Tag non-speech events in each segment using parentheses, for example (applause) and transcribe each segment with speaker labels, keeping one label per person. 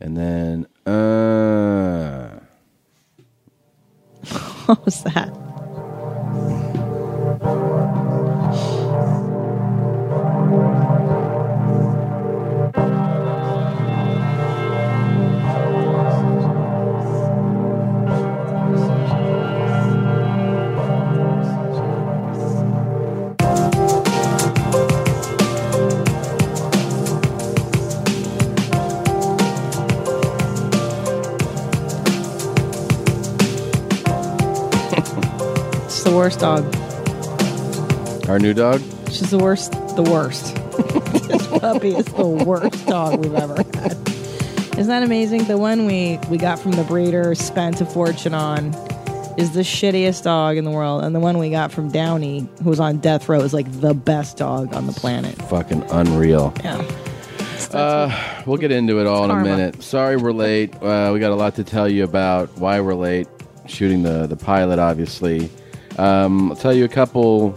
Speaker 1: And then, uh,
Speaker 2: (laughs) What was that? She's the worst dog.
Speaker 1: our new dog.
Speaker 2: She's the worst. The worst. (laughs) this puppy is the worst dog we've ever had. Isn't that amazing? The one we we got from the breeder, spent a fortune on, is the shittiest dog in the world, and the one we got from Downey, who was on death row, is like the best dog on the planet.
Speaker 1: Fucking unreal.
Speaker 2: Yeah.
Speaker 1: Uh, We'll get into it all in a
Speaker 2: Karma.
Speaker 1: minute. Sorry we're late. Uh, we got a lot to tell you about why we're late. Shooting the the pilot, obviously. Um, I'll tell you a couple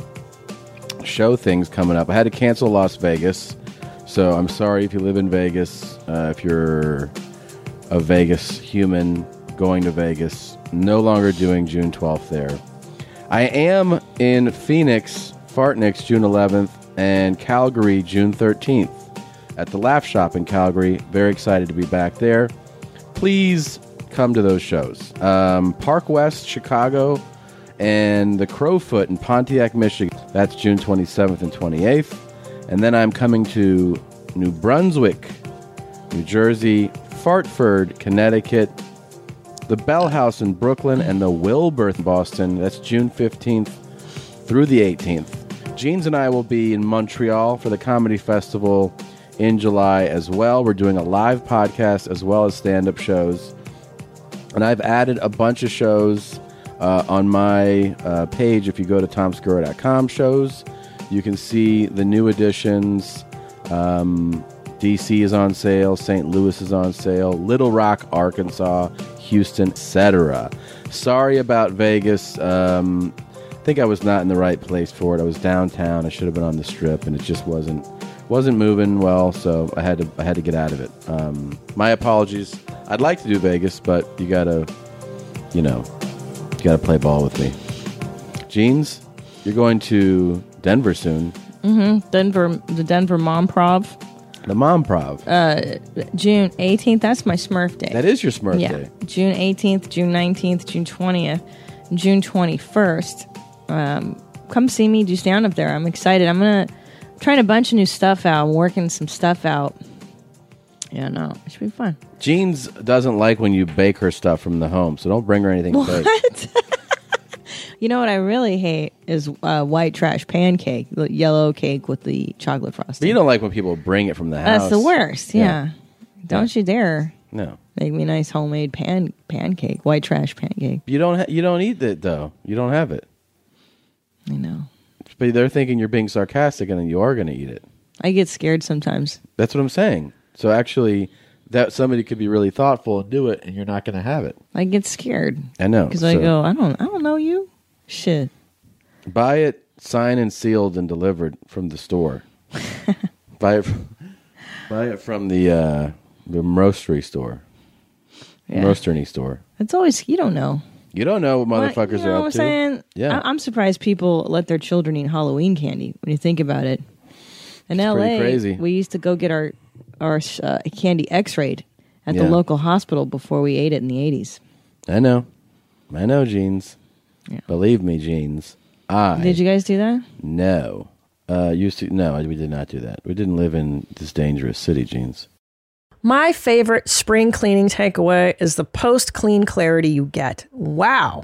Speaker 1: show things coming up. I had to cancel Las Vegas, so I'm sorry if you live in Vegas. Uh, if you're a Vegas human going to Vegas, no longer doing June 12th there. I am in Phoenix, Fartnix, June 11th, and Calgary, June 13th at the Laugh Shop in Calgary. Very excited to be back there. Please come to those shows. Um, Park West, Chicago, and the Crowfoot in Pontiac, Michigan. That's June 27th and 28th. And then I'm coming to New Brunswick, New Jersey, Fartford, Connecticut, the Bell House in Brooklyn, and the Wilbur in Boston. That's June 15th through the 18th. Jeans and I will be in Montreal for the Comedy Festival in July as well. We're doing a live podcast as well as stand up shows. And I've added a bunch of shows uh, on my uh, page. If you go to tomscura.com shows, you can see the new additions. Um, DC is on sale, St. Louis is on sale, Little Rock, Arkansas, Houston, etc. Sorry about Vegas. Um, I think I was not in the right place for it. I was downtown. I should have been on the strip, and it just wasn't wasn't moving well. So I had to I had to get out of it. Um, my apologies. I'd like to do Vegas, but you gotta, you know, you gotta play ball with me. Jeans, you're going to Denver soon.
Speaker 2: Mm-hmm. Denver, the Denver Mom Prov, Uh,
Speaker 1: The Mom Prov.
Speaker 2: June 18th. That's my Smurf day.
Speaker 1: that is your Smurf
Speaker 2: yeah.
Speaker 1: Day.
Speaker 2: June 18th, June 19th, June 20th, June 21st. Um, come see me do stand up there. I'm excited. I'm going to trying a bunch of new stuff out. I'm working some stuff out. Yeah, no, it should be fun.
Speaker 1: Jeans doesn't like when you bake her stuff from the home, so don't bring her anything
Speaker 2: (laughs)
Speaker 1: baked.
Speaker 2: You know what I really hate is uh, white trash pancake, the yellow cake with the chocolate
Speaker 1: But
Speaker 2: frosting.
Speaker 1: you don't like when people bring it from the house.
Speaker 2: That's the worst. Yeah.
Speaker 1: Yeah.
Speaker 2: Don't you dare
Speaker 1: No.
Speaker 2: make me a nice homemade pan pancake, white trash pancake.
Speaker 1: You don't. Ha- you don't eat it though. You don't have it.
Speaker 2: I know.
Speaker 1: But they're thinking you're being sarcastic, and then you are going to eat it.
Speaker 2: I get scared sometimes.
Speaker 1: That's what I'm saying. So actually, that somebody could be really thoughtful and do it, and you're not going to have it.
Speaker 2: I get scared.
Speaker 1: I know.
Speaker 2: Because I
Speaker 1: So
Speaker 2: go, I don't, I don't know you. Shit.
Speaker 1: buy it, sign and sealed and delivered from
Speaker 2: (laughs)
Speaker 1: the store. buy it. From, buy it from the uh, the roastery store,
Speaker 2: Yeah.
Speaker 1: roastery store.
Speaker 2: It's always you don't know.
Speaker 1: You don't know what motherfuckers
Speaker 2: What- you know
Speaker 1: are up
Speaker 2: what I'm
Speaker 1: to.
Speaker 2: saying?
Speaker 1: Yeah.
Speaker 2: I, am surprised people let their children eat Halloween candy when you think about it. In L.A.,
Speaker 1: crazy.
Speaker 2: we used to go get our our uh, candy X-rayed at the
Speaker 1: Yeah.
Speaker 2: local hospital before we ate it in the 80s.
Speaker 1: I know. I know, jeans.
Speaker 2: Yeah.
Speaker 1: Believe me, jeans. I
Speaker 2: Did you guys do that?
Speaker 1: No. Uh, used to no, we did not do that. We didn't live in this dangerous city, jeans.
Speaker 3: My favorite spring cleaning takeaway is the post clean clarity you get. Wow,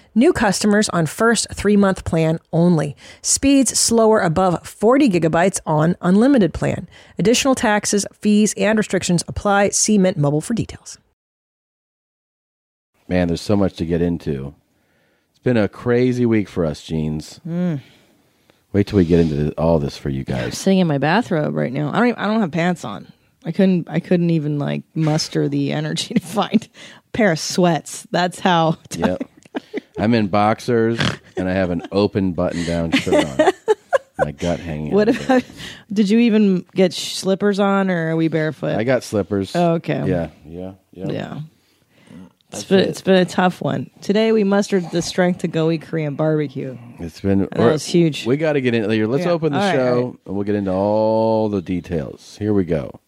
Speaker 3: New customers on first three month plan only. Speeds slower above 40 gigabytes on unlimited plan. Additional taxes, fees, and restrictions apply. See Mint Mobile for details.
Speaker 1: Man, there's so much to get into. It's been a crazy week for us, Jeans. Wait till we get into th- all this for
Speaker 2: (laughs)
Speaker 1: you guys.
Speaker 2: sitting in my bathrobe right now. I don't. Even, I don't have pants on. I couldn't. I couldn't even like muster the (laughs) energy to find a pair of sweats. That's how.
Speaker 1: Yep. I'm in boxers and I have an open button down shirt
Speaker 2: (laughs)
Speaker 1: on. My gut hanging.
Speaker 2: What
Speaker 1: out.
Speaker 2: about? (laughs) Did you even get sh- slippers on, or are we barefoot?
Speaker 1: I got slippers.
Speaker 2: Oh, okay.
Speaker 1: Yeah. Yeah. Yeah.
Speaker 2: yeah. It's been, it's been a tough one. Today we mustered the strength to go eat Korean barbecue.
Speaker 1: It's been
Speaker 2: that was huge.
Speaker 1: We got to get in here. Let's
Speaker 2: Yeah.
Speaker 1: open the
Speaker 2: All right,
Speaker 1: show
Speaker 2: all right.
Speaker 1: and we'll get into all the details. Here we go.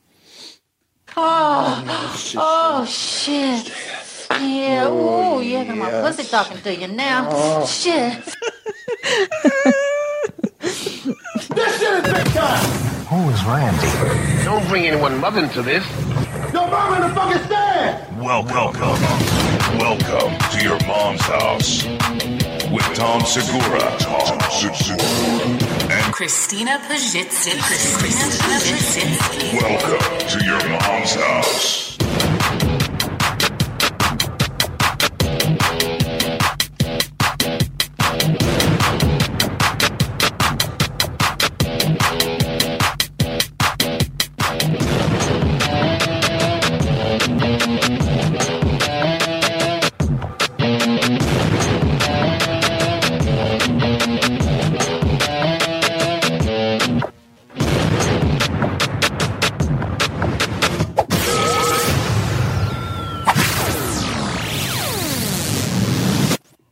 Speaker 4: Oh shit. Yeah, oh yeah, I got my pussy talking to you now. Shit.
Speaker 5: Who is Randy?
Speaker 6: Don't bring anyone mother into this.
Speaker 7: Yo, mom in the fucking stand!
Speaker 8: Welcome. Welcome. Welcome to your mom's house with Tom Segura. Tom Segura. And
Speaker 9: Christina Pajitsky. Christina Pajitsky.
Speaker 8: welcome to your mom's house.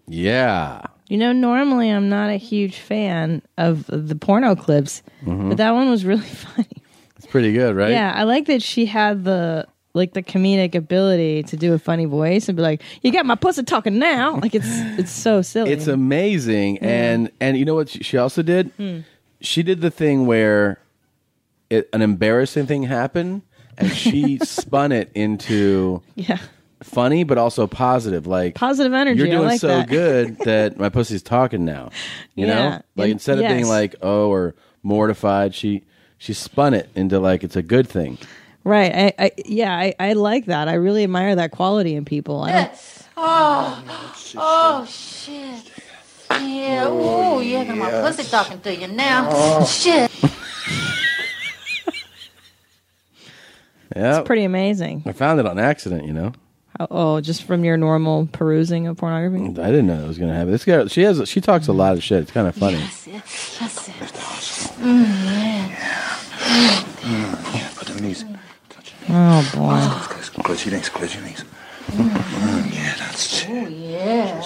Speaker 1: Yeah.
Speaker 2: You know, normally I'm not a huge fan of the porno clips, but that one was
Speaker 1: (laughs)
Speaker 2: really funny.
Speaker 1: Mm-hmm. It's pretty good, right?
Speaker 2: Yeah, I like that she had the like the comedic ability to do a funny voice and be like, "You got my pussy talking now." Like it's it's so silly.
Speaker 1: (laughs) It's amazing. And and you know what she- she also did?
Speaker 2: Hmm.
Speaker 1: She did the thing where it, an embarrassing thing happened
Speaker 2: (laughs)
Speaker 1: and she spun it into
Speaker 2: yeah,
Speaker 1: funny but also positive like
Speaker 2: Positive energy,
Speaker 1: you're
Speaker 2: I
Speaker 1: doing
Speaker 2: like
Speaker 1: so
Speaker 2: that. (laughs)
Speaker 1: good that my pussy's talking now you
Speaker 2: Yeah.
Speaker 1: know like
Speaker 2: And-
Speaker 1: instead of being
Speaker 2: yes.
Speaker 1: like oh or mortified she she spun it into like it's a good thing
Speaker 2: right. I, I yeah, I, I like that. I really admire that quality in people. I don't,
Speaker 4: Oh shit. Yeah, oh yeah, I got my pussy talking to you now.
Speaker 2: Oh,
Speaker 4: Shit.
Speaker 1: yeah
Speaker 2: pretty amazing.
Speaker 1: i found it on accident you know
Speaker 2: Oh, Oh, just from your normal perusing of pornography.
Speaker 1: i didn't know it was gonna happen this girl she has she talks a lot of shit it's kind of funny
Speaker 4: That's it. That's it.
Speaker 7: Put them knees.
Speaker 2: Oh boy,
Speaker 7: Close your knees, close your knees. Yeah, that's it.
Speaker 4: Yeah.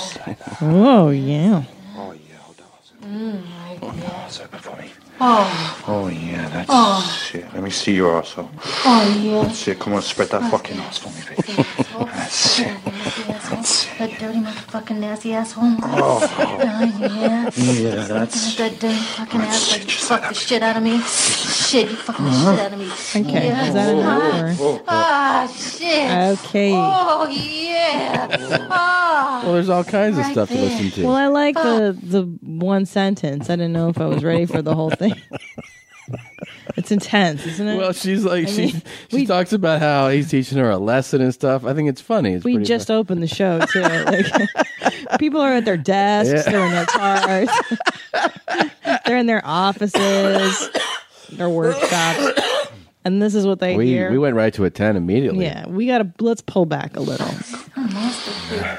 Speaker 2: oh yeah.
Speaker 7: Oh, yeah, hold on. Mm, Hold on, open for me. Oh, yeah, that's it. Let me see your asshole.
Speaker 4: Oh yeah.
Speaker 7: That's it. Come on, spread that fucking ass for me, baby. That's it.
Speaker 4: Nasty asshole. That dirty motherfucking nasty asshole. (laughs) Oh, yeah.
Speaker 7: Yeah, that's
Speaker 4: That dirty fucking ass like you fucked the shit out of me. Shit, you fucked the shit out of me.
Speaker 2: Uh-huh. Okay,
Speaker 4: Yeah.
Speaker 2: is that enough? Or?
Speaker 4: Ah, shit.
Speaker 2: Okay.
Speaker 4: Oh, yeah. Ah.
Speaker 1: well there's all kinds of stuff to listen to
Speaker 2: Well, I like the the one sentence. I didn't know if I was ready for the whole
Speaker 1: (laughs)
Speaker 2: thing. it's intense, isn't it?
Speaker 1: well she's like she
Speaker 2: mean,
Speaker 1: she
Speaker 2: we-
Speaker 1: talks about how he's teaching her a lesson and stuff i think it's funny it's
Speaker 2: we
Speaker 1: pretty
Speaker 2: just opened the show too. Like, (laughs) people are at their desks,
Speaker 1: Yeah.
Speaker 2: they're in their cars, (laughs) they're in their offices, their workshops, and this is what they
Speaker 1: funny. we
Speaker 2: hear.
Speaker 1: we went right to a 10 immediately (laughs)
Speaker 2: yeah, we gotta let's pull back a little,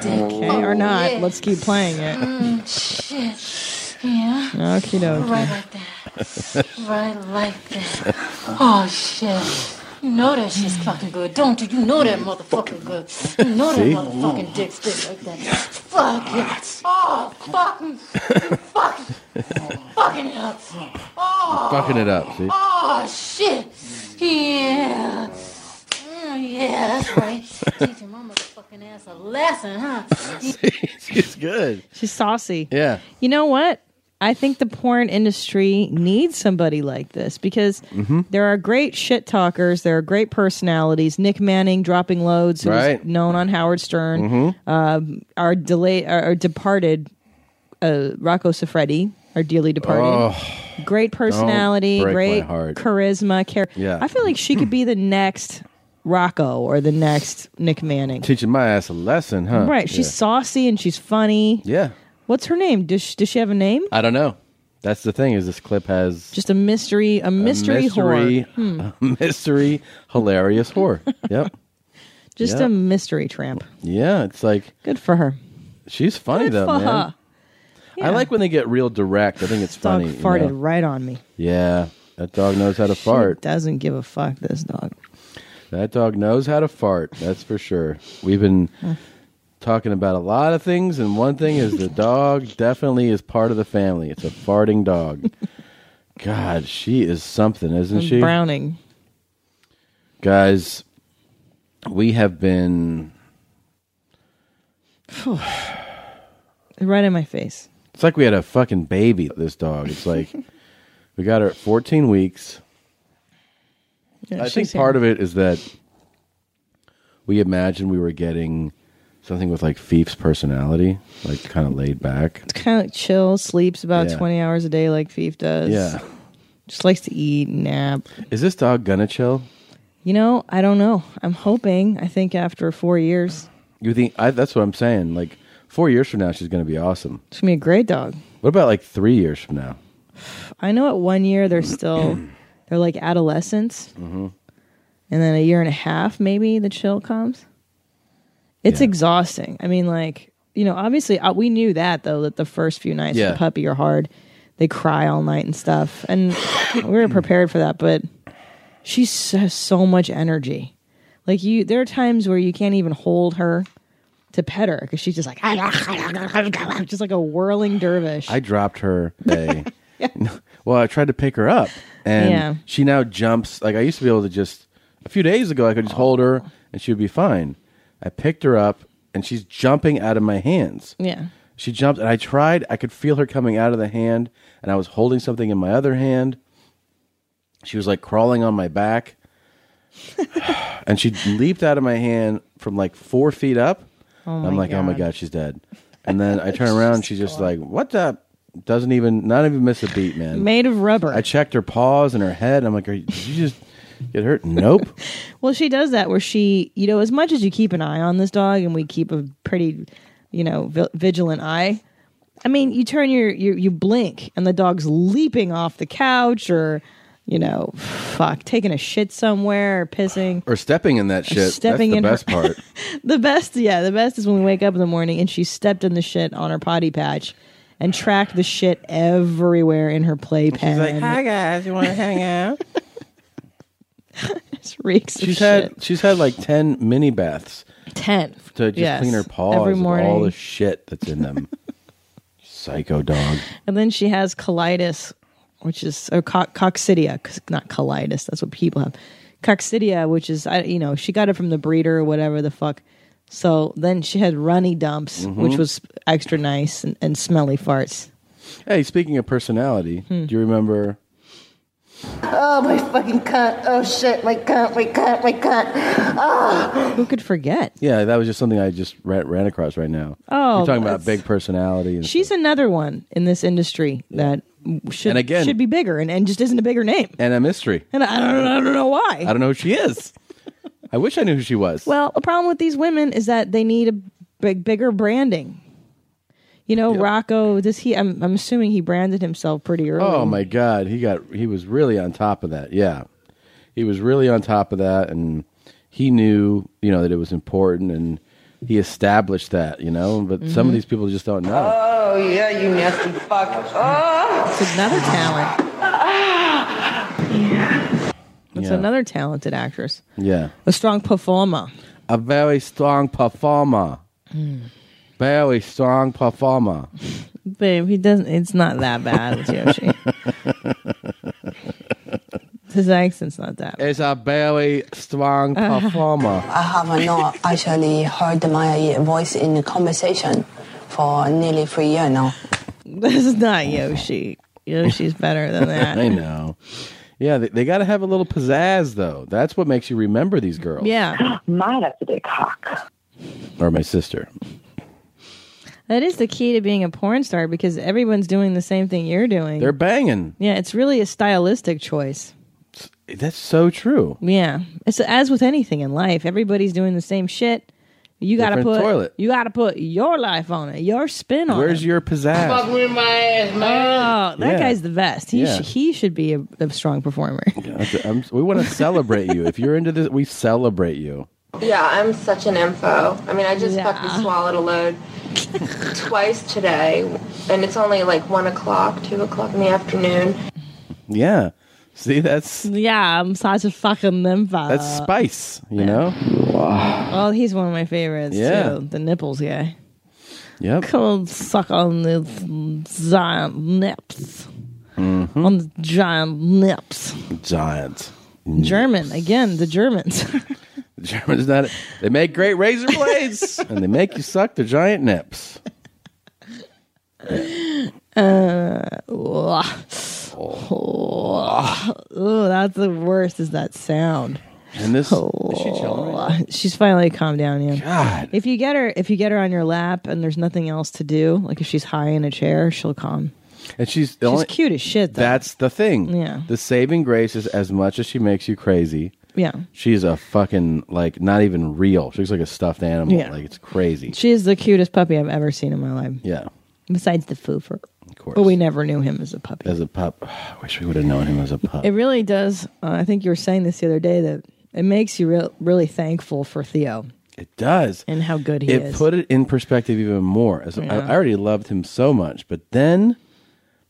Speaker 2: okay, or not.
Speaker 4: Oh, yeah.
Speaker 2: Let's keep playing it.
Speaker 4: Shit. Yeah.
Speaker 2: Okie dokie.
Speaker 4: Right like that.
Speaker 1: (laughs)
Speaker 4: Right like that. Oh shit. You know that shit's fucking good, don't you? You know that motherfucking good. You know that
Speaker 1: See?
Speaker 4: motherfucking dick's good like that. Fuck it. Oh, fucking, fucking, fucking up. Oh,
Speaker 1: fucking it up see
Speaker 4: oh shit. Yeah. Mm, yeah, that's right. Teaching my motherfucking fucking ass a lesson, huh?
Speaker 1: (laughs) She's good.
Speaker 2: She's saucy.
Speaker 1: Yeah.
Speaker 2: You know what? I think the porn industry needs somebody like this because there are great shit talkers, there are great personalities. Nick Manning dropping loads, who's
Speaker 1: Right. Mm-hmm.
Speaker 2: known on Howard Stern, um, our delayed, our, our departed uh, Rocco Siffredi, our dearly departed. great personality,
Speaker 1: Oh. break my
Speaker 2: great
Speaker 1: heart.
Speaker 2: charisma. Care.
Speaker 1: Yeah.
Speaker 2: I feel like she could be the next Rocco or the next Nick Manning.
Speaker 1: Teaching my ass a lesson, huh?
Speaker 2: Right. She's
Speaker 1: Yeah.
Speaker 2: saucy and she's funny.
Speaker 1: yeah.
Speaker 2: What's her name? Does she, does she have a name?
Speaker 1: I don't know. That's the thing is this clip has
Speaker 2: Just a mystery, a mystery,
Speaker 1: mystery, uh,
Speaker 2: whore.
Speaker 1: (laughs)
Speaker 2: Hmm,
Speaker 1: mystery, hilarious
Speaker 2: (laughs)
Speaker 1: whore. Yep.
Speaker 2: Just
Speaker 1: yeah.
Speaker 2: a mystery tramp.
Speaker 1: Yeah, it's like
Speaker 2: Good for her.
Speaker 1: she's funny
Speaker 2: Good
Speaker 1: though,
Speaker 2: for
Speaker 1: man.
Speaker 2: her.
Speaker 1: I like when they get real direct. I think it's
Speaker 2: Dog
Speaker 1: funny. you
Speaker 2: farted
Speaker 1: know?
Speaker 2: right on me.
Speaker 1: Yeah, that dog knows how to
Speaker 2: She
Speaker 1: fart.
Speaker 2: doesn't give a fuck. This dog.
Speaker 1: That dog knows how to fart. That's for sure. We've been talking about a lot of things, and one thing is
Speaker 2: (laughs)
Speaker 1: the dog definitely is part of the family. It's a farting dog. God, she is something, isn't she?
Speaker 2: Browning. (sighs)
Speaker 1: Guys, we have been.
Speaker 2: Right in my face.
Speaker 1: It's like we had a fucking baby. This dog. It's like we got her at 14 weeks.
Speaker 2: Yeah,
Speaker 1: I think part of it is that we imagined we were getting something with like Fief's personality, like kind of laid back.
Speaker 2: It's kind of like chill, sleeps about
Speaker 1: Yeah.
Speaker 2: 20 hours a day like Thief does.
Speaker 1: Yeah.
Speaker 2: Just likes to eat, nap.
Speaker 1: Is this dog gonna chill?
Speaker 2: You know, I don't know. I'm hoping. I think after four years,
Speaker 1: You think I, that's what I'm saying? Like four years from now, she's gonna be awesome.
Speaker 2: it's going to be a great dog.
Speaker 1: What about like three years from now?
Speaker 2: I know at one year they're
Speaker 1: (clears throat)
Speaker 2: still, they're like adolescents.
Speaker 1: Mm-hmm.
Speaker 2: And then a year and a half, maybe the chill comes. It's
Speaker 1: Yeah.
Speaker 2: exhausting. I mean, like, you know, obviously uh, we knew that though, that the first few nights
Speaker 1: Yeah.
Speaker 2: with the puppy are hard. They cry all night and stuff. And (coughs) we
Speaker 1: Mm.
Speaker 2: were prepared for that, but she s- has so much energy. Like you, there are times where you can't even hold her to pet her because she's just like, (laughs) just like a whirling dervish.
Speaker 1: I dropped her.
Speaker 2: (laughs)
Speaker 1: Today. Well, I tried to pick her up, and
Speaker 2: Yeah.
Speaker 1: she now jumps. Like I used to be able to just a few days ago, I could just hold her
Speaker 2: Oh.
Speaker 1: and she would be fine. I picked her up, and she's jumping out of my hands.
Speaker 2: yeah.
Speaker 1: She jumped, and I tried. I could feel her coming out of the hand, and I was holding something in my other hand. She was like crawling on my back, (sighs) and she leaped out of my hand from like four feet up. I'm like, oh my god, she's dead. And then I turn around, she's just like, what the? Doesn't even, not even miss a beat, man.
Speaker 2: Made of rubber.
Speaker 1: I checked her paws and her head. I'm like, Are you, did you just get hurt? Nope.
Speaker 2: Well, she does that where she, you know, as much as you keep an eye on this dog, and we keep a pretty, you know, vi- vigilant eye. I mean, you turn your, your you blink, and the dog's leaping off the couch, or you know, fuck, taking a shit somewhere, or
Speaker 1: (sighs)
Speaker 2: pissing.
Speaker 1: or stepping in that shit.
Speaker 2: Stepping
Speaker 1: That's
Speaker 2: in
Speaker 1: the
Speaker 2: her-
Speaker 1: best part.
Speaker 2: The best, yeah, the best is when we wake up in the morning and she stepped in the shit on her potty patch, and tracked the shit everywhere in her playpen.
Speaker 1: guys, you want to hang out?
Speaker 2: It (laughs) reeks of
Speaker 1: She's
Speaker 2: shit.
Speaker 1: had she's had like ten mini baths
Speaker 2: ten
Speaker 1: to just
Speaker 2: Yes.
Speaker 1: clean her paws
Speaker 2: every morning.
Speaker 1: of all the shit that's in
Speaker 2: (laughs)
Speaker 1: them. Psycho dog.
Speaker 2: And then she has colitis, which is or co- coccidia, 'cause- not colitis. That's what people have. Coccidia, which is I, you know she got it from the breeder or whatever the fuck. So then she had runny dumps,
Speaker 1: Mm-hmm.
Speaker 2: which was extra nice and, and smelly farts.
Speaker 1: Hey, speaking of personality,
Speaker 2: Hmm.
Speaker 1: do you remember?
Speaker 9: Oh, my fucking cunt. Oh, shit. My cunt, my cunt, my cunt.
Speaker 10: Ah.
Speaker 2: Who could forget?
Speaker 1: Yeah, that was just something I just ran, ran across right now.
Speaker 2: Oh,
Speaker 1: you're talking about
Speaker 2: that's-
Speaker 1: big personality. And
Speaker 2: She's
Speaker 1: stuff.
Speaker 2: another one in this industry that should
Speaker 1: And again-
Speaker 2: should be bigger and, and just isn't a bigger name.
Speaker 1: and a mystery.
Speaker 2: And I don't, I don't know why.
Speaker 1: I don't know who she
Speaker 2: (laughs)
Speaker 1: is. I wish I knew who she was.
Speaker 2: Well, the problem with these women is that they need a big, bigger branding. You know, Rocco. Does he? I'm, I'm assuming he branded himself pretty early.
Speaker 1: Oh my god, he got he was really on top of that. Yeah. He was really on top of that and he knew, you know, that it was important and he established that, you know, but
Speaker 2: Mm-hmm.
Speaker 1: some of these people just don't know.
Speaker 9: Oh, yeah, you nasty fuck. Oh,
Speaker 2: It's another talent. It's
Speaker 1: Yeah.
Speaker 2: another talented actress,
Speaker 1: Yeah.
Speaker 2: a strong performer.
Speaker 1: A very strong performer.
Speaker 11: Mm.
Speaker 1: Very strong performer. (laughs)
Speaker 2: Babe, he doesn't. It's not that bad with Yoshi. His accent's not that.
Speaker 1: is a very
Speaker 2: (laughs)
Speaker 1: strong performer.
Speaker 12: I have not actually heard my voice in the conversation for nearly three years now.
Speaker 2: (laughs) This is not Yoshi.
Speaker 11: (gasps)
Speaker 2: Yoshi's better than that.
Speaker 1: (laughs) I know. Yeah, they, they got to have a little pizzazz, though. That's what makes you remember these girls.
Speaker 2: Yeah.
Speaker 11: My, that's a big cock.
Speaker 1: Or my sister.
Speaker 2: That is the key to being a porn star because everyone's doing the same thing you're doing.
Speaker 1: They're banging.
Speaker 2: yeah, it's really a stylistic choice.
Speaker 1: That's so true.
Speaker 2: Yeah. It's as with anything in life, everybody's doing the same shit. You gotta
Speaker 1: Different
Speaker 2: put
Speaker 1: toilet.
Speaker 2: you gotta put your life on it, your spin on
Speaker 1: Where's
Speaker 2: it.
Speaker 1: your pizzazz?
Speaker 4: with my ass,
Speaker 2: Oh, that
Speaker 1: Yeah.
Speaker 2: guy's the best. He
Speaker 1: Yeah.
Speaker 2: sh- he should be a, a strong performer. (laughs)
Speaker 1: That's- I'm- we want to celebrate you. If you're into this, we celebrate you.
Speaker 13: Yeah, I'm such an info. I mean, I just
Speaker 2: Yeah.
Speaker 13: fucking swallowed a load twice today, and it's only like one o'clock, two o'clock in the afternoon.
Speaker 1: Yeah. See, that's
Speaker 2: yeah, I'm such a fucking nympho.
Speaker 1: that's spice. You know.
Speaker 2: Oh, he's one of my favorites
Speaker 1: Yeah.
Speaker 2: too. The nipples guy.
Speaker 1: Yep.
Speaker 2: Cold suck on the giant nips.
Speaker 1: Mhm.
Speaker 2: On the giant nips.
Speaker 1: Giant.
Speaker 2: German again. The Germans. (laughs)
Speaker 1: Germans not. They make great razor blades, and they make you suck the giant nips.
Speaker 2: uh, oh, that's the worst. Is that sound? Oh.
Speaker 1: And this.
Speaker 2: She's finally calmed down. Yeah.
Speaker 1: God.
Speaker 2: If you get her, if you get her on your lap, and there's nothing else to do, like if she's high in a chair, she'll calm.
Speaker 1: And she's
Speaker 2: She's cute as shit. Though.
Speaker 1: That's the thing.
Speaker 2: Yeah.
Speaker 1: The saving grace is as much as she makes you crazy.
Speaker 2: Yeah.
Speaker 1: She's a fucking like not even real. She looks like a stuffed animal.
Speaker 2: Yeah.
Speaker 1: Like it's crazy.
Speaker 2: She is the cutest puppy I've ever seen in my life.
Speaker 1: yeah.
Speaker 2: Besides the foofer. Of
Speaker 1: course.
Speaker 2: But we never knew him as a puppy.
Speaker 1: As a pup, (sighs) I wish we would have known him as a pup.
Speaker 2: It really does. Uh, I think you were saying this the other day that it makes you real really thankful for Theo
Speaker 1: It does.
Speaker 2: and how good he
Speaker 1: It
Speaker 2: is.
Speaker 1: put it in perspective even more. As I,
Speaker 2: Yeah.
Speaker 1: I already loved him so much, but then,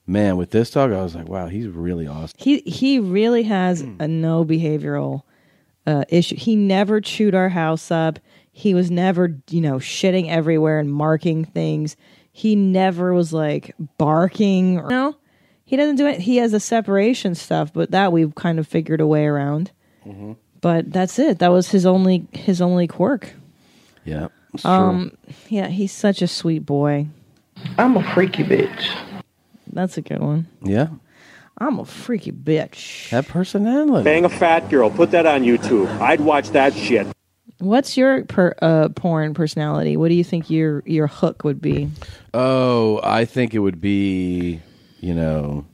Speaker 1: man, with this dog, I was like, wow, he's really awesome.
Speaker 2: he he really has a no behavioral uh, issue. He never chewed our house up. He was never you know shitting everywhere and marking things. He never was like barking. Or, no, he doesn't do it. He has the separation stuff, but that we've kind of figured a way around. But that's it. That was his only his only quirk.
Speaker 1: Yeah. it's true.
Speaker 2: Um, yeah, he's such a sweet boy.
Speaker 1: I'm a freaky bitch.
Speaker 2: That's a good one.
Speaker 1: Yeah.
Speaker 2: I'm a freaky bitch.
Speaker 1: That personality.
Speaker 14: Bang a fat girl. Put that on YouTube. I'd watch that shit.
Speaker 2: What's your per, uh, porn personality? What do you think your your hook would be?
Speaker 1: Oh, I think it would be, you know,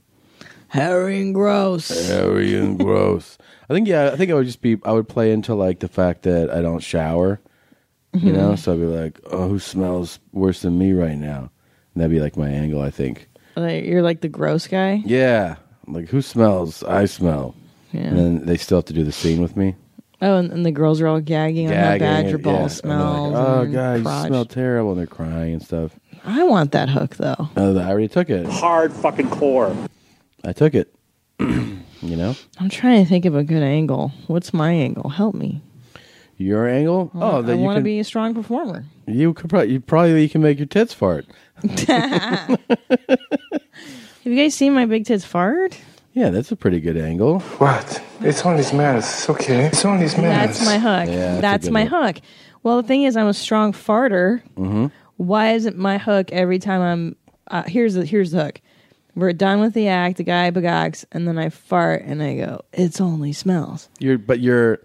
Speaker 2: Harry and Gross. (laughs)
Speaker 1: hairy and gross. I think yeah. I think I would just be. I would play into like the fact that I don't shower. You know,
Speaker 2: Mhm.
Speaker 1: so I'd be like, "Oh, who smells worse than me right now?" And that'd be like my angle. I think.
Speaker 2: Like, you're like the gross guy.
Speaker 1: Yeah, like who smells? I smell.
Speaker 2: Yeah.
Speaker 1: And then they still have to do the scene with me.
Speaker 2: Oh, and, and the girls are all gagging on how
Speaker 1: Gagging,
Speaker 2: bad your ball
Speaker 1: yeah. And they're
Speaker 2: smells.
Speaker 1: Like, oh
Speaker 2: and your
Speaker 1: god,
Speaker 2: crotch."
Speaker 1: you smell terrible, and they're crying and stuff.
Speaker 2: I want that hook though.
Speaker 1: Uh, I already took it.
Speaker 14: Hard fucking core.
Speaker 1: I took it. (clears throat) you know.
Speaker 2: I'm trying to think of a good angle. What's my angle? Help me.
Speaker 1: Your angle?
Speaker 2: I
Speaker 1: oh,
Speaker 2: want- I
Speaker 1: that you
Speaker 2: want to
Speaker 1: can.
Speaker 2: be a strong performer.
Speaker 1: you could probably you probably you can make your tits fart.
Speaker 2: Have you guys seen my big tits fart?
Speaker 1: Yeah, that's a pretty good angle. What?
Speaker 7: It's only smells. It's okay. It's only smells.
Speaker 2: That's my hook.
Speaker 1: Yeah, that's a
Speaker 2: that's
Speaker 1: good
Speaker 2: my
Speaker 1: one.
Speaker 2: hook. Well, the thing is, I'm a strong farter.
Speaker 1: Mm-hmm.
Speaker 2: why isn't my hook every time I'm uh, here's the here's the hook. We're done with the act, the guy begogs, and then I fart and I go, it's only smells.
Speaker 1: You're but you're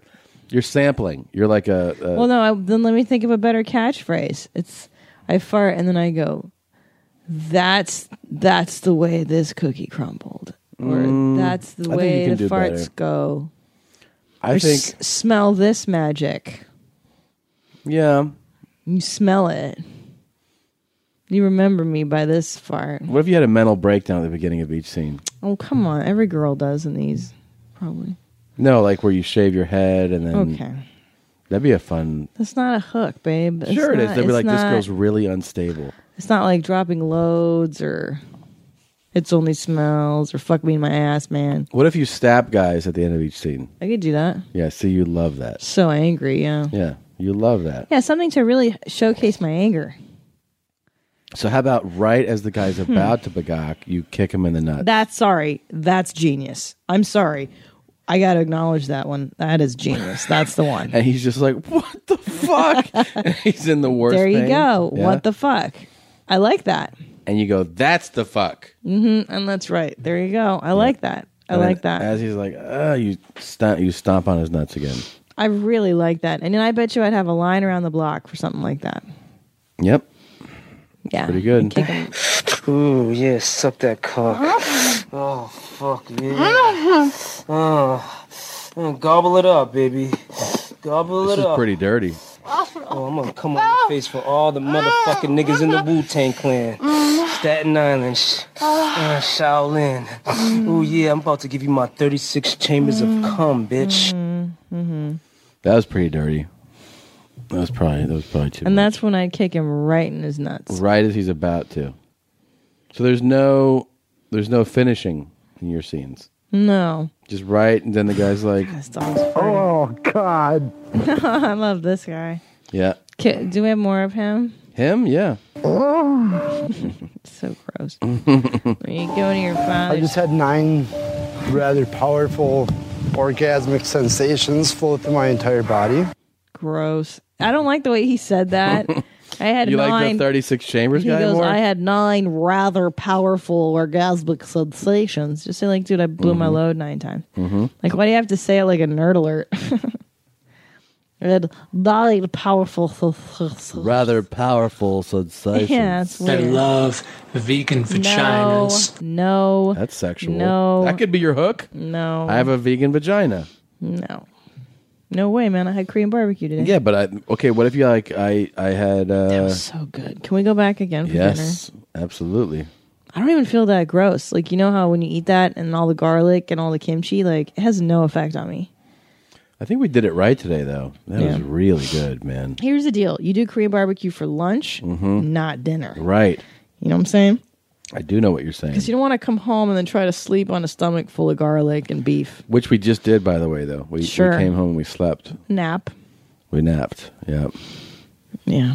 Speaker 1: you're sampling. You're like a, a
Speaker 2: well, no, I, then let me think of a better catchphrase. It's I fart and then I go, that's that's the way this cookie crumbled, or
Speaker 1: Mm,
Speaker 2: that's
Speaker 1: I
Speaker 2: the
Speaker 1: think you
Speaker 2: way
Speaker 1: can
Speaker 2: the
Speaker 1: do
Speaker 2: farts
Speaker 1: better.
Speaker 2: go.
Speaker 1: I
Speaker 2: Or
Speaker 1: think-
Speaker 2: s- smell this magic.
Speaker 1: yeah.
Speaker 2: You smell it. You remember me by this fart.
Speaker 1: What if you had a mental breakdown at the beginning of each scene?
Speaker 2: Oh come on, every girl does in these, probably.
Speaker 1: No, like where you shave your head and then
Speaker 2: Okay.
Speaker 1: That'd be a fun.
Speaker 2: That's not a hook, babe. It's
Speaker 1: sure, it is.
Speaker 2: not-
Speaker 1: They'd be
Speaker 2: it's
Speaker 1: like, "This
Speaker 2: not-
Speaker 1: girl's really unstable."
Speaker 2: It's not like dropping loads or it's only smells or fuck me in my ass, man.
Speaker 1: What if you stab guys at the end of each scene?
Speaker 2: I could do that.
Speaker 1: Yeah, see, you love that.
Speaker 2: So angry, yeah.
Speaker 1: Yeah, you love that.
Speaker 2: Yeah, something to really showcase my anger.
Speaker 1: So how about right as the guy's
Speaker 2: Hmm.
Speaker 1: about to begok, you kick him in the nuts?
Speaker 2: That's sorry. That's genius. I'm sorry. I got to acknowledge that one. That is genius. That's the one.
Speaker 1: and he's just like, what
Speaker 2: (laughs)
Speaker 1: the fuck? And he's in the (laughs) worst.
Speaker 2: there you
Speaker 1: thing.
Speaker 2: go.
Speaker 1: Yeah.
Speaker 2: What the fuck? I like that.
Speaker 1: And you go, that's the fuck.
Speaker 2: hmm And that's right. There you go. I like that. I
Speaker 1: And then
Speaker 2: like that.
Speaker 1: As he's like, ah, you stomp, you stomp on his nuts again.
Speaker 2: I really like that. And then I bet you I'd have a line around the block for something like that.
Speaker 1: Yep.
Speaker 2: Yeah.
Speaker 1: Pretty good.
Speaker 11: (laughs) Ooh, yeah, suck that cock. Oh, fuck, yeah. Oh, mm, gobble it up, baby. Gobble
Speaker 1: This
Speaker 11: it
Speaker 1: is
Speaker 11: up.
Speaker 1: pretty dirty.
Speaker 11: Oh, I'm gonna come on your face for all the motherfucking niggas in the Wu Tang Clan. Staten Island, sh- uh, Shaolin. Ooh, yeah, I'm about to give you my 36 chambers of cum, bitch.
Speaker 2: Mm-hmm.
Speaker 1: That was pretty dirty. That was probably that was probably too.
Speaker 2: And that's when I'd kick him right in his nuts.
Speaker 1: right as he's about to. So there's no there's no finishing in your scenes.
Speaker 2: No.
Speaker 1: Just right, and then the
Speaker 2: (sighs)
Speaker 1: guy's like,
Speaker 2: Oh, God. (laughs) I love this guy.
Speaker 1: "Yeah,
Speaker 2: Ki- Do we have more of him?
Speaker 1: him, yeah."
Speaker 2: (laughs)
Speaker 1: Oh.
Speaker 2: so
Speaker 1: (laughs)
Speaker 2: gross. There you go to your father.
Speaker 15: I just had nine rather powerful orgasmic sensations flow through my entire body.
Speaker 2: Gross. I don't like the way he said
Speaker 1: (laughs)
Speaker 2: that. I had
Speaker 1: you
Speaker 2: nine.
Speaker 1: like the 36 chambers
Speaker 2: he
Speaker 1: guy
Speaker 2: goes,
Speaker 1: more?
Speaker 2: I had nine rather powerful orgasmic sensations. Just say like, dude, I blew my load nine times.
Speaker 1: mm-hmm.
Speaker 2: Like, why do you have to say it like a nerd alert? (laughs) I had nine powerful.
Speaker 1: (laughs) Rather powerful sensation.
Speaker 2: Yeah, it's weird. I love
Speaker 1: vegan
Speaker 2: No, no,
Speaker 1: That's sexual.
Speaker 2: No.
Speaker 1: that could be your hook.
Speaker 2: no.
Speaker 1: I have a vegan vagina.
Speaker 2: no, no way, man. I had Korean barbecue today.
Speaker 1: Yeah, but I okay. What if you like? I I had. Uh, that was
Speaker 2: so good. Can we go back again for dinner?
Speaker 1: Yes, absolutely.
Speaker 2: I don't even feel that gross. Like you know how when you eat that and all the garlic and all the kimchi, like it has no effect on me.
Speaker 1: I think we did it right today, though. That was
Speaker 2: Yeah.
Speaker 1: really good, man.
Speaker 2: Here's the deal: you do Korean barbecue for lunch,
Speaker 1: Mhm.
Speaker 2: not dinner,
Speaker 1: Right.
Speaker 2: You know what I'm saying?
Speaker 1: I do know what you're saying.
Speaker 2: because you don't want to come home and then try to sleep on a stomach full of garlic and beef.
Speaker 1: Which we just did, by the way, though. We,
Speaker 2: Sure.
Speaker 1: we came home and we slept.
Speaker 2: Nap.
Speaker 1: We napped. Yeah.
Speaker 2: Yeah.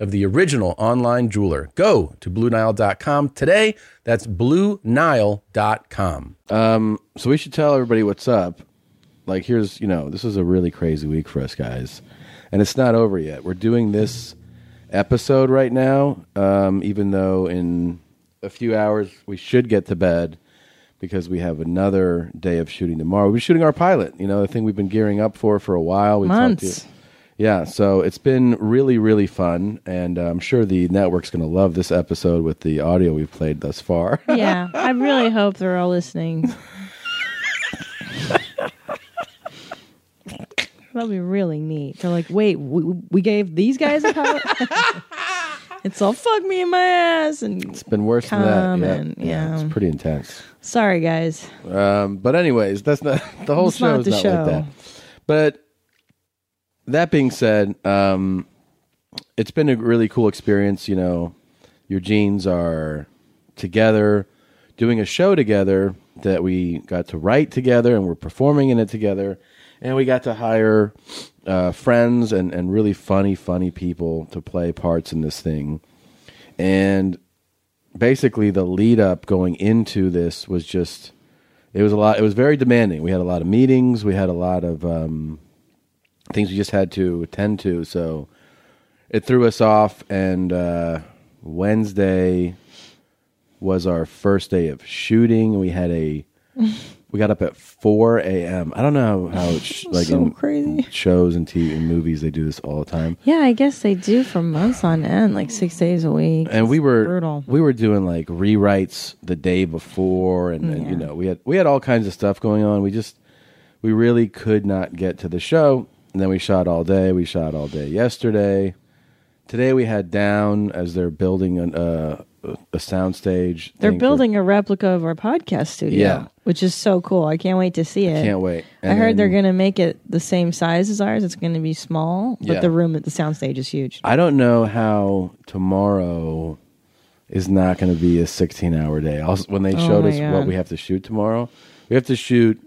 Speaker 16: of the original online jeweler. Go to BlueNile.com today. That's BlueNile.com.
Speaker 1: Um, so we should tell everybody what's up. Like, here's, you know, this is a really crazy week for us guys. And it's not over yet. We're doing this episode right now, um, even though in a few hours we should get to bed because we have another day of shooting tomorrow. We're shooting our pilot, you know, the thing we've been gearing up for for a while. We talked to-
Speaker 2: Months.
Speaker 1: yeah, so it's been really, really fun, and uh, I'm sure the network's going to love this episode with the audio we've played thus far. (laughs)
Speaker 2: Yeah, I really hope they're all listening. That'll be really neat. They're like, wait, we, we gave these guys a pilot. (laughs) it's all fuck me in my ass and
Speaker 1: It's been worse than
Speaker 2: Come
Speaker 1: that. Yeah.
Speaker 2: and- yeah.
Speaker 1: it's pretty intense.
Speaker 2: sorry guys.
Speaker 1: Um, but anyways, that's not (laughs) the whole
Speaker 2: It's
Speaker 1: show
Speaker 2: not
Speaker 1: is
Speaker 2: the
Speaker 1: not
Speaker 2: show.
Speaker 1: like that. But that being said, um, it's been a really cool experience. You know, your genes are together, doing a show together that we got to write together, and we're performing in it together, and we got to hire uh, friends and and really funny, funny people to play parts in this thing, and basically the lead up going into this was just it was a lot it was very demanding we had a lot of meetings we had a lot of um, things we just had to attend to so it threw us off and uh, wednesday was our first day of shooting we had a we got up at 4 a.m i don't know how it's like
Speaker 2: So
Speaker 1: in shows and tv and movies they do this all the time
Speaker 2: Yeah, I guess they do for months on end, like six days a week.
Speaker 1: and we
Speaker 2: It's
Speaker 1: were
Speaker 2: brutal.
Speaker 1: we were doing like rewrites the day before and, and you know we had we had all kinds of stuff going on we just we really could not get to the show and then we shot all day we shot all day yesterday today we had down as they're building an, uh, a soundstage
Speaker 2: They're
Speaker 1: thing for-
Speaker 2: building a replica of our podcast studio,
Speaker 1: Yeah.
Speaker 2: which is so cool. I can't wait to see it.
Speaker 1: can't wait
Speaker 2: I
Speaker 1: And
Speaker 2: heard they're
Speaker 1: then-
Speaker 2: going to make it the same size as ours. It's going to be small, but
Speaker 1: Yeah.
Speaker 2: the room at the soundstage is huge.
Speaker 1: I don't know how tomorrow is not going to be a 16 hour day. Also, when they
Speaker 2: Oh
Speaker 1: showed
Speaker 2: my
Speaker 1: us
Speaker 2: God.
Speaker 1: what we have to shoot tomorrow, we have
Speaker 2: (laughs)
Speaker 1: to shoot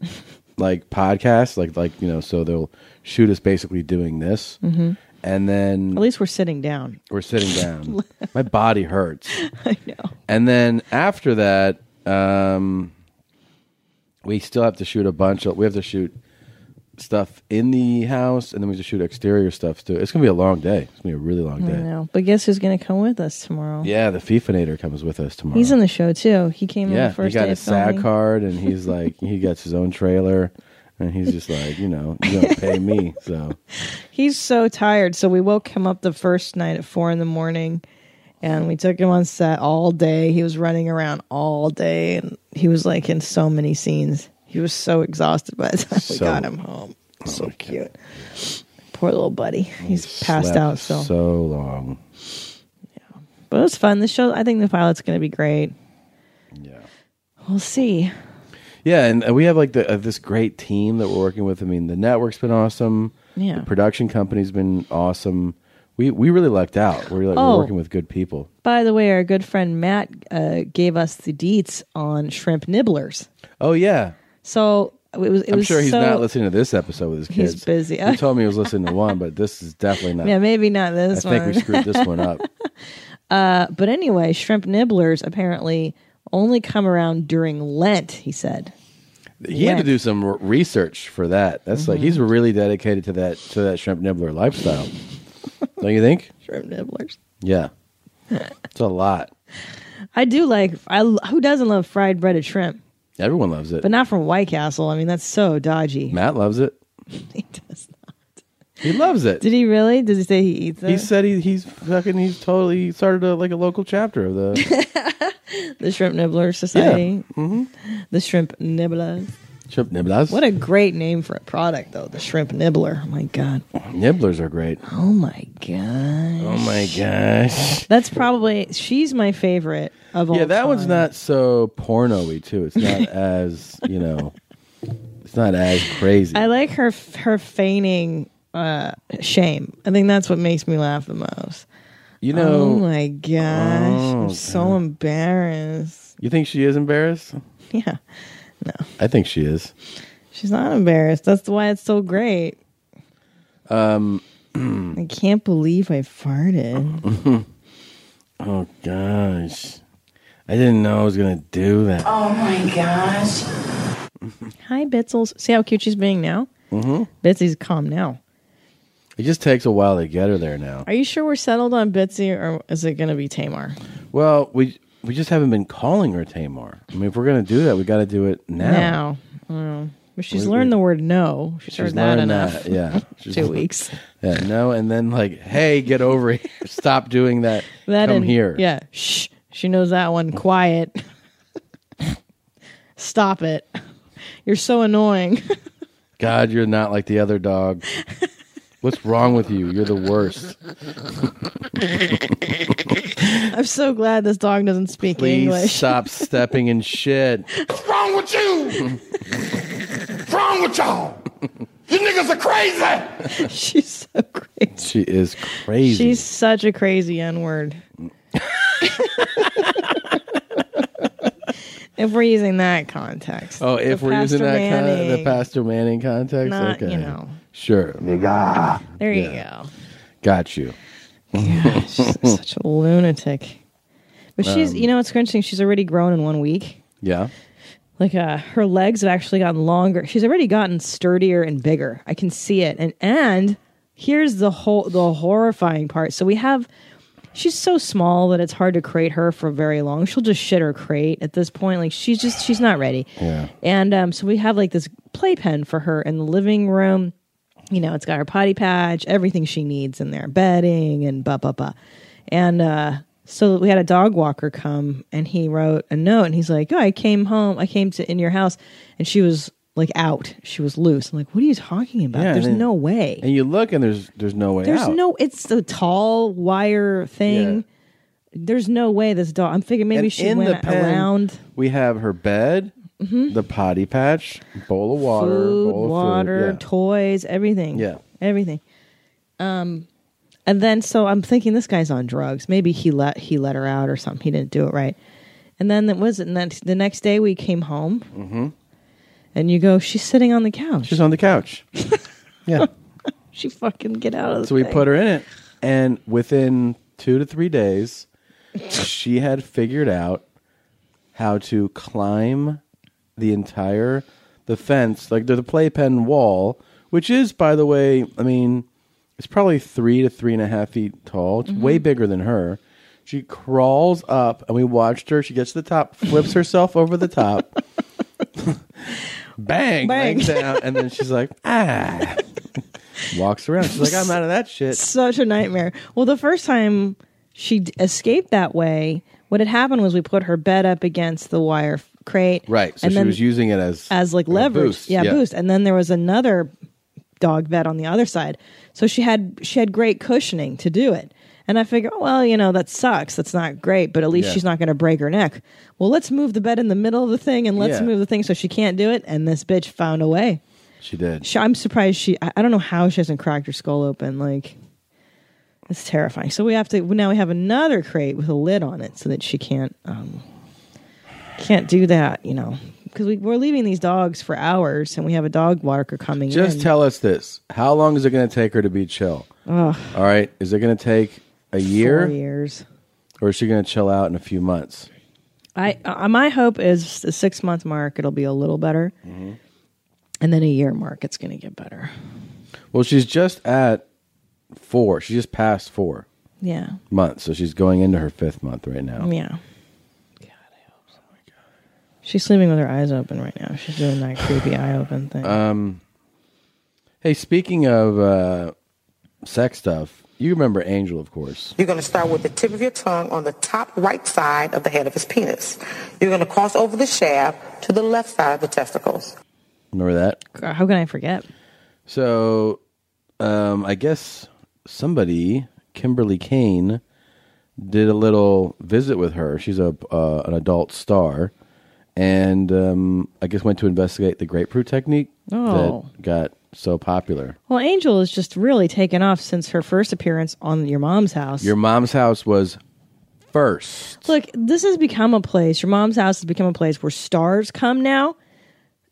Speaker 1: like podcasts, like, like, you know, so they'll shoot us basically doing this.
Speaker 2: Mhm.
Speaker 1: And then
Speaker 2: At least we're sitting down.
Speaker 1: we're sitting
Speaker 2: (laughs)
Speaker 1: down. My body hurts. I know. And then after that, um, we still have to shoot a bunch of. We have to shoot stuff in the house, and then we have to shoot exterior stuff too. It's gonna be a long day. It's gonna be a really long
Speaker 2: I
Speaker 1: day.
Speaker 2: know. But guess who's going to come with us tomorrow?
Speaker 1: Yeah, the FIFAnator comes with us tomorrow.
Speaker 2: He's in the show too. He came in
Speaker 1: yeah,
Speaker 2: the first
Speaker 1: he got
Speaker 2: day
Speaker 1: a
Speaker 2: of
Speaker 1: SAG
Speaker 2: filming.
Speaker 1: card, and he's like, he gets his own trailer, and he's just like, you know, you don't pay me, so
Speaker 2: He's so tired. So we woke him up the first night at four in the morning and we took him on set all day. He was running around all day and he was like in so many scenes. He was so exhausted by the time we
Speaker 1: So- Oh,
Speaker 2: got him home. so cute. Poor little buddy. He's (laughs) passed
Speaker 1: slept
Speaker 2: out. So.
Speaker 1: so long.
Speaker 2: but it was fun. The show, I think the pilot's going to be great. Yeah. We'll see.
Speaker 1: Yeah, and uh, we have like the, uh, this great team that we're working with. I mean, the network's been awesome.
Speaker 2: Yeah.
Speaker 1: the production company's been awesome. We we really lucked out. We're like
Speaker 2: Oh.
Speaker 1: we're working with good people.
Speaker 2: By the way, our good friend Matt uh, gave us the deets on shrimp nibblers.
Speaker 1: Oh yeah,
Speaker 2: So it was. It
Speaker 1: I'm
Speaker 2: was
Speaker 1: sure he's
Speaker 2: so,
Speaker 1: not listening to this episode with his
Speaker 2: He's
Speaker 1: kids.
Speaker 2: busy.
Speaker 1: He told me he was listening to one, but this
Speaker 2: (laughs)
Speaker 1: is definitely not.
Speaker 2: Yeah, maybe not
Speaker 1: I
Speaker 2: this one.
Speaker 1: think we screwed this one up.
Speaker 2: (laughs) Uh, but anyway, shrimp nibblers apparently only come around during Lent. He said.
Speaker 1: He had to do some r- research for that. That's like
Speaker 2: Mm-hmm.
Speaker 1: he's really dedicated to that to that shrimp nibbler lifestyle. Don't you think?
Speaker 2: (laughs) Shrimp nibblers.
Speaker 1: Yeah, it's a lot.
Speaker 2: I do like. I who doesn't love fried breaded shrimp,
Speaker 1: Everyone loves it.
Speaker 2: but not from White Castle. I mean, that's so dodgy. (laughs)
Speaker 1: Matt loves it.
Speaker 2: he does
Speaker 1: not. He loves it.
Speaker 2: Did he really? Did he say he eats it?
Speaker 1: He said he, he's fucking. He's totally he started a, like a local chapter
Speaker 2: (laughs)
Speaker 1: of the
Speaker 2: the Shrimp Nibbler Society.
Speaker 1: Mm-hmm.
Speaker 2: The Shrimp Nibblers.
Speaker 1: Shrimp Nibblers.
Speaker 2: What a great name for a product, though. The Shrimp Nibbler. Oh my god.
Speaker 1: Nibblers are great.
Speaker 2: Oh my god.
Speaker 1: Oh my gosh.
Speaker 2: That's probably she's my favorite of all.
Speaker 1: Yeah, that one's not so porno-y too.
Speaker 2: (laughs)
Speaker 1: It's not as you know. It's not as crazy.
Speaker 2: I like her her feigning uh, shame. I think that's what makes me laugh the most.
Speaker 1: You know-
Speaker 2: Oh my gosh,
Speaker 1: Oh,
Speaker 2: I'm so embarrassed.
Speaker 1: You think she is embarrassed?
Speaker 2: Yeah,
Speaker 1: I think she is. (laughs)
Speaker 2: she's not embarrassed. That's why it's so great.
Speaker 1: Um. (clears throat)
Speaker 2: I can't believe I farted.
Speaker 1: oh gosh, I didn't know I was gonna do that.
Speaker 2: Oh my gosh. Hi, Bitzels. See how cute she's being now?
Speaker 1: hmm
Speaker 2: Bitsy's calm now.
Speaker 1: It just takes a while to get her there now.
Speaker 2: Are you sure we're settled on Bitsy or is it going to be Tamar?
Speaker 1: Well, we we just haven't been calling her Tamar. I mean, if we're gonna do that, we got to do it now.
Speaker 2: Now. Oh. But she's
Speaker 1: We-
Speaker 2: learned the word no. She's, heard that
Speaker 1: learned
Speaker 2: enough.
Speaker 1: that,
Speaker 2: (laughs)
Speaker 1: Yeah,
Speaker 2: Two weeks.
Speaker 1: Yeah, no, and then like, hey, get over here. Stop doing that.
Speaker 2: That
Speaker 1: Come
Speaker 2: and-
Speaker 1: here.
Speaker 2: Yeah. Shh. She knows that one. Quiet. (laughs) Stop it. You're so annoying. (laughs)
Speaker 1: God, you're not like the other dog. What's wrong with you? You're
Speaker 2: (laughs)
Speaker 1: the worst.
Speaker 2: I'm so glad this dog doesn't speak (laughs)
Speaker 1: Please
Speaker 2: English.
Speaker 1: stop stepping in shit.
Speaker 10: What's wrong with
Speaker 1: (laughs)
Speaker 10: you? What's wrong with y'all? You niggas are crazy.
Speaker 2: She's so crazy.
Speaker 1: She is crazy.
Speaker 2: She's such a crazy N word. if we're using that context.
Speaker 1: oh, if
Speaker 2: The
Speaker 1: we're using
Speaker 2: Pastor
Speaker 1: that kind of, the
Speaker 2: Manning.
Speaker 1: Pastor Manning context,
Speaker 2: Not,
Speaker 1: okay,
Speaker 2: you know.
Speaker 1: sure, nigga,
Speaker 2: There you go.
Speaker 1: got you. (laughs)
Speaker 2: such a lunatic. But she's,
Speaker 1: Um,
Speaker 2: you know, it's interesting. She's already grown in one week.
Speaker 1: yeah.
Speaker 2: Like uh, her legs have actually gotten longer. She's already gotten sturdier and bigger. I can see it. And and here's the whole the horrifying part. So we have she's so small that it's hard to crate her for very long. She'll just shit her crate at this point. Like she's just she's not ready.
Speaker 1: Yeah.
Speaker 2: And um, so we have like this playpen for her in the living room. You know, it's got her potty patch, everything she needs in there, bedding and blah, blah, blah. And uh, so we had a dog walker come and he wrote a note and he's like, Oh, I came home. I came to in your house. And she was like out. She was loose. I'm like, What are you talking about?
Speaker 1: Yeah,
Speaker 2: There's
Speaker 1: and-
Speaker 2: no way.
Speaker 1: And you look, and there's there's no way
Speaker 2: There's
Speaker 1: out.
Speaker 2: no, it's the tall wire thing. There's no way this dog, I'm figuring maybe
Speaker 1: And
Speaker 2: she
Speaker 1: in the
Speaker 2: went
Speaker 1: pen,
Speaker 2: around.
Speaker 1: We have her bed,
Speaker 2: Mhm.
Speaker 1: the potty patch, bowl of water,
Speaker 2: food,
Speaker 1: bowl of
Speaker 2: water,
Speaker 1: Food.
Speaker 2: toys, everything.
Speaker 1: Yeah.
Speaker 2: everything. Um, and then so I'm thinking this guy's on drugs. Maybe he let he let her out or something. He didn't do it right. And then it was and then the next day we came home
Speaker 1: Yeah. hmm
Speaker 2: and you go, she's sitting on the couch.
Speaker 1: She's on the
Speaker 2: (laughs)
Speaker 1: couch. yeah.
Speaker 2: She fucking get out of. The
Speaker 1: So we
Speaker 2: thing.
Speaker 1: put her in it, and within two to three days, she had figured out how to climb the entire the fence, like the, the playpen wall, which is, by the way, I mean, it's probably three to three and a half feet tall. It's
Speaker 2: Mm-hmm.
Speaker 1: way bigger than her. She crawls up, and we watched her. She gets to the top, flips herself over
Speaker 2: (laughs)
Speaker 1: the top, (laughs) bang,
Speaker 2: Bang.
Speaker 1: legs down, and then she's like, ah, walks around. She's like, I'm out of that shit.
Speaker 2: Such a nightmare. Well, the first time she d- escaped that way, what had happened was we put her bed up against the wire f- crate.
Speaker 1: Right. So
Speaker 2: and
Speaker 1: she
Speaker 2: then-
Speaker 1: was using it as
Speaker 2: as like
Speaker 1: a
Speaker 2: leverage.
Speaker 1: boost,
Speaker 2: Yeah,
Speaker 1: yeah.
Speaker 2: boost. And then there was another dog bed on the other side. So she had she had great cushioning to do it. And I figure, oh, well, you know, that sucks. That's not great, but at least
Speaker 17: Yeah.
Speaker 2: she's not going to break her neck. Well, let's move the bed in the middle of the thing and let's
Speaker 1: Yeah.
Speaker 2: move the thing so she can't do it. And this bitch found a way.
Speaker 1: she did.
Speaker 2: She, I'm surprised she, I, I don't know how she hasn't cracked her skull open. Like, it's terrifying. So we have to, now we have another crate with a lid on it so that she can't, um, can't do that, you know, because we, we're leaving these dogs for hours and we have a dog walker coming
Speaker 1: Just
Speaker 2: in.
Speaker 1: tell us this: How long is it going to take her to be chill?
Speaker 2: Ugh.
Speaker 1: All right, is it going to take a year?
Speaker 2: years.
Speaker 1: Or is she going to chill out in a few months?
Speaker 2: I, uh, my hope is the six month mark, it'll be a little better.
Speaker 1: Mm-hmm.
Speaker 2: And then a year mark, it's going to get better.
Speaker 1: Well, she's just at four. She just passed four
Speaker 2: Yeah.
Speaker 1: months, so she's going into her fifth month right now.
Speaker 2: Yeah. God, I hope so. She's sleeping with her eyes open right now. She's doing that creepy eye open thing.
Speaker 1: Um. Hey, speaking of uh, sex stuff, you remember Angel, of course.
Speaker 18: You're going to start with the tip of your tongue on the top right side of the head of his penis. You're going to cross over the shaft to the left side of the testicles.
Speaker 1: Remember that?
Speaker 2: God, How can I forget?
Speaker 1: So, um, I guess somebody, Kimberly Kane, did a little visit with her. She's a uh, an adult star, and um, I guess went to investigate the grapefruit technique
Speaker 2: Oh.
Speaker 1: that got so popular.
Speaker 2: Well, Angel is just really taken off since her first appearance on your mom's house.
Speaker 1: Your mom's house was first.
Speaker 2: Look, this has become a place. Your mom's house has become a place where stars come now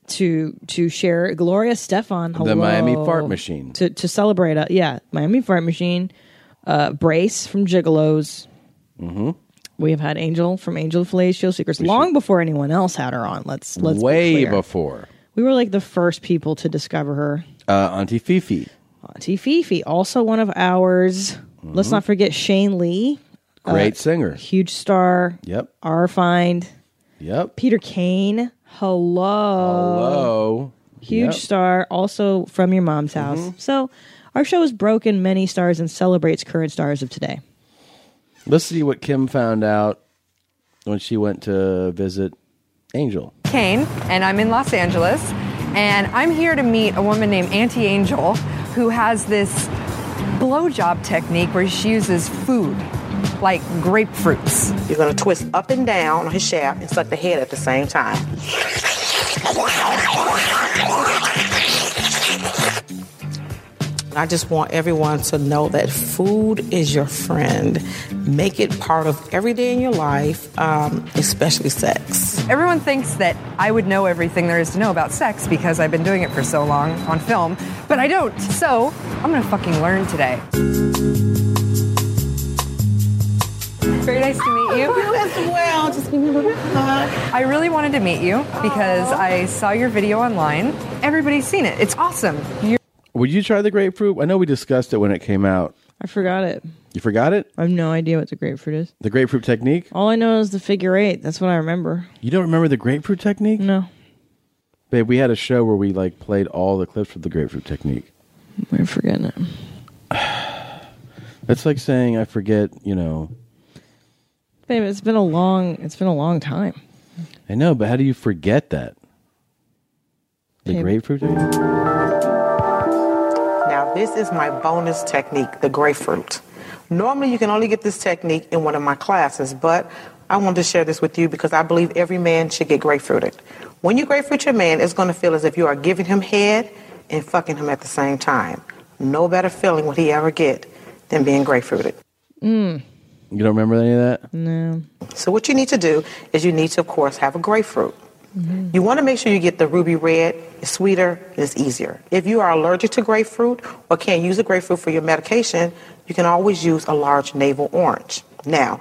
Speaker 2: to to share. Gloria Stefan, hello.
Speaker 1: The Miami fart machine.
Speaker 2: to to celebrate. A, yeah, Miami fart machine. Uh, Brace from Gigolos.
Speaker 1: Mm-hmm.
Speaker 2: We have had Angel from Angel Fellatio Secrets long before anyone else had her on. Let's let's be
Speaker 1: Way
Speaker 2: clear.
Speaker 1: before
Speaker 2: We were like the first people to discover her.
Speaker 1: uh, Auntie Fifi,
Speaker 2: Auntie Fifi, also one of ours. Let's not forget Shane Lee,
Speaker 1: Mm-hmm.
Speaker 2: uh,
Speaker 1: great singer.
Speaker 2: huge star.
Speaker 1: Yep,
Speaker 2: R Find.
Speaker 1: yep.
Speaker 2: Peter Kane. Hello.
Speaker 1: Hello.
Speaker 2: Huge
Speaker 1: Yep.
Speaker 2: star, also from your mom's house.
Speaker 1: Mhm.
Speaker 2: So our show has broken many stars and celebrates current stars of today.
Speaker 1: Let's see what Kim found out when she went to visit Angel.
Speaker 19: Kane, and I'm in Los Angeles.
Speaker 17: and I'm here to meet a woman named Auntie Angel who has this blowjob technique where she uses food, like grapefruits.
Speaker 18: You're gonna twist up and down on his shaft and suck the head at the same time. I just want everyone to know that food is your friend. Make it part of every day in your life, um, especially sex.
Speaker 17: Everyone thinks that I would know everything there is to know about sex because I've been doing it for so long on film, but I don't. So I'm gonna fucking learn today. Very nice to
Speaker 18: (laughs)
Speaker 17: meet you.
Speaker 18: as well. Just give me a little hug.
Speaker 17: I really wanted to meet you because I saw your video online. Everybody's seen it. It's awesome. You're
Speaker 1: Would you try the grapefruit? I know we discussed it when it came out.
Speaker 2: I forgot it.
Speaker 1: You forgot it?
Speaker 2: I have no idea what the grapefruit is.
Speaker 1: The grapefruit technique?
Speaker 2: All I know is the figure eight. That's what I remember.
Speaker 1: You don't remember the grapefruit technique?
Speaker 2: No.
Speaker 1: Babe, we had a show where we like played all the clips of the grapefruit technique.
Speaker 2: I'm forgetting
Speaker 1: (sighs)
Speaker 2: it.
Speaker 1: That's like saying I forget, you know.
Speaker 2: Babe, it's been a long it's been a long time.
Speaker 1: I know, but how do you forget that? The
Speaker 18: Babe.
Speaker 1: grapefruit technique?
Speaker 18: Now, this is my bonus technique, the grapefruit. Normally, you can only get this technique in one of my classes, but I wanted to share this with you because I believe every man should get grapefruited. When you grapefruit your man, it's going to feel as if you are giving him head and fucking him at the same time. No better feeling would he ever get than being grapefruited.
Speaker 2: Mm.
Speaker 1: You don't remember any of that?
Speaker 2: No.
Speaker 18: So, what you need to do is you need to, of course, have a grapefruit.
Speaker 17: Mm-hmm.
Speaker 18: You want to make sure you get the ruby red. It's sweeter, it's easier. If you are allergic to grapefruit or can't use a grapefruit for your medication, you can always use a large navel orange. Now,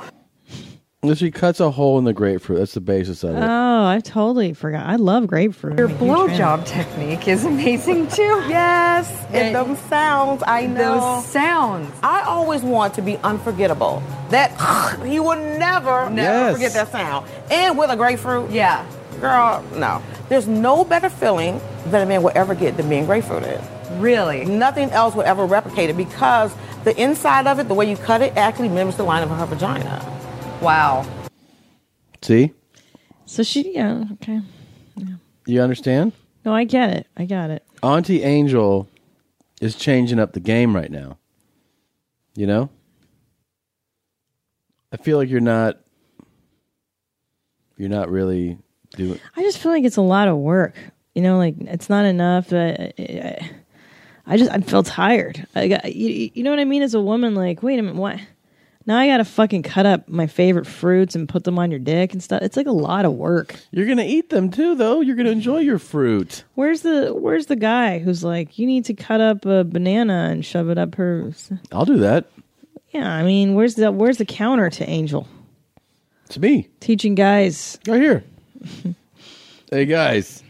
Speaker 1: She cuts a hole in the grapefruit. That's the basis of it.
Speaker 2: Oh, I totally forgot. I love grapefruit. Your (laughs)
Speaker 17: blowjob technique is amazing too.
Speaker 18: Yes, and those sounds, I know.
Speaker 17: Those sounds.
Speaker 18: I always want to be unforgettable. That
Speaker 17: (laughs)
Speaker 18: you will never, never
Speaker 17: Yes.
Speaker 18: forget that sound. And with a grapefruit.
Speaker 17: Yeah.
Speaker 18: Girl, no. There's no better feeling that a man will ever get than being grapefruited.
Speaker 17: Really?
Speaker 18: Nothing else will ever replicate it because the inside of it, the way you cut it, actually mimics the line of her vagina.
Speaker 17: Wow.
Speaker 1: See?
Speaker 2: So she yeah, okay.
Speaker 1: You understand?
Speaker 2: No, I get it. I got it.
Speaker 1: Auntie Angel is changing up the game right now. You know? I feel like you're not you're not really doing
Speaker 2: I just feel like it's a lot of work. You know, like it's not enough. I, I, I just I feel tired. I got you, you know what I mean. As a woman, like wait a minute, what? Now I gotta fucking cut up my favorite fruits and put them on your dick and stuff. It's like a lot of work.
Speaker 1: You're gonna eat them too, though. You're gonna enjoy your fruit.
Speaker 2: Where's the Where's the guy who's like, you need to cut up a banana and shove it up her?
Speaker 1: I'll do that.
Speaker 2: Yeah, I mean, where's the Where's the counter to Angel?
Speaker 1: To me,
Speaker 2: teaching guys
Speaker 1: right here. Hey guys,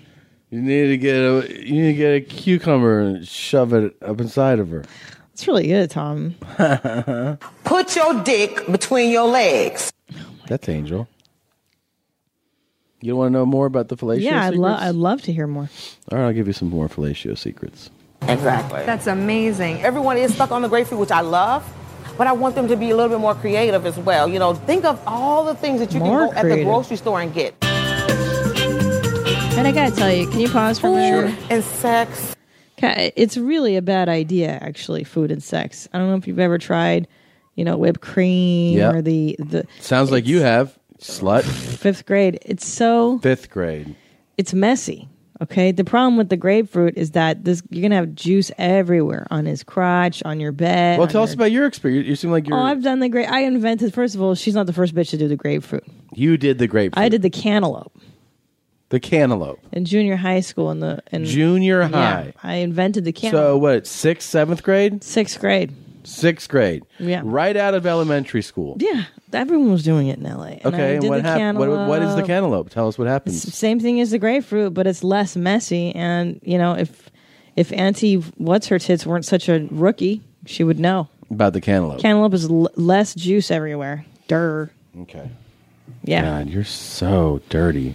Speaker 1: you need to get a you need to get a cucumber and shove it up inside of her.
Speaker 2: It's really good, Tom.
Speaker 18: (laughs) Put your dick between your legs.
Speaker 1: That's Angel. You want to know more about the fellatio?
Speaker 2: yeah, I'd,
Speaker 1: secrets?
Speaker 2: lo- I'd love to hear more.
Speaker 1: All right, I'll give you some more fellatio secrets.
Speaker 18: Exactly.
Speaker 17: That's amazing.
Speaker 18: Everyone is stuck on the grapefruit, which I love, but I want them to be a little bit more creative as well. You know, think of all the things that you
Speaker 2: More
Speaker 18: can go at the
Speaker 2: creative.
Speaker 18: grocery store and get.
Speaker 2: And I gotta tell you, can you pause for a minute?
Speaker 18: And sex.
Speaker 2: Okay, it's really a bad idea, actually. Food and sex. I don't know if you've ever tried, you know, whipped cream
Speaker 1: Yeah.
Speaker 2: or the the
Speaker 1: Sounds like you have slut. (laughs)
Speaker 2: fifth grade. It's so
Speaker 1: Fifth grade.
Speaker 2: it's messy. Okay, the problem with the grapefruit is that this you're gonna have juice everywhere on his crotch, on your bed.
Speaker 1: Well,
Speaker 2: on
Speaker 1: tell
Speaker 2: your-
Speaker 1: us about your experience. You seem like you're
Speaker 2: Oh, I've done the grape. I invented. First of all, she's not the first bitch to do the grapefruit.
Speaker 1: you did the grapefruit,
Speaker 2: I did the cantaloupe
Speaker 1: the cantaloupe,
Speaker 2: in junior high school. In the in
Speaker 1: junior
Speaker 2: Yeah,
Speaker 1: high.
Speaker 2: I invented the cantaloupe.
Speaker 1: So what? Sixth, seventh grade?
Speaker 2: Sixth grade.
Speaker 1: Sixth grade.
Speaker 2: Yeah.
Speaker 1: Right out of elementary school.
Speaker 2: yeah, everyone was doing it in L.A. and I
Speaker 1: Okay. And
Speaker 2: did
Speaker 1: what
Speaker 2: the
Speaker 1: happened? What, what is the
Speaker 2: cantaloupe.
Speaker 1: cantaloupe? Tell us what happens.
Speaker 2: It's same thing as the grapefruit, but it's less messy. And you know, if if Auntie what's her tits weren't such a rookie, she would know.
Speaker 1: About the cantaloupe.
Speaker 2: Cantaloupe is l- less juice everywhere. Durr.
Speaker 1: okay.
Speaker 2: Yeah.
Speaker 1: God, you're so dirty.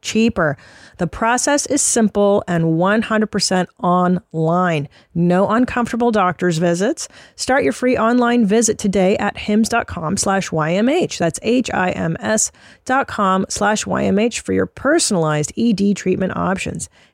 Speaker 3: cheaper. The process is simple and 100% online. No uncomfortable doctor's visits. Start your free online visit today at hims.com slash YMH. That's H-I-M-S dot com slash YMH for your personalized ED treatment options.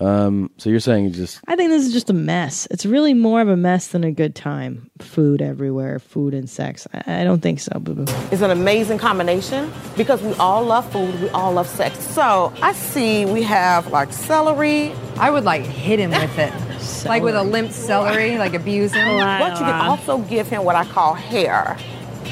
Speaker 1: Um, so you're saying just
Speaker 2: I think this is just a mess. It's really more of a mess than a good time. Food everywhere, food and sex. I, I don't think so, boo boo.
Speaker 18: It's an amazing combination because we all love food, we all love sex. So I see we have like celery.
Speaker 17: I would like hit him with it. Like with a limp celery, like abuse him.
Speaker 18: But you can also give him what I call hair.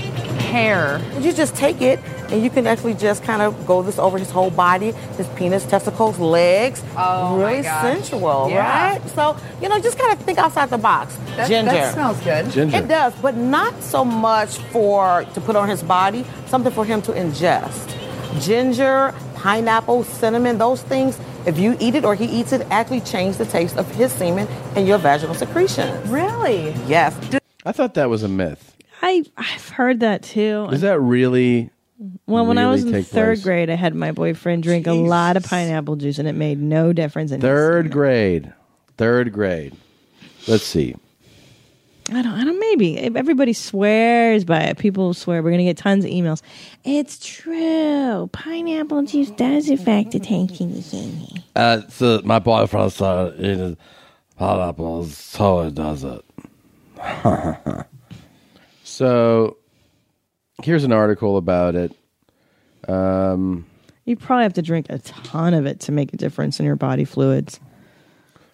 Speaker 17: Hair.
Speaker 18: You just take it and you can actually just kind of go this over his whole body, his penis, testicles, legs.
Speaker 17: Oh, my
Speaker 18: really
Speaker 17: gosh.
Speaker 18: sensual,
Speaker 17: Yeah.
Speaker 18: right? So you know, just kind of think outside the box.
Speaker 17: That-
Speaker 18: Ginger.
Speaker 17: that smells good. Ginger.
Speaker 18: It does, but not so much for to put on his body. Something for him to ingest. Ginger, pineapple, cinnamon, those things. If you eat it or he eats it, actually change the taste of his semen and your vaginal secretions.
Speaker 17: Really?
Speaker 18: Yes.
Speaker 1: I thought that was a myth.
Speaker 2: I I've heard that too.
Speaker 1: Does that really?
Speaker 2: Well, when I
Speaker 1: really
Speaker 2: was in
Speaker 1: take
Speaker 2: third
Speaker 1: place?
Speaker 2: grade, I had my boyfriend drink a lot of pineapple juice, and it made no difference. In his-
Speaker 1: Third grade. Third grade. Let's see.
Speaker 2: I don't, I don't. Maybe everybody swears by it. People swear. We're gonna get tons of emails. It's true. Pineapple juice does affect attention.
Speaker 20: Uh, so my boyfriend started eating pineapples, so it does it.
Speaker 1: (laughs) So here's an article about it. Um,
Speaker 2: You probably have to drink a ton of it to make a difference in your body fluids.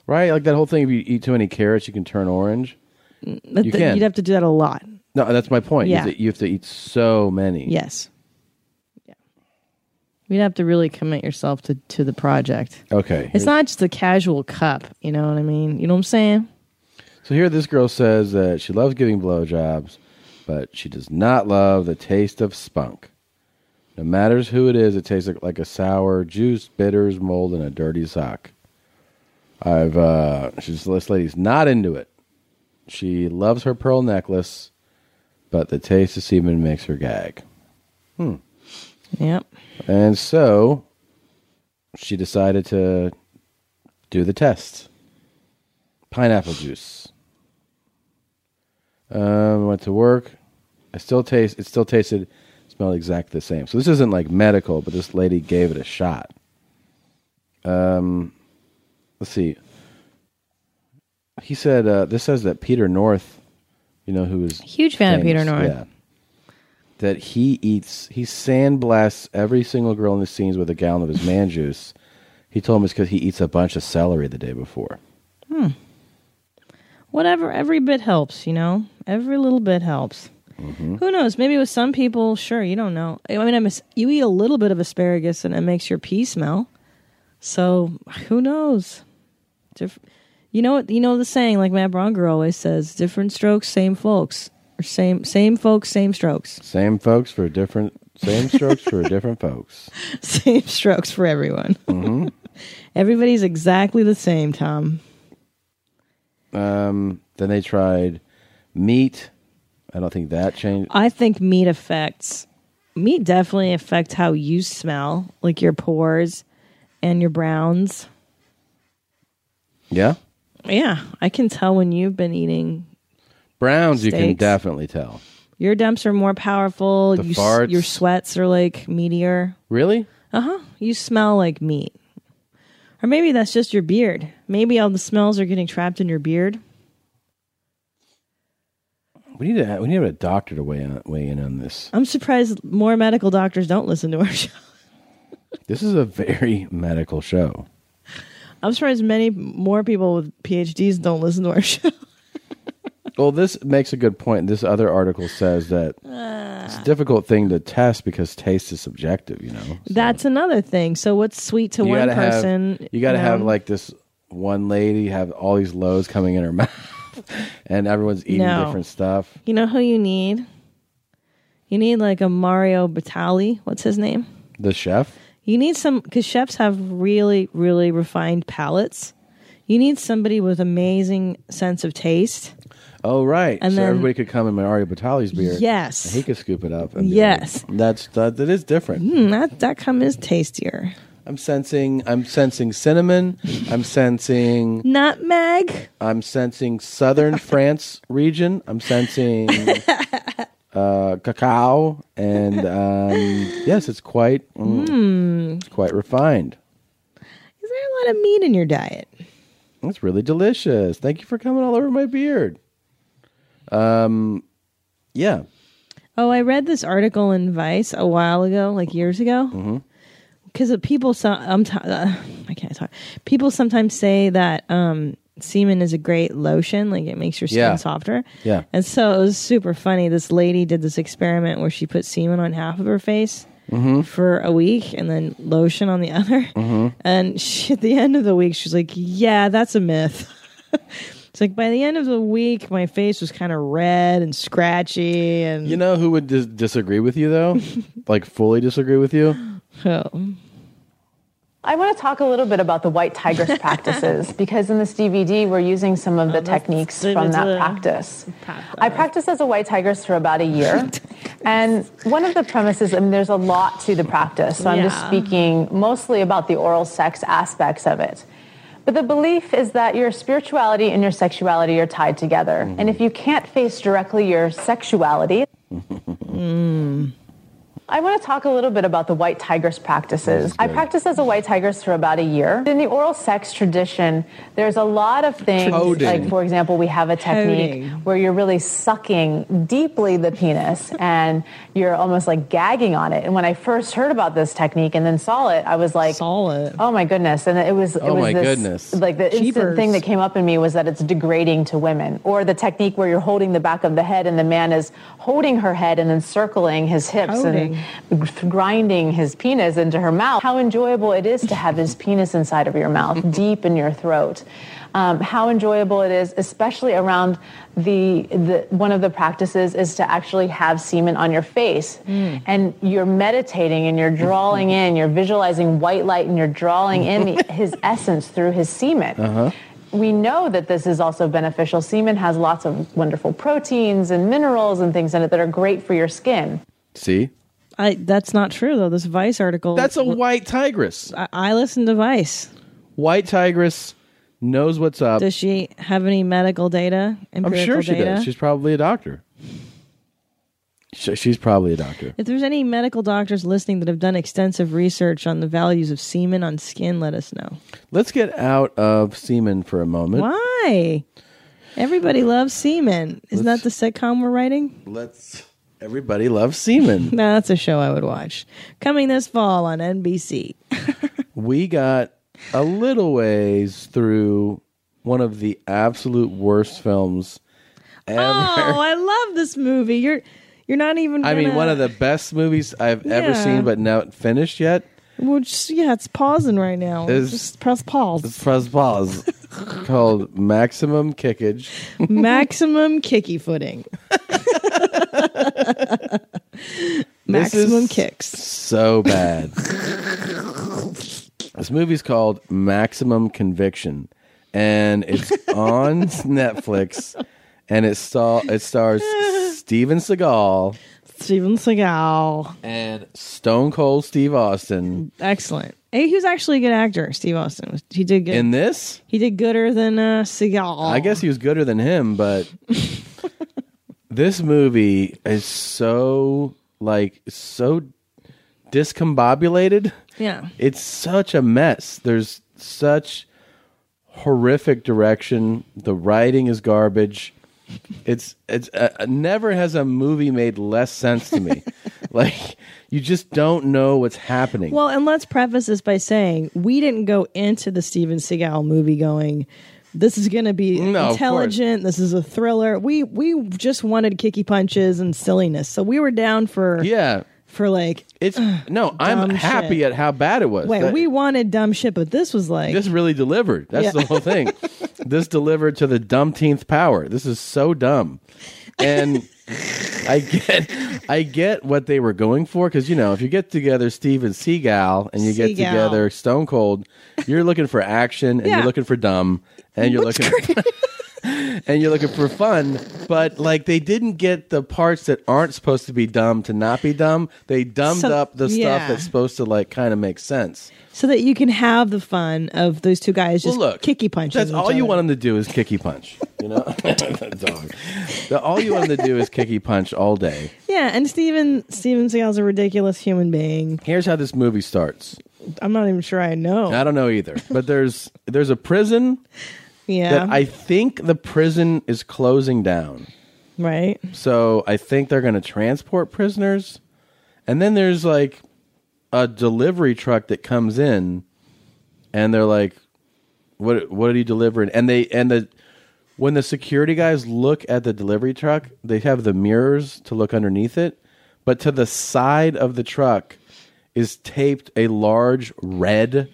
Speaker 1: right? Like that whole thing if you eat too many carrots, you can turn orange.
Speaker 2: But
Speaker 1: you
Speaker 2: th-
Speaker 1: can.
Speaker 2: You'd have to do that a lot.
Speaker 1: no, that's my point.
Speaker 2: Yeah.
Speaker 1: Is that you have to eat so many.
Speaker 2: Yes. You'd have to really commit yourself to, to the project.
Speaker 1: Okay.
Speaker 2: It's not just a casual cup, you know what I mean? You know what I'm saying?
Speaker 1: So here, this girl says that she loves giving blowjobs, but she does not love the taste of spunk. No matter who it is, it tastes like- like a sour juice, bitters, mold, and a dirty sock. I've uh, she's this lady's not into it. She loves her pearl necklace, but the taste of semen makes her gag. Hmm.
Speaker 2: Yep.
Speaker 1: And so she decided to do the test. Pineapple juice. Um, went to work. I still taste. It still tasted, smelled exactly the same. So this isn't like medical, but this lady gave it a shot. Um, let's see. He said uh, this says that Peter North, you know who is
Speaker 2: Huge fan of Peter North.
Speaker 1: yeah, that he eats he sandblasts every single girl in the scenes with a gallon of his man juice. He told me it's because he eats a bunch of celery the day before.
Speaker 2: Hmm. Whatever, every bit helps, you know? Every little bit helps.
Speaker 4: Hmm?
Speaker 1: Mm-hmm.
Speaker 2: Who knows? Maybe with some people, sure, you don't know. I mean, I'm, as- you eat a little bit of asparagus and it makes your pee smell. So who knows? Diff- you know what? You know the saying, like Matt Bronger always says: "Different strokes, same folks, or same same folks, same strokes, (laughs)
Speaker 1: Same folks for different. Same strokes for different folks.
Speaker 2: same strokes for everyone.
Speaker 1: Mhm.
Speaker 2: (laughs) Everybody's exactly the same." Tom,
Speaker 1: Um, then they tried meat. I don't think that changed.
Speaker 2: I think meat affects meat definitely affects how you smell, like your pores and your browns.
Speaker 1: Yeah,
Speaker 2: Yeah, I can tell when you've been eating.
Speaker 1: browns you can
Speaker 2: Steaks.
Speaker 1: definitely tell.
Speaker 2: Your dumps are more powerful.
Speaker 1: The
Speaker 2: you, s-
Speaker 1: farts.
Speaker 2: Your sweats are like meteor.
Speaker 1: Really?
Speaker 2: Uh huh. You smell like meat. Or maybe that's just your beard. Maybe all the smells are getting trapped in your beard.
Speaker 1: We need to we need to have a doctor to weigh in, weigh in on this.
Speaker 2: I'm surprised more medical doctors don't listen to our (laughs) show.
Speaker 1: This is a very (laughs) medical show.
Speaker 2: I'm surprised many more people with PhDs don't listen to our (laughs) show.
Speaker 1: Well, this makes a good point. This other article says that it's a difficult thing to test because taste is subjective. You know,
Speaker 2: That's another thing. So what's sweet to
Speaker 1: you
Speaker 2: one
Speaker 1: gotta
Speaker 2: person?
Speaker 1: Have, you got to
Speaker 2: know?
Speaker 1: have like this one lady have all these lows coming in her (laughs) mouth, and everyone's eating
Speaker 2: No.
Speaker 1: different stuff.
Speaker 2: You know who you need? You need like a Mario Batali. What's his name?
Speaker 1: The chef.
Speaker 2: You need some because chefs have really, really refined palates. You need somebody with amazing sense of taste.
Speaker 1: Oh right,
Speaker 2: And
Speaker 1: so
Speaker 2: then-
Speaker 1: everybody could come in Mario Batali's beer.
Speaker 2: Yes.
Speaker 1: and he could scoop it up. And be
Speaker 2: Yes.
Speaker 1: like, that's that, that is different.
Speaker 2: Mm, that that cum is tastier.
Speaker 1: I'm sensing. I'm sensing cinnamon. I'm sensing.
Speaker 2: Nutmeg.
Speaker 1: I'm
Speaker 2: (laughs)
Speaker 1: sensing southern France region. I'm sensing uh, cacao, and um, yes, it's quite mm,
Speaker 2: Mm.
Speaker 1: it's quite refined.
Speaker 2: Is there a lot of meat in your diet?
Speaker 1: It's really delicious. Thank you for coming all over my beard. Um, yeah.
Speaker 2: Oh, I read this article in Vice a while ago, like years ago.
Speaker 1: hmm
Speaker 2: because people so, I'm t- uh, I can't talk. People sometimes say that um, semen is a great lotion, like it makes your skin
Speaker 5: Yeah.
Speaker 2: softer.
Speaker 5: Yeah.
Speaker 2: And so it was super funny. This lady did this experiment where she put semen on half of her face
Speaker 1: Mm-hmm.
Speaker 5: Mhm.
Speaker 2: for a week and then lotion on the (laughs) other.
Speaker 5: Mhm.
Speaker 2: And she, at the end of the week, she's like, "Yeah, that's a myth." (laughs) it's like by the end of the week, my face was kind of red and scratchy, and
Speaker 1: You know who would dis- disagree with you
Speaker 2: (laughs)
Speaker 1: though? like fully disagree with you?
Speaker 21: I want to talk a little bit about the White Tigress practices because in this DVD we're using some of the techniques from that practice. I practiced as a White Tigress for about a year. and one of the premises, I mean, there's a lot to the practice, so I'm just
Speaker 22: Yeah.
Speaker 21: speaking mostly about the oral sex aspects of it. But the belief is that your spirituality and your sexuality are tied together. And if you can't face directly your sexuality, Mm. I want to talk a little bit about the white tigress practices. I practiced as a white tigress for about a year. In the oral sex tradition, there's a lot of things.
Speaker 5: Coding.
Speaker 21: Like, for example, we have a technique
Speaker 5: Coding.
Speaker 21: where you're really sucking deeply the penis and you're almost like gagging on it. And when I first heard about this technique and then saw it, I was like, Oh my goodness. And it was, it
Speaker 1: Oh
Speaker 21: was
Speaker 1: my
Speaker 21: this,
Speaker 1: goodness.
Speaker 21: Like the
Speaker 1: Jeepers.
Speaker 21: instant thing that came up in me was that it's degrading to women. Or the technique where you're holding the back of the head and the man is holding her head and then circling his hips
Speaker 5: Holding.
Speaker 21: and g- grinding his penis into her mouth. How enjoyable it is to have his penis inside of your mouth, deep in your throat. Um, how enjoyable it is, especially around the, the one of the practices is to actually have semen on your face
Speaker 5: Mm.
Speaker 21: and you're meditating and you're drawing in, you're visualizing white light and you're drawing in
Speaker 2: (laughs)
Speaker 21: the, his essence through his semen.
Speaker 5: Uh huh.
Speaker 21: We know that this is also beneficial. Semen has lots of wonderful proteins and minerals and things in it that are great for your skin.
Speaker 1: See?
Speaker 2: I that's not true though. This Vice article.
Speaker 1: That's a white tigress.
Speaker 2: I, I listen to Vice.
Speaker 1: White tigress knows what's up.
Speaker 2: Does she have any medical data?
Speaker 1: I'm sure
Speaker 2: empirical
Speaker 1: she
Speaker 2: data?
Speaker 1: does. She's probably a doctor. Sh- She's probably a doctor.
Speaker 2: if there's any medical doctors listening that have done extensive research on the values of semen on skin, let us know.
Speaker 1: Let's get out of semen for a moment.
Speaker 2: Why? Everybody loves semen. Isn't that the sitcom we're writing?
Speaker 1: Let's. Everybody loves
Speaker 2: (laughs)
Speaker 1: semen.
Speaker 2: No, that's a show I would watch. Coming this fall on
Speaker 1: (laughs)
Speaker 2: NBC.
Speaker 1: we got a little ways through one of the absolute worst films ever.
Speaker 2: Oh, I love this movie. You're you're not even.
Speaker 1: I mean,
Speaker 2: gonna-
Speaker 1: one of the best movies I've ever
Speaker 2: Yeah.
Speaker 1: seen, but not finished yet.
Speaker 2: Well, just, yeah, it's pausing right now.
Speaker 1: Is-
Speaker 2: just press pause.
Speaker 1: It's press pause
Speaker 2: (laughs)
Speaker 1: called Maximum Kickage.
Speaker 2: Maximum kicky
Speaker 1: (laughs)
Speaker 2: footing.
Speaker 1: This is
Speaker 2: Maximum kicks.
Speaker 1: So bad. this movie's called Maximum Conviction, and it's
Speaker 2: (laughs)
Speaker 1: on Netflix, and it saw it stars Steven Seagal,
Speaker 2: Steven Seagal,
Speaker 1: and Stone Cold Steve Austin.
Speaker 2: Excellent. Hey, he was actually a good actor. Steve Austin was. He did good
Speaker 1: In this?
Speaker 2: He did gooder than uh, Seagal.
Speaker 1: I guess he was gooder than
Speaker 2: (laughs)
Speaker 1: him, but this movie is so like so discombobulated.
Speaker 2: Yeah.
Speaker 1: It's such a mess. There's such horrific direction. The writing is garbage. It's it's uh, never has a movie made less sense
Speaker 2: (laughs)
Speaker 1: to me. like you just don't know what's happening.
Speaker 2: Well, and let's preface this by saying we didn't go into the Steven Seagal movie going, this is going to be
Speaker 1: Mm, No, of
Speaker 2: intelligent. This is a thriller. We we just wanted kicky punches and silliness, so we were down for
Speaker 1: yeah
Speaker 2: for like
Speaker 1: it's no. I'm
Speaker 2: dumb
Speaker 1: happy
Speaker 2: shit.
Speaker 1: at how bad it was.
Speaker 2: wait
Speaker 1: That-
Speaker 2: we wanted dumb shit, but this was like
Speaker 1: this really delivered. That's
Speaker 2: Yeah.
Speaker 1: the
Speaker 2: (laughs)
Speaker 1: whole thing. this delivered to the dumbteenth power. This is so dumb. And I get I get what they were going for because you know if you get together Steven Seagal and you
Speaker 2: Seagal.
Speaker 1: get together Stone Cold, you're looking for action and
Speaker 2: Yeah.
Speaker 1: you're looking for dumb and you're looking (laughs) and you're looking for fun. But like they didn't get the parts that aren't supposed to be dumb to not be dumb. They dumbed
Speaker 2: So-
Speaker 1: up the
Speaker 2: yeah.
Speaker 1: stuff that's supposed to like kind of make sense.
Speaker 2: so that you can have the fun of those two guys just
Speaker 1: Well, look,
Speaker 2: kicky punches.
Speaker 1: That's
Speaker 2: each
Speaker 1: all you
Speaker 2: other.
Speaker 1: want him to do is kicky punch. You know, (laughs) Dog. The- all you want him to do is kicky punch all day.
Speaker 2: Yeah, and Steven Steven Seagal's a ridiculous human being.
Speaker 1: Here's how this movie starts.
Speaker 2: I'm not even sure I know.
Speaker 1: I don't know either, but there's there's a prison
Speaker 2: yeah,
Speaker 1: that I think the prison is closing down.
Speaker 2: right.
Speaker 1: So I think they're going to transport prisoners, and then there's like a delivery truck that comes in, and they're like, "What? What are you delivering?" And they and the when the security guys look at the delivery truck, they have the mirrors to look underneath it, but to the side of the truck is taped a large red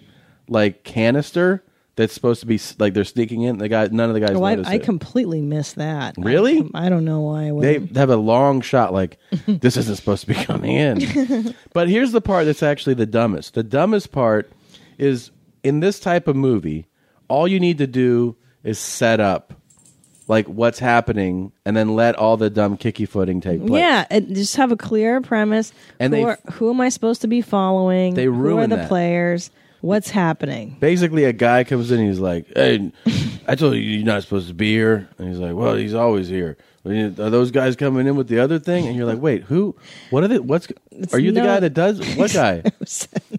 Speaker 1: like canister that's supposed to be s- like they're sneaking in. The guy, none of the guys
Speaker 2: Oh, I,
Speaker 1: notice
Speaker 2: I
Speaker 1: it.
Speaker 2: completely missed that. I
Speaker 1: Really?
Speaker 2: com- I, don't know why. I
Speaker 1: They
Speaker 2: wouldn't.
Speaker 1: have a long
Speaker 2: (laughs)
Speaker 1: shot like this isn't supposed to be coming in. but here's the part that's actually the dumbest. The dumbest part is in this type of movie, all you need to do is set up like what's happening and then let all the dumb kicky footing take place.
Speaker 2: yeah, and just have a clear premise.
Speaker 1: And
Speaker 2: who,
Speaker 1: they-
Speaker 2: are, who am I supposed to be following?
Speaker 1: They
Speaker 2: who are
Speaker 1: ruin
Speaker 2: the
Speaker 1: that.
Speaker 2: players. What's happening?
Speaker 1: Basically a guy comes in and he's like, "Hey, I told you you're not supposed to be here." And he's like, "Well, he's always here." Are those guys coming in with the other thing? And you're like, "Wait, who? What are they? What's? are you the
Speaker 2: no-
Speaker 1: guy that does?
Speaker 2: (laughs)
Speaker 1: What guy?"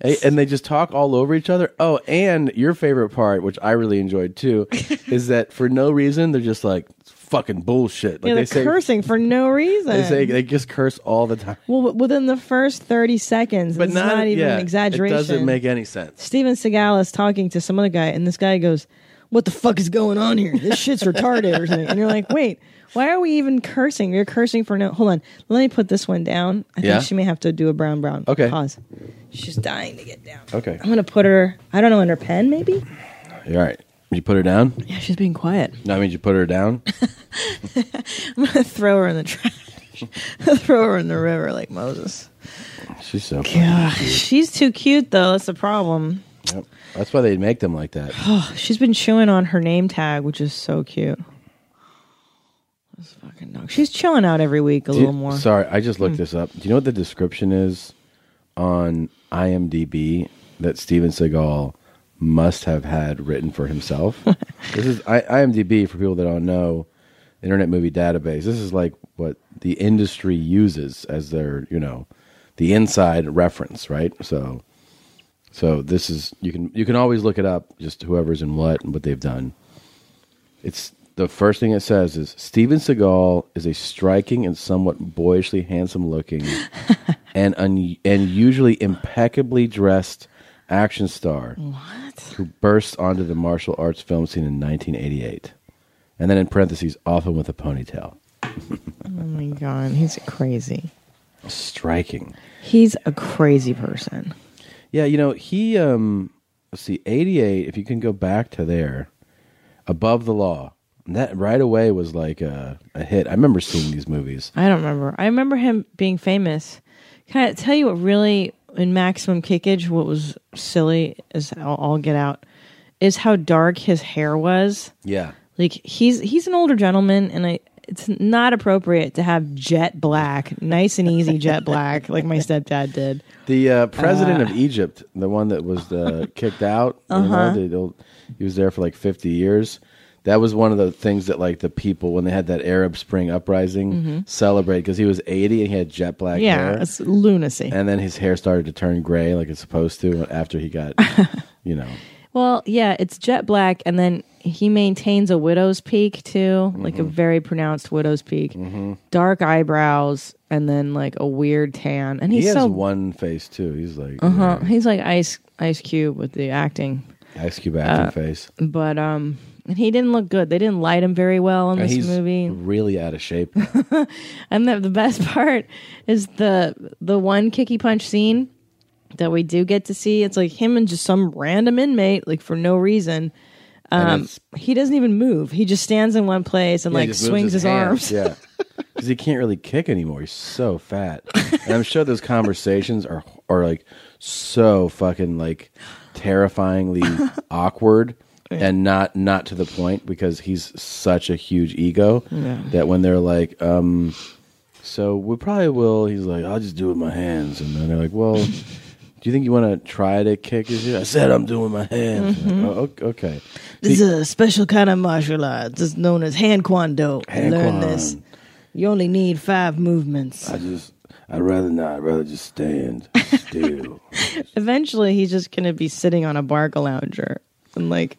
Speaker 1: A- and they just talk all over each other. Oh, and your favorite part, which I really enjoyed
Speaker 2: (laughs)
Speaker 1: too, is that for no reason they're just like fucking bullshit. Like
Speaker 2: yeah,
Speaker 1: they
Speaker 2: they're
Speaker 1: say,
Speaker 2: cursing for no reason.
Speaker 1: they say they just curse all the time.
Speaker 2: well, w- within the first thirty seconds,
Speaker 1: But
Speaker 2: it's not, even
Speaker 1: yeah,
Speaker 2: an exaggeration.
Speaker 1: It doesn't make any sense.
Speaker 2: Steven Seagal is talking to some other guy, and this guy goes, "What the fuck is going on here? This shit's retarded." Or something. And you're like, "Wait, why are we even cursing? You're cursing for no." Hold on, let me put this one down. I think
Speaker 1: Yeah?
Speaker 2: she may have to do a brown brown.
Speaker 1: Okay.
Speaker 2: pause. She's dying to get down.
Speaker 1: Okay,
Speaker 2: I'm gonna put her. I don't know in her pen, maybe.
Speaker 1: all right. Did you put her down?
Speaker 2: Yeah, she's being quiet.
Speaker 1: No, I mean did you put her
Speaker 2: (laughs)
Speaker 1: down.
Speaker 2: I'm gonna throw her in the trash. (laughs) throw her in the river like Moses.
Speaker 1: She's so. funny.
Speaker 2: Gosh, she's too cute though. That's the problem.
Speaker 1: Yep. That's why they make them like that.
Speaker 2: Oh, she's been chewing on her name tag, which is so cute. That's fucking dog. She's chilling out every week a
Speaker 1: Do you-
Speaker 2: little more.
Speaker 1: Sorry, I just looked
Speaker 2: Hmm.
Speaker 1: this up. Do you know what the description is on IMDb that Steven Seagal must have had written for
Speaker 2: (laughs)
Speaker 1: himself? this is I, IMDb for people that don't know. Internet Movie Database. This is like what the industry uses as their, you know, the inside reference, right? So, so this is you can you can always look it up. Just whoever's in what and what they've done. It's the first thing it says is Steven Seagal is a striking and somewhat boyishly handsome looking and un- and usually impeccably dressed action star who burst onto the martial arts film scene in 1988. And then in parentheses, often with a ponytail.
Speaker 2: Oh my god, he's crazy.
Speaker 1: Striking.
Speaker 2: He's a crazy person.
Speaker 1: Yeah, you know, he um let's see, eighty eight, if you can go back to there, above the law. That right away was like a, a hit. I remember seeing these movies.
Speaker 2: I don't remember. I remember him being famous. Can I tell you what really in Maximum Kickage? What was silly is I'll, I'll get out is how dark his hair was.
Speaker 1: Yeah.
Speaker 2: Like he's he's an older gentleman, and I it's not appropriate to have jet black, nice and easy
Speaker 1: (laughs)
Speaker 2: jet black, like my stepdad did.
Speaker 1: The uh, president
Speaker 2: Uh.
Speaker 1: of Egypt, the one that
Speaker 2: (laughs)
Speaker 1: was uh, kicked out, you
Speaker 2: Uh-huh.
Speaker 1: know, the- the old- he was there for like 50 years. That was one of the things that like the people when they had that Arab Spring uprising
Speaker 2: Mhm.
Speaker 1: celebrate because he was 80 and he had jet black
Speaker 2: yeah,
Speaker 1: hair.
Speaker 2: it's lunacy.
Speaker 1: and then his hair started to turn gray like it's supposed to after
Speaker 2: (laughs)
Speaker 1: he got, you know.
Speaker 2: Well, yeah, it's jet black, and then he maintains a widow's peak too, like a
Speaker 1: Mhm.
Speaker 2: very pronounced widow's peak,
Speaker 1: Mm-hmm.
Speaker 2: dark eyebrows, and then like a weird tan. And he's
Speaker 1: he has
Speaker 2: so
Speaker 1: one face too. He's like
Speaker 2: uh huh. He's like Ice Ice Cube with the acting,
Speaker 1: Ice Cube acting
Speaker 2: Uh,
Speaker 1: face.
Speaker 2: but um, and he didn't look good. They didn't light him very well in
Speaker 1: And
Speaker 2: this
Speaker 1: he's
Speaker 2: movie.
Speaker 1: really out of shape.
Speaker 2: And the, the best (laughs) part is the the one kicky punch scene that we do get to see. It's like him and just some random inmate, like for no reason.
Speaker 1: And
Speaker 2: Um,
Speaker 1: it's-
Speaker 2: he doesn't even move. He just stands in one place and
Speaker 1: Yeah, he
Speaker 2: like
Speaker 1: just moves
Speaker 2: swings his,
Speaker 1: hand.
Speaker 2: arms. (laughs)
Speaker 1: Yeah. Because he can't really kick anymore. He's so fat. And I'm sure those conversations are are like so fucking like
Speaker 2: (laughs)
Speaker 1: terrifyingly awkward and not not to the point because he's such a huge ego
Speaker 7: Yeah.
Speaker 1: that when they're like, um, so we probably will he's like, I'll just do it with my hands and then they're
Speaker 2: (laughs)
Speaker 1: like, Well, do you think you wanna try to kick his I said I'm doing my hands.
Speaker 2: Mhm.
Speaker 1: Oh, o- okay.
Speaker 2: This is a special kind of martial art. It's known as hand kwando.
Speaker 1: Hand
Speaker 2: Learn this. You only need five movements.
Speaker 1: I just I'd rather not, I'd rather just stand still.
Speaker 2: Eventually, he's just going to be sitting on a barca lounger (laughs) and like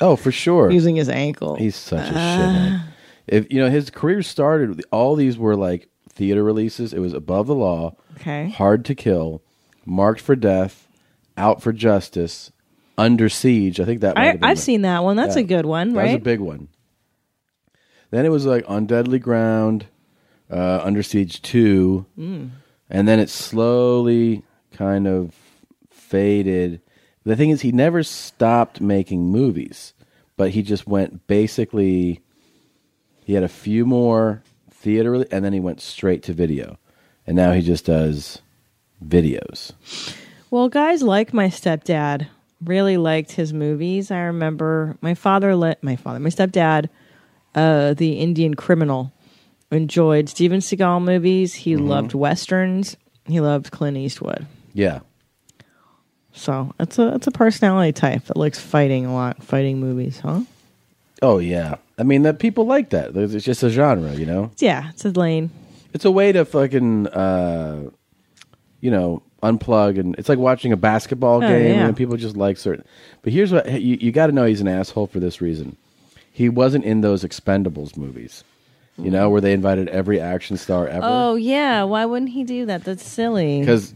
Speaker 1: Oh, for sure.
Speaker 2: using his Ah. ankle.
Speaker 1: He's such a shithead. If you know his career started, with- all these were like theater releases. It was Above the Law,
Speaker 2: Okay.
Speaker 1: Hard to Kill, Marked for Death, Out for Justice, Under Siege. I think that might
Speaker 2: I,
Speaker 1: have been
Speaker 2: I've
Speaker 1: the-
Speaker 2: seen that one. That's
Speaker 1: Yeah.
Speaker 2: a good one,
Speaker 1: That was
Speaker 2: right?
Speaker 1: a big one. Then it was like On Deadly Ground, uh, Under Siege Two,
Speaker 2: Mm.
Speaker 1: and then it slowly kind of faded. The thing is, he never stopped making movies, but he just went basically. He had a few more theater, and then he went straight to video, and now he just does videos.
Speaker 2: Well, guys like my stepdad really liked his movies. I remember my father let my father, my stepdad, uh, the Indian criminal, enjoyed Steven Seagal movies. He
Speaker 1: Mhm.
Speaker 2: loved westerns. He loved Clint Eastwood.
Speaker 1: Yeah,
Speaker 2: So that's a that's a personality type that likes fighting a lot, fighting movies, huh?
Speaker 1: Oh yeah, I mean that people like that. There's- It's just a genre, you know.
Speaker 2: Yeah, it's a lane.
Speaker 1: It's a way to fucking, uh, you know, unplug, and it's like watching a basketball
Speaker 2: Oh,
Speaker 1: game,
Speaker 2: yeah.
Speaker 1: and people just like certain. But here's what you, you got to know: he's an asshole for this reason. He wasn't in those Expendables movies, you know, where they invited every action star ever.
Speaker 2: Oh yeah, why wouldn't he do that? That's silly.
Speaker 1: Because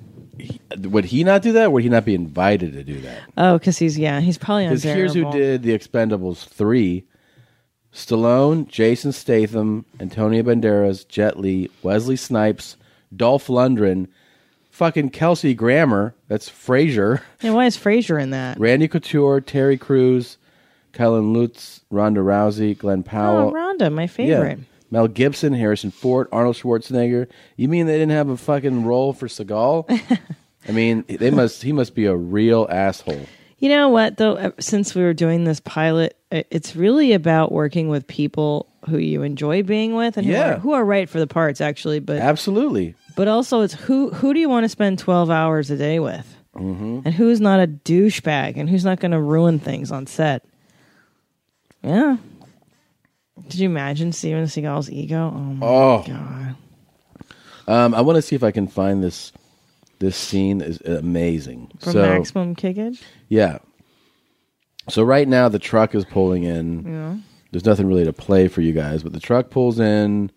Speaker 1: would he not do that? Would he not be invited to do that?
Speaker 2: oh, because he's yeah, he's probably on.
Speaker 1: Because here's who
Speaker 2: Zeroable.
Speaker 1: did the Expendables three: Stallone, Jason Statham, Antonio Banderas, Jet Li, Wesley Snipes, Dolph Lundgren, fucking Kelsey Grammer. That's
Speaker 2: (laughs)
Speaker 1: Frasier.
Speaker 2: Yeah, why is Fraser in that?
Speaker 1: Randy Couture, Terry Crews, Kellen Lutz, Ronda Rousey, Glenn Powell.
Speaker 2: Oh, Rhonda, my favorite.
Speaker 1: Yeah. Mel Gibson, Harrison Ford, Arnold Schwarzenegger. You mean they didn't have a fucking role
Speaker 2: (laughs)
Speaker 1: for Seagal? I mean, they must. He must be a real asshole.
Speaker 2: You know what, though, uh, since we were doing this pilot, i- it's really about working with people who you enjoy being with and who,
Speaker 1: Yeah.
Speaker 2: are, who are right for the parts, actually. But
Speaker 1: absolutely,
Speaker 2: but also it's who who do you want to spend twelve hours a day with,
Speaker 1: Mm-hmm.
Speaker 2: and who's not a douchebag, and who's not going to ruin things on set. Yeah. Did you imagine Steven Seagal's ego? Oh, my
Speaker 1: Oh
Speaker 2: God.
Speaker 1: Um, I want to see if I can find this. This scene is amazing.
Speaker 2: from
Speaker 1: so
Speaker 2: maximum kickage.
Speaker 1: yeah. So right now the truck is pulling in.
Speaker 2: Yeah.
Speaker 1: There's nothing really to play for you guys, but the truck pulls in,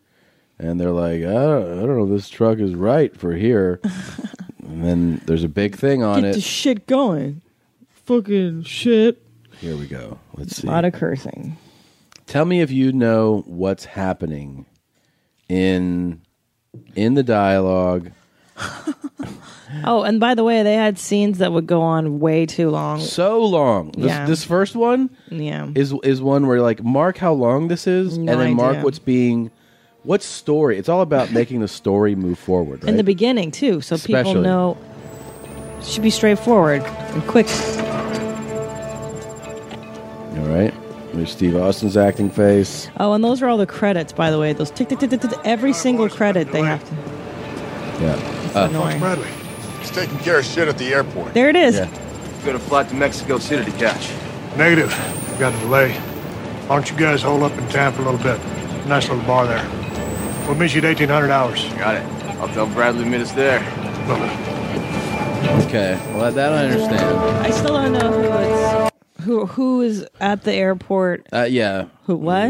Speaker 1: and they're like, oh, I don't know, this truck is right
Speaker 2: (laughs)
Speaker 1: for here. and then there's a big thing on
Speaker 2: Get
Speaker 1: it.
Speaker 2: this shit going. Fucking shit.
Speaker 1: Here we go. Let's see.
Speaker 2: A lot of cursing.
Speaker 1: Tell me if you know what's happening in in the dialogue.
Speaker 2: Oh, and by the way, they had scenes that would go on way too long.
Speaker 1: So long. This,
Speaker 2: Yeah.
Speaker 1: this first one
Speaker 2: yeah.
Speaker 1: is is one where like mark how long this is,
Speaker 2: No
Speaker 1: and then mark
Speaker 2: idea.
Speaker 1: what's being, what story. It's all about making the story move forward. Right?
Speaker 2: In the beginning too, so people
Speaker 1: Especially.
Speaker 2: know it should be straightforward and quick.
Speaker 1: all right. There's Steve Austin's acting face.
Speaker 2: Oh, and those are all the credits, by the way. Those tick tick tick tick, tick every single credit they have to.
Speaker 1: Yeah.
Speaker 2: Uh, annoying.
Speaker 5: Bradley. He's taking care of shit at the airport.
Speaker 2: There it is.
Speaker 6: Got a flight to Mexico City to catch.
Speaker 5: Negative. Got a delay. Why don't you guys hold up in town for a little bit? Nice little bar there. We'll meet you at 1800 hours.
Speaker 6: Got it. I'll tell Bradley to meet us there.
Speaker 1: Okay. Well, that I understand.
Speaker 2: I still don't know who it's who who is at the airport.
Speaker 1: Uh, yeah. Uh,
Speaker 2: Who what?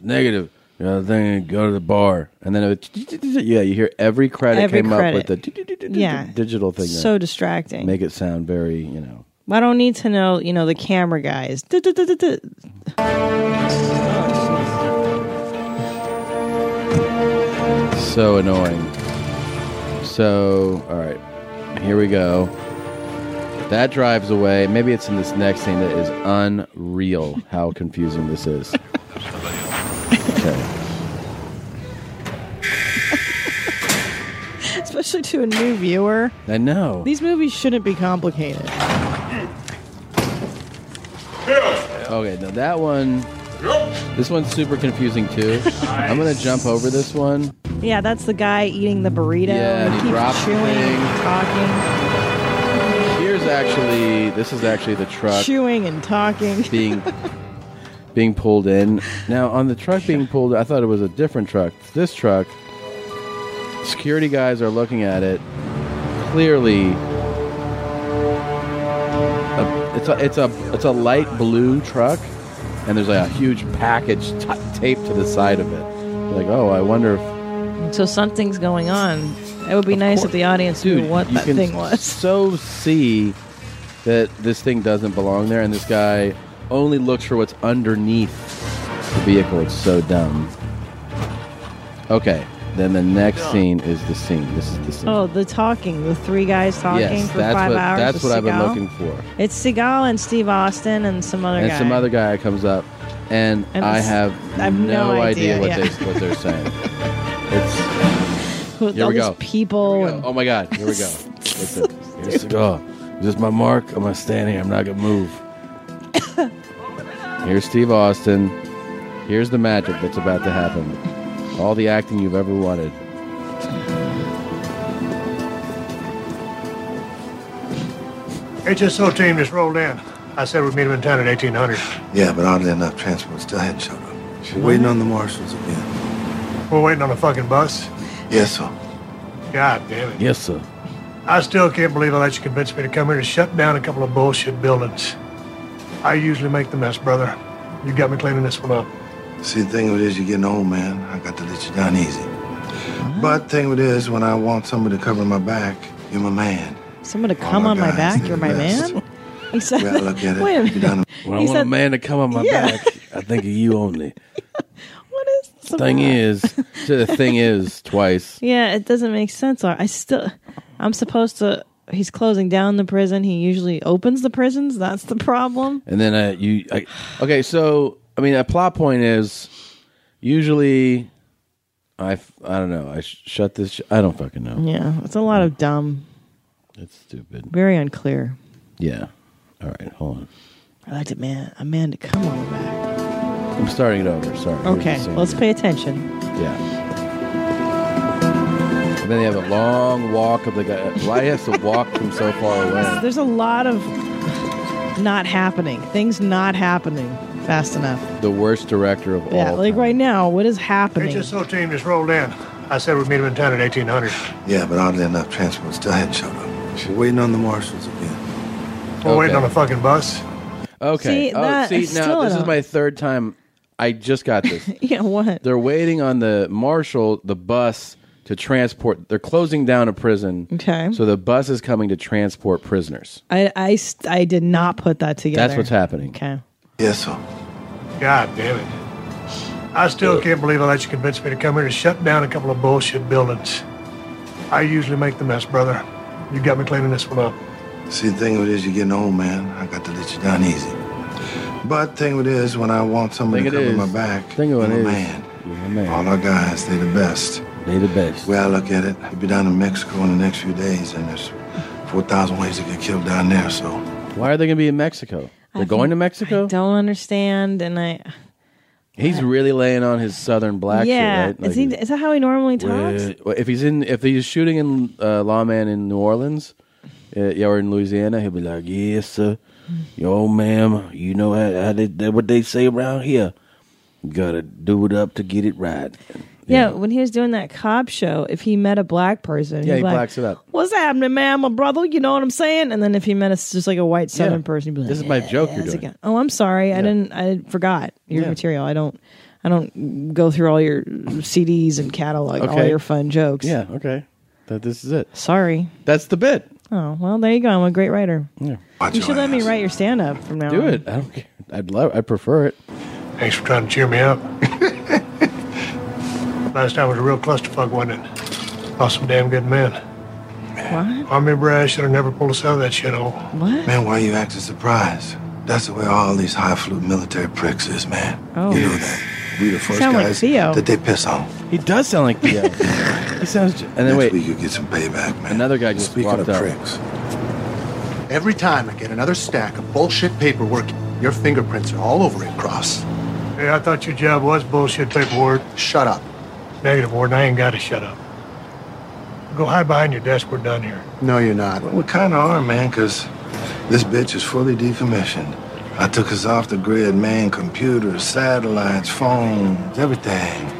Speaker 1: Negative. The other thing, go to the bar, and then it would, yeah, you hear every credit
Speaker 2: Every
Speaker 1: came
Speaker 2: credit.
Speaker 1: up with the
Speaker 2: Yeah.
Speaker 1: digital thing. there.
Speaker 2: So distracting.
Speaker 1: Make it sound very, you know.
Speaker 2: I don't need to know, you know, the camera guys. (laughs) Duh, duh, duh, duh, duh.
Speaker 1: So annoying. So, all right, here we go. That drives away. Maybe it's in this next scene that is unreal how confusing this is. Okay.
Speaker 2: Especially to a new viewer.
Speaker 1: I know.
Speaker 2: These movies shouldn't be complicated.
Speaker 1: Okay, now that one. This one's super confusing too. I'm gonna jump over this one.
Speaker 2: Yeah, that's the guy eating the burrito.
Speaker 1: Yeah,
Speaker 2: and
Speaker 1: and
Speaker 2: he
Speaker 1: he
Speaker 2: keeps
Speaker 1: dropped the
Speaker 2: chewing,
Speaker 1: thing.
Speaker 2: talking,
Speaker 1: Here's actually this is actually the truck
Speaker 2: chewing and talking.
Speaker 1: being being pulled in. Now on the truck being pulled, I thought it was a different truck. This truck, security guys are looking at it. Clearly, a- it's a it's a it's a light blue truck, and there's like a huge package t- taped to the side of it. Like, oh, I wonder if
Speaker 2: So something's going on. It would be nice if the audience knew what
Speaker 1: you
Speaker 2: that
Speaker 1: can
Speaker 2: thing
Speaker 1: (laughs)
Speaker 2: was.
Speaker 1: so see that this thing doesn't belong there, and this guy only looks for what's underneath the vehicle. It's so dumb. Okay, then the next scene is the scene. This is the scene.
Speaker 2: Oh, the talking, the three guys talking
Speaker 1: Yes,
Speaker 2: Oh, for
Speaker 1: that's
Speaker 2: five
Speaker 1: what-
Speaker 2: hours.
Speaker 1: that's
Speaker 2: with
Speaker 1: what I've been
Speaker 2: Seagal.
Speaker 1: looking for.
Speaker 2: It's Seagal and Steve Austin and some other
Speaker 1: and
Speaker 2: guy.
Speaker 1: some other guy comes up, and,
Speaker 2: And
Speaker 1: I
Speaker 2: it's-
Speaker 1: have,
Speaker 2: I have no idea,
Speaker 1: what,
Speaker 2: yeah.
Speaker 1: they, what they're saying.
Speaker 2: (laughs)
Speaker 1: It's
Speaker 2: With
Speaker 1: here
Speaker 2: all
Speaker 1: we
Speaker 2: these
Speaker 1: go.
Speaker 2: people. and-
Speaker 1: Oh my god, here we go. That's it. Here's the go. Is this my mark? I'm gonna stand here. I'm not gonna move. Here's Steve Austin. Here's the magic that's about to happen. All the acting you've ever wanted.
Speaker 5: HSO team just rolled in. I said we'd meet him in town at 1800.
Speaker 22: Yeah, but oddly enough, transport still hadn't showed up. We're waiting on the marshals again.
Speaker 5: We're waiting on a fucking bus.
Speaker 22: Yes, sir.
Speaker 5: God damn it.
Speaker 1: Yes, sir.
Speaker 5: I still can't believe I let you convince me to come here to shut down a couple of bullshit buildings. I usually make the mess, brother. You got me cleaning this one up.
Speaker 22: See, the thing of it is, you're getting old, man. I got to let you down easy. But thing of it is, when I want somebody to cover my back, you're my man.
Speaker 2: Someone
Speaker 1: Oh
Speaker 2: to come on my
Speaker 22: guys,
Speaker 2: back.
Speaker 22: they're
Speaker 1: (laughs)
Speaker 2: You're my
Speaker 22: the best.
Speaker 2: man. He said.
Speaker 22: Well, look at it.
Speaker 2: (laughs) Wait a minute.
Speaker 1: When I
Speaker 2: He
Speaker 1: want a
Speaker 2: said-
Speaker 1: man to come on my
Speaker 2: Yeah.
Speaker 1: back, I think of you only.
Speaker 2: (laughs) What is
Speaker 1: Thing
Speaker 2: (laughs)
Speaker 1: is, to the thing is twice.
Speaker 2: Yeah, it doesn't make sense. I still, I'm supposed to. He's closing down the prison. He usually opens the prisons. That's the problem.
Speaker 1: And then uh, you, I, okay. So I mean, a plot point is usually I, f- I don't know. I sh- shut this. Sh- I don't fucking know.
Speaker 2: Yeah, it's a lot of dumb.
Speaker 1: It's stupid.
Speaker 2: Very unclear.
Speaker 1: Yeah. All right. Hold on.
Speaker 2: I liked it, man. A man to come on the back.
Speaker 1: I'm starting it over. Sorry. Here's the
Speaker 2: Okay,
Speaker 1: scene.
Speaker 2: let's pay attention.
Speaker 1: Yeah. And then they have a long walk of the guy. Why he has to walk from so far away?
Speaker 2: There's a lot of not happening. Things not happening fast enough.
Speaker 1: The worst director of all.
Speaker 2: Yeah, like right now, what is happening?
Speaker 5: HSO team just rolled in. I said we'd meet him in town at 1800.
Speaker 22: Yeah, but oddly enough, transport still hadn't showed up. We're waiting on the marshals again.
Speaker 5: We're waiting on a fucking bus.
Speaker 1: Okay.
Speaker 5: See,
Speaker 1: oh,
Speaker 5: that-
Speaker 1: see,
Speaker 5: it's
Speaker 1: now
Speaker 5: still
Speaker 1: this
Speaker 5: an-
Speaker 1: is my third time. I just
Speaker 2: (laughs)
Speaker 1: got this.
Speaker 2: yeah, what?
Speaker 1: They're waiting on the marshal, the bus to transport. They're closing down a prison.
Speaker 2: Okay.
Speaker 1: So the bus is coming to transport prisoners.
Speaker 2: I, I, st- I did not put that together.
Speaker 1: That's what's happening.
Speaker 2: Okay.
Speaker 22: Yes, sir.
Speaker 5: God damn it. I still can't believe I let you convince me to come here to shut down a couple of bullshit buildings. I usually make the mess, brother. You got me cleaning this one up.
Speaker 22: See, the thing of it is, you're getting old, man. I got to let you down easy. But thing of it is, when I want somebody
Speaker 1: Thing
Speaker 22: to
Speaker 1: it
Speaker 22: cover
Speaker 1: is.
Speaker 22: my back,
Speaker 1: Thing of
Speaker 22: you're
Speaker 1: it
Speaker 22: my
Speaker 1: is.
Speaker 22: man.
Speaker 1: man.
Speaker 22: All our guys, they the best.
Speaker 1: They the best.
Speaker 22: Well, I look at it, you'll be down in Mexico in the next few days, and there's 4,000 ways to get killed down there, so
Speaker 1: Why are they going to be in Mexico? They're going to Mexico?
Speaker 2: I don't understand, and I
Speaker 1: He's really laying on his southern black
Speaker 2: yeah.
Speaker 1: shit, right?
Speaker 2: is he? Is that how he normally
Speaker 1: Like,
Speaker 2: talks?
Speaker 1: uh, if he's in, if he's shooting in uh, Lawman in New Orleans, uh, yeah, or in Louisiana, he'll be like, "Yes, sir, yo, ma'am, you know how, how they, that what they say around here. Gotta do it up to get it right."
Speaker 2: Yeah. when he was doing that cop show, if he met a black person,
Speaker 1: Yeah,
Speaker 2: he'd
Speaker 1: he
Speaker 2: be like,
Speaker 1: blacks it up.
Speaker 2: What's happening, man? My brother, you know what I'm saying? And then if he met us just like a white southern
Speaker 1: Yeah.
Speaker 2: person, he'd be like,
Speaker 1: This is my joke you're
Speaker 2: "Yes,
Speaker 1: doing."
Speaker 2: again. Oh, I'm sorry, I didn't, I forgot your
Speaker 1: Yeah.
Speaker 2: material. I don't, I don't go through all your CDs and catalog all
Speaker 1: Okay.
Speaker 2: your fun jokes.
Speaker 1: Yeah, okay. That this is it.
Speaker 2: Sorry,
Speaker 1: that's the bit.
Speaker 2: Oh well, there you go. I'm a great writer.
Speaker 1: Yeah.
Speaker 2: you should let me write your stand up from now.
Speaker 1: Do
Speaker 2: on.
Speaker 1: it. I don't care. I'd love. I prefer it.
Speaker 5: Thanks for trying to cheer me up. Last time was a real clusterfuck, wasn't it? Lost some damn good men.
Speaker 2: What?
Speaker 5: Army brass should have never pulled us out of that shithole.
Speaker 2: What?
Speaker 22: Man, why you acting surprised? That's the way all these high flute military pricks is, man.
Speaker 2: Oh.
Speaker 22: You know
Speaker 1: (laughs)
Speaker 22: that. We the first
Speaker 2: sound like
Speaker 22: guys
Speaker 2: Theo.
Speaker 22: that they piss on.
Speaker 1: He does sound like
Speaker 2: (laughs)
Speaker 1: Theo. he sounds. J- and then
Speaker 22: Next
Speaker 1: wait,
Speaker 22: week you get some payback, man.
Speaker 1: Another guy just
Speaker 22: Speaking
Speaker 1: walked
Speaker 22: of
Speaker 1: up.
Speaker 22: pricks,
Speaker 8: Every time I get another stack of bullshit paperwork, your fingerprints are all over it, Cross.
Speaker 5: Hey, I thought your job was bullshit paperwork.
Speaker 8: Shut up.
Speaker 5: Negative, Warden. I ain't got to shut up. Go hide behind your desk. We're done here.
Speaker 8: No, you're not.
Speaker 22: We kind of are, man, because this bitch is fully decommissioned. I took us off the grid, man. Computers, satellites, phones, everything.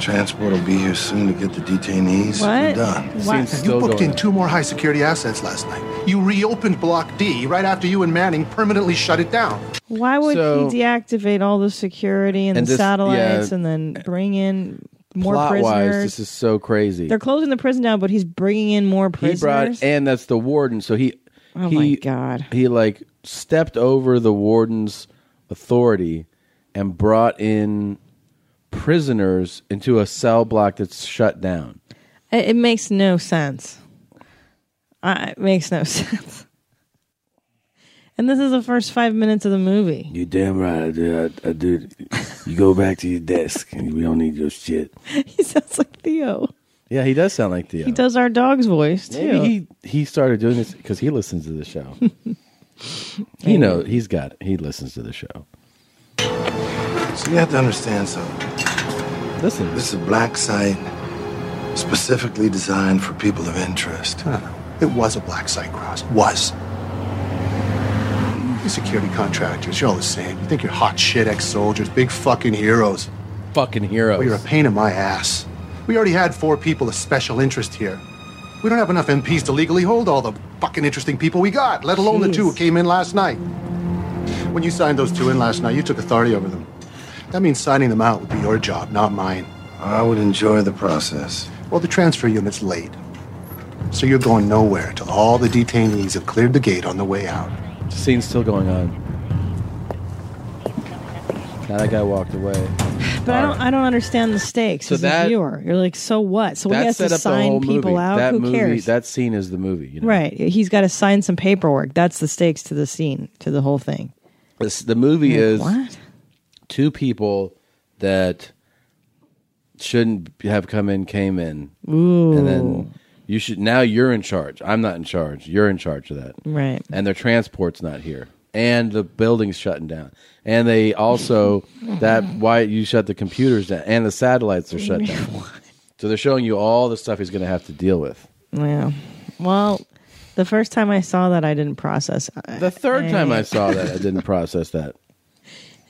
Speaker 22: Transport will be here soon to get the detainees. We're done.
Speaker 8: You booked in two more high security assets last night. You reopened Block D right after you and Manning permanently shut it down.
Speaker 2: Why would
Speaker 8: So-
Speaker 2: he deactivate all the security and,
Speaker 1: And
Speaker 2: the
Speaker 1: this-
Speaker 2: satellites
Speaker 1: yeah.
Speaker 2: and then bring in more
Speaker 1: plot wise,
Speaker 2: prisoners?
Speaker 1: this is so crazy.
Speaker 2: They're closing the prison down, but he's bringing in more
Speaker 1: he
Speaker 2: prisoners.
Speaker 1: brought and that's the warden so he
Speaker 2: Oh
Speaker 1: he,
Speaker 2: my God.
Speaker 1: he like stepped over the warden's authority and brought in prisoners into a cell block that's shut down
Speaker 2: it, it makes no sense. I, it makes no (laughs) sense. And this is the first five minutes of the movie. (laughs)
Speaker 20: You damn right I did. I, I did. You go back to your desk, and we don't need your shit.
Speaker 2: He sounds like Theo.
Speaker 1: yeah he does sound like theo
Speaker 2: He does our dog's voice too.
Speaker 1: Maybe he, he started doing this because he listens to
Speaker 2: (laughs)
Speaker 1: the show he knows he's got it he listens to the show
Speaker 22: So you have to understand something.
Speaker 1: Listen.
Speaker 22: This is a black site specifically designed for people of interest.
Speaker 8: It was a black site, Cross. Was. You security contractors, you're all the same. You think you're hot shit ex soldiers, big fucking heroes.
Speaker 1: Fucking heroes.
Speaker 8: Well, you're a pain in my ass. We already had four people of special interest here. We don't have enough MPs to legally hold all the fucking interesting people we got, let alone the two who came in last night. When you signed those two in last night, you took authority over them. That means signing them out would be your job, not mine.
Speaker 22: I would enjoy the process.
Speaker 8: Well, the transfer unit's late. So you're going nowhere till all the detainees have cleared the gate on the way out.
Speaker 1: scene's still going on now that guy walked away
Speaker 2: But I don't. I don't understand the stakes
Speaker 1: So
Speaker 2: as
Speaker 1: that-
Speaker 2: a viewer. You're like, so what? So he
Speaker 1: that
Speaker 2: has to
Speaker 1: set up the
Speaker 2: sign
Speaker 1: whole
Speaker 2: people
Speaker 1: movie
Speaker 2: out.
Speaker 1: that
Speaker 2: Who
Speaker 1: movie
Speaker 2: cares?
Speaker 1: that scene is the movie you know?
Speaker 2: Right. He's got to sign some paperwork. That's the stakes to the scene, to the whole thing.
Speaker 1: This, the movie
Speaker 2: Like,
Speaker 1: is
Speaker 2: what?
Speaker 1: two people that shouldn't have come in came in,
Speaker 2: Ooh.
Speaker 1: and then you should now you're in charge. I'm not in charge. You're in charge of that,
Speaker 2: Right.
Speaker 1: And their transport's not here, and the building's shutting down, and they also that why you shut the computers down, and the satellites are shut
Speaker 2: (laughs)
Speaker 1: down. So they're showing you all the stuff he's going to have to deal with.
Speaker 2: Yeah. Well, the first time I saw that, I didn't process. uh, eh.
Speaker 1: The third time I
Speaker 2: I
Speaker 1: saw that, I didn't process that.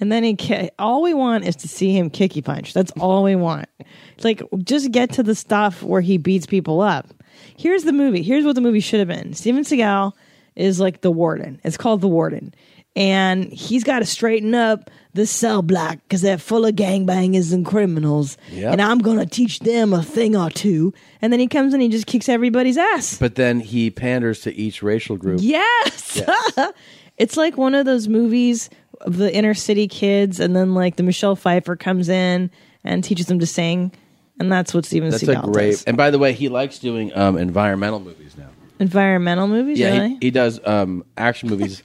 Speaker 2: And then he, ki- all we want is to see him kicky punch. That's all we want. It's like, just get to the stuff where he beats people up. Here's the movie. Here's what the movie should have been. Steven Seagal is like the warden. It's called the warden, and he's got to straighten up the cell block because they're full of gangbangers and criminals.
Speaker 1: Yep.
Speaker 2: And I'm gonna teach them a thing or two. And then he comes and he just kicks everybody's ass.
Speaker 1: But then he panders to each racial group.
Speaker 2: Yes. (laughs) it's like one of those movies of the inner city kids, and then like the Michelle Pfeiffer comes in and teaches them to sing, and that's what Steven
Speaker 1: That's a
Speaker 2: Seagal
Speaker 1: great.
Speaker 2: does.
Speaker 1: And by the way, he likes doing um, environmental movies now.
Speaker 2: Environmental movies,
Speaker 1: yeah,
Speaker 2: really?
Speaker 1: he,
Speaker 2: (laughs)
Speaker 1: he does um, action movies,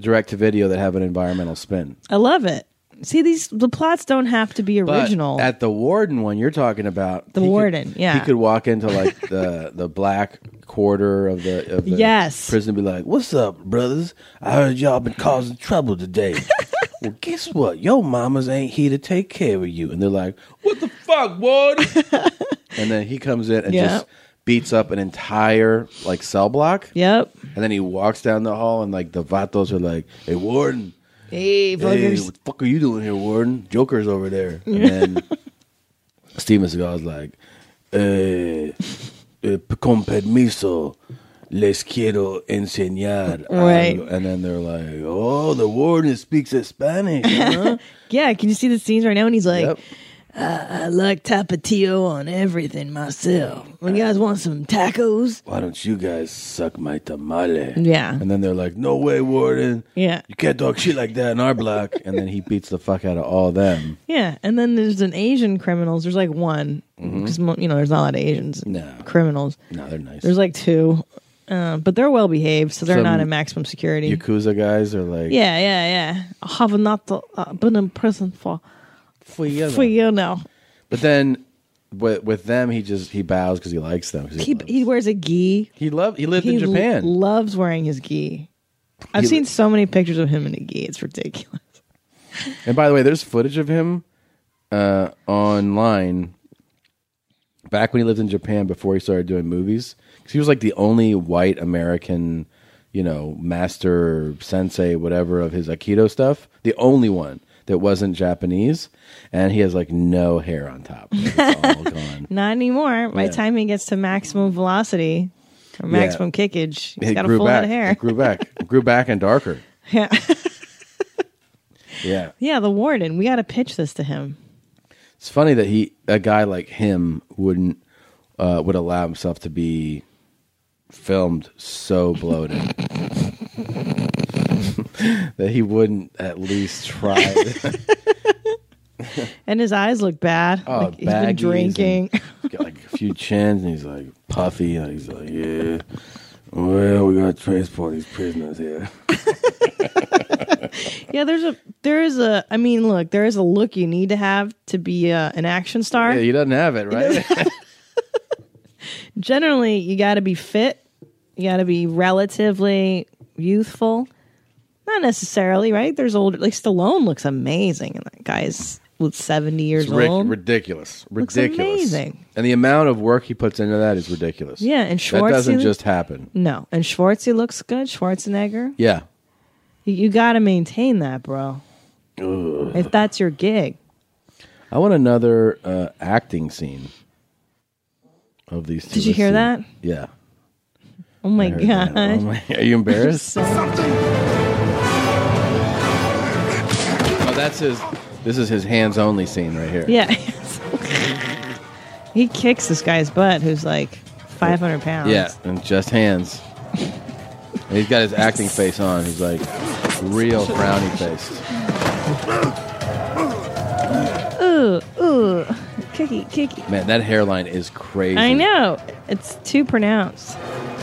Speaker 1: direct to video that have an environmental spin.
Speaker 2: I love it. See, these the plots don't have to be
Speaker 1: But
Speaker 2: original.
Speaker 1: at the warden one you're talking about.
Speaker 2: The
Speaker 1: he could-
Speaker 2: warden, yeah.
Speaker 1: He could walk
Speaker 2: (laughs)
Speaker 1: into like the the black quarter of the, of the
Speaker 2: Yes.
Speaker 1: prison and be like,
Speaker 20: What's up, brothers? I heard y'all been causing trouble
Speaker 2: (laughs)
Speaker 20: today. well, guess what? Your mamas ain't here to take care of you. And they're like,
Speaker 1: fuck Ward. and then he comes in and
Speaker 20: Yeah.
Speaker 1: just beats up an entire like cell block.
Speaker 2: Yep.
Speaker 1: And then he walks down the hall and like the vatos are like, Hey Warden.
Speaker 2: Hey,
Speaker 1: Hey,
Speaker 2: fuckers.
Speaker 1: what the fuck are you doing here, Warden? Joker's
Speaker 2: (laughs)
Speaker 1: over there. And then Steven Seagal's like,
Speaker 20: eh, eh, con permiso, les quiero enseñar. algo."
Speaker 1: uh,
Speaker 2: Right.
Speaker 20: And then they're like, oh, the warden speaks Spanish.
Speaker 2: (laughs)
Speaker 20: huh?"
Speaker 2: yeah, can you see the scenes right now? And he's like, uh, I like tapatio on everything myself. When you guys want some tacos?
Speaker 20: Why don't you guys suck my tamale?
Speaker 2: Yeah.
Speaker 1: And then they're like, No way, Warden.
Speaker 2: Yeah.
Speaker 1: You can't talk shit like that in our block. and then he beats the fuck out of all of them.
Speaker 2: Yeah, and then there's an Asian criminals. There's like one
Speaker 1: Mhm.
Speaker 2: because you know there's not a lot of Asians
Speaker 1: no.
Speaker 2: criminals.
Speaker 1: No, they're nice.
Speaker 2: There's like two, uh, but they're well behaved, so they're
Speaker 1: Some
Speaker 2: not in maximum security.
Speaker 1: Yakuza guys are like
Speaker 2: yeah, yeah, yeah. I have not uh, been in prison for
Speaker 1: for you
Speaker 2: for you now.
Speaker 1: But then with, with them, he just he bows because he likes them. 'cause
Speaker 2: He, he wears a gi.
Speaker 1: He loved. He lived in
Speaker 2: lo-
Speaker 1: Japan.
Speaker 2: loves wearing his gi. I've
Speaker 1: He-
Speaker 2: seen so many pictures of him in a gi. It's ridiculous.
Speaker 1: he- and by the way, there's footage of him uh, online back when he lived in Japan before he started doing movies. 'Cause he was like the only white American, you know, master sensei, whatever of his Aikido stuff. The only one that wasn't Japanese, and he has like no hair on top.
Speaker 2: Not anymore. By
Speaker 1: Yeah.
Speaker 2: the time he gets to maximum velocity or
Speaker 1: Yeah.
Speaker 2: maximum kickage, he's
Speaker 1: It
Speaker 2: got a
Speaker 1: grew
Speaker 2: full head
Speaker 1: back.
Speaker 2: of hair.
Speaker 1: (laughs) It grew back. It grew back and darker.
Speaker 2: (laughs) Yeah.
Speaker 1: Yeah.
Speaker 2: Yeah, the warden. We got to pitch this to him.
Speaker 1: It's funny that he a guy like him wouldn't uh, would allow himself to be filmed so bloated (laughs) that he wouldn't at least try.
Speaker 2: (laughs) And his eyes look bad.
Speaker 1: Oh,
Speaker 2: like he's been
Speaker 1: baggies (laughs)
Speaker 2: drinking.
Speaker 1: Got like a few chins, and he's like puffy, and he's like, "Yeah, well, we gotta transport these prisoners here."
Speaker 2: (laughs) yeah, there's a there is a I mean, look, there is a look you need to have to be uh, an action star.
Speaker 1: Yeah, he doesn't have it, right?
Speaker 2: Generally, you got to be fit. You got to be relatively youthful. Not necessarily, right? There's older like Stallone looks amazing and that guy's with 70 years
Speaker 1: (laughs) It's ridic-
Speaker 2: old.
Speaker 1: ridiculous,
Speaker 2: Looks
Speaker 1: ridiculous,
Speaker 2: amazing.
Speaker 1: and the amount of work he puts into that is ridiculous.
Speaker 2: Yeah, and
Speaker 1: that
Speaker 2: Schwartz-
Speaker 1: doesn't just happen.
Speaker 2: No. And Schwartz, he looks good. Schwarzenegger.
Speaker 1: Yeah,
Speaker 2: You, you got to maintain that, bro.
Speaker 1: Ugh.
Speaker 2: If that's your gig.
Speaker 1: I want another uh, acting scene of these two.
Speaker 2: Did you
Speaker 1: Let's
Speaker 2: hear
Speaker 1: see.
Speaker 2: that? (laughs)
Speaker 1: Yeah.
Speaker 2: Oh my
Speaker 1: I heard that.
Speaker 2: god.
Speaker 1: Oh my- (laughs) Are
Speaker 2: (laughs)
Speaker 1: you embarrassed? Oh, that's his. This is his hands only scene right here.
Speaker 2: Yeah. (laughs) he kicks this guy's butt who's like 500 pounds.
Speaker 1: Yeah, and
Speaker 2: (laughs)
Speaker 1: just hands. And he's got his acting face on. He's like real frowny face.
Speaker 2: Ooh,
Speaker 10: Oh,
Speaker 2: ooh. Kicky, kicky.
Speaker 1: Man, that hairline is crazy.
Speaker 2: I know. It's too pronounced.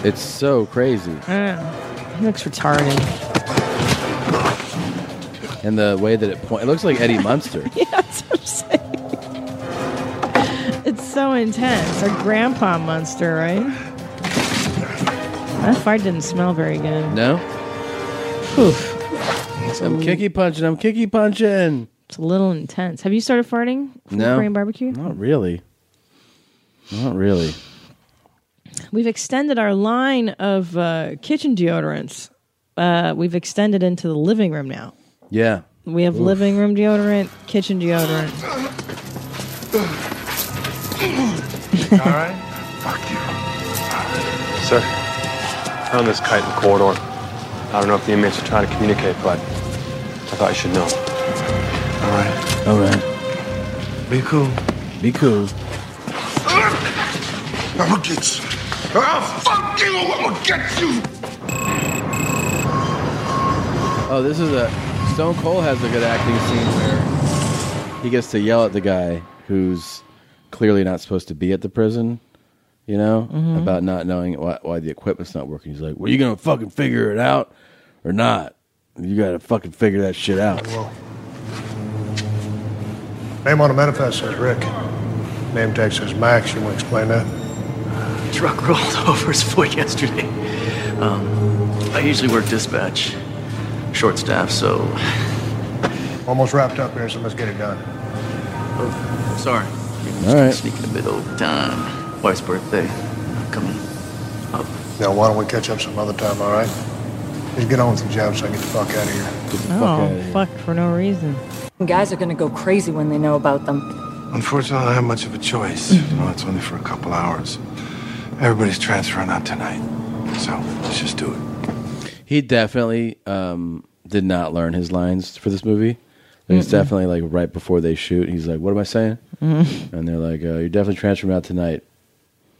Speaker 1: It's so crazy.
Speaker 2: I don't know. He looks retarded.
Speaker 1: And the way that it point, it looks like Eddie Munster.
Speaker 2: (laughs) yeah, that's what I'm saying. It's so intense. Our grandpa monster, right? That fart didn't smell very good.
Speaker 1: No?
Speaker 2: Oof.
Speaker 1: I'm kicky punching. I'm kicky punching.
Speaker 2: It's a little intense. Have you started farting? from
Speaker 1: No.
Speaker 2: Korean barbecue?
Speaker 1: Not really. Not really.
Speaker 2: We've extended our line of uh, kitchen deodorants. Uh, we've extended into the living room now.
Speaker 1: Yeah.
Speaker 2: We have
Speaker 1: Oof.
Speaker 2: living room deodorant, kitchen deodorant.
Speaker 5: All
Speaker 2: (laughs)
Speaker 5: right.
Speaker 4: Sir, found this kite in the corridor. I don't know if the inmates are trying to communicate, but I thought you should know.
Speaker 22: All right.
Speaker 1: All right.
Speaker 22: Be cool.
Speaker 1: Be cool.
Speaker 10: I'm gonna get you. I'll fuck you. I'm gonna get you.
Speaker 1: Oh, this is a Stone Cold has a good acting scene where he gets to yell at the guy who's clearly not supposed to be at the prison, you know,
Speaker 20: Mhm.
Speaker 1: about not knowing why, why the equipment's not working. He's like, "Well, you gonna fucking figure it out or not? You gotta fucking figure that shit out."
Speaker 5: Name on the manifest says Rick. Name tag says Max. You want to explain that?
Speaker 9: Truck rolled (laughs) over his foot yesterday. Um, I usually work dispatch, short staff, so
Speaker 5: Almost wrapped up here, so let's get it done.
Speaker 9: Oh, sorry.
Speaker 1: All right.
Speaker 9: Sneaking a bit over time. Wife's birthday. Coming up.
Speaker 5: Now, why don't we catch up some other time, all right? Just get on with the job so I can get the fuck out of here.
Speaker 2: Oh, fuck for no reason.
Speaker 12: Guys are gonna go crazy when they know about them.
Speaker 22: Unfortunately, I don't have much of a choice. You know, it's only for a couple hours. Everybody's transferring out tonight. So let's just do it.
Speaker 1: He definitely um, did not learn his lines for this movie. Like, It's
Speaker 16: Mm-mm.
Speaker 1: definitely like right before they shoot. He's like, "What am I saying?"
Speaker 16: Mhm.
Speaker 1: And they're like, uh, "You're definitely transferring out tonight.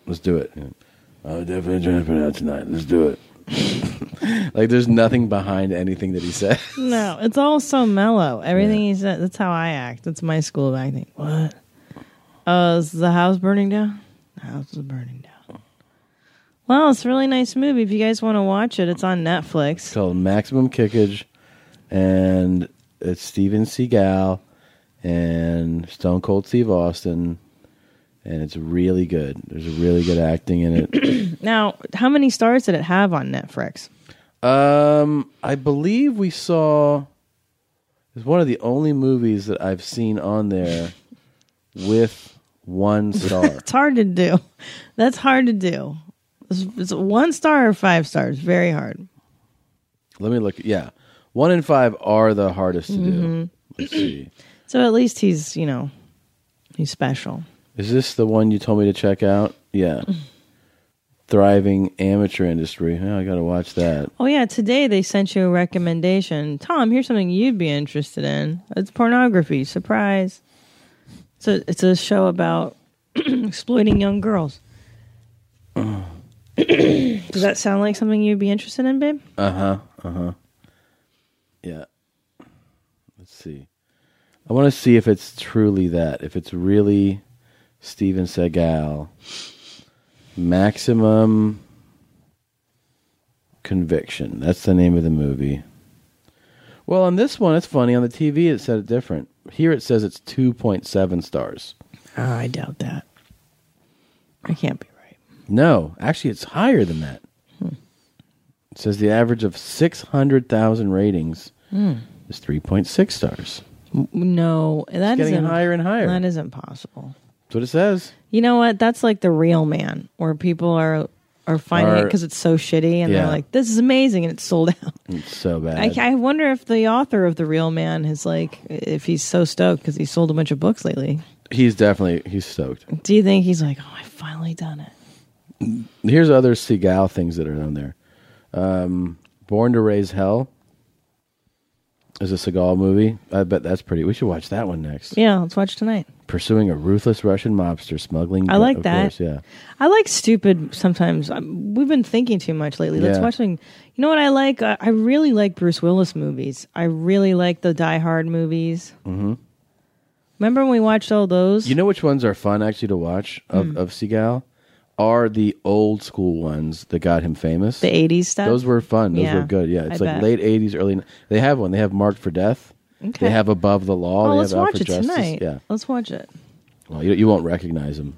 Speaker 1: Let's do it." And, I'm definitely transferring out tonight. Let's do it. (laughs) like, there's nothing behind anything that he said. (laughs)
Speaker 2: No, it's all so mellow. Everything he said, that's how I act. That's my school of acting. What? Uh, is the house burning down? The house is burning down. Well, it's a really nice movie. If you guys want to watch it, it's on Netflix. It's
Speaker 1: called Maximum Kickage, and it's Steven Seagal and Stone Cold Steve Austin, and it's really good. There's really good acting in it.
Speaker 2: Now, how many stars did it have on Netflix?
Speaker 1: um, I believe we saw. It's one of the only movies that I've seen on there with one
Speaker 2: (laughs)
Speaker 1: star.
Speaker 2: It's hard to do. That's hard to do. It's, it's one star or five stars. Very hard.
Speaker 1: Let me look. Yeah, one and five are the hardest to do.
Speaker 2: Mhm.
Speaker 1: Let's see.
Speaker 2: (clears throat) So at least he's, you know, he's special.
Speaker 1: Is this the one you told me to check out? Yeah. Thriving amateur industry. Oh, I got to watch that.
Speaker 2: Oh yeah, today they sent you a recommendation. Tom, here's something you'd be interested in. It's pornography. Surprise. So it's a show about (clears throat) exploiting young girls.
Speaker 1: Uh.
Speaker 2: Does that sound like something you'd be interested in, babe?
Speaker 1: Uh huh. Uh huh. Yeah. Let's see. I want to see if it's truly that. If it's really Steven Seagal. Maximum Conviction. That's the name of the movie. Well, on this one, it's funny. On the TV, it said it different. Here it says it's 2.7 stars.
Speaker 2: Oh,
Speaker 1: Ah,
Speaker 2: I doubt that. I can't be
Speaker 1: No, actually, it's higher than that. It says the average of 600,000 ratings
Speaker 2: Hmm.
Speaker 1: is 3.6 stars.
Speaker 2: M- No, that
Speaker 1: getting
Speaker 2: isn't-
Speaker 1: higher and higher.
Speaker 2: That isn't possible.
Speaker 1: That's what it says.
Speaker 2: You know what? That's like the real man, where people are are finding it
Speaker 1: Are-
Speaker 2: because it's so shitty, and
Speaker 1: Yeah.
Speaker 2: they're like, "This is amazing," and it's sold out.
Speaker 1: It's so bad.
Speaker 2: I, I wonder if the author of the real man is like, if he's so stoked because he sold a bunch of books lately.
Speaker 1: he's definitely, he's stoked.
Speaker 2: Do you think he's like, "Oh, I finally done it"?
Speaker 1: Here's other Seagal things that are on there. Um, Born to Raise Hell is a Seagal movie. I bet that's pretty. We should watch that one next.
Speaker 2: Yeah, let's watch tonight.
Speaker 1: Pursuing a ruthless Russian mobster smuggling.
Speaker 2: I like
Speaker 1: of
Speaker 2: that.
Speaker 1: course, yeah.
Speaker 2: I like stupid sometimes. I'm, we've been thinking too much lately. Let's
Speaker 1: Yeah.
Speaker 2: watch something. You know what I like? I, I really like Bruce Willis movies. I really like the Die Hard movies.
Speaker 1: Mm-hmm.
Speaker 2: Remember when we watched all those?
Speaker 1: You know which ones are fun actually to watch of,
Speaker 2: Hmm.
Speaker 1: of Seagal? Are the old school ones that got him famous.
Speaker 2: The 80s stuff?
Speaker 1: Those were fun. Those
Speaker 2: Yeah,
Speaker 1: were good. Yeah. It's
Speaker 2: I
Speaker 1: like
Speaker 2: bet.
Speaker 1: late 80s, early. n- They have one. They have Marked for Death.
Speaker 2: Okay.
Speaker 1: They have Above the Law.
Speaker 2: oh,
Speaker 1: they
Speaker 2: let's
Speaker 1: have Out
Speaker 2: watch
Speaker 1: for
Speaker 2: it
Speaker 1: Justice.
Speaker 2: tonight.
Speaker 1: Yeah.
Speaker 2: Let's watch it.
Speaker 1: Well, you, you won't recognize
Speaker 2: (laughs)
Speaker 1: him.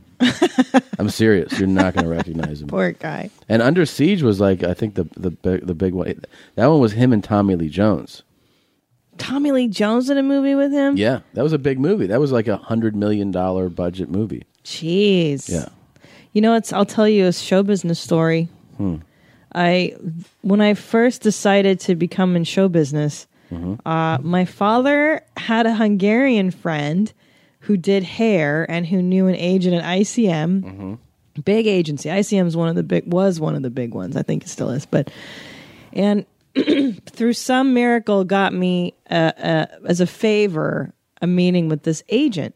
Speaker 1: I'm serious. You're not going to recognize him.
Speaker 2: Poor guy.
Speaker 1: And Under Siege was like, I think the, the, big- the big one. That one was him and Tommy Lee Jones.
Speaker 2: Tommy Lee Jones in a movie with him?
Speaker 1: Yeah. That was a big movie. That was like a $100 million budget movie.
Speaker 2: Jeez.
Speaker 1: Yeah.
Speaker 2: You know, it's I'll tell you a show business story.
Speaker 1: Hmm.
Speaker 2: I when I first decided to become in show business,
Speaker 1: Mm-hmm.
Speaker 2: uh, my father had a Hungarian friend who did hair and who knew an agent at ICM, big agency. ICM is one of the big was one of the big ones. I think it still is, but and (clears throat) through some miracle got me uh, uh, as a favor a meeting with this agent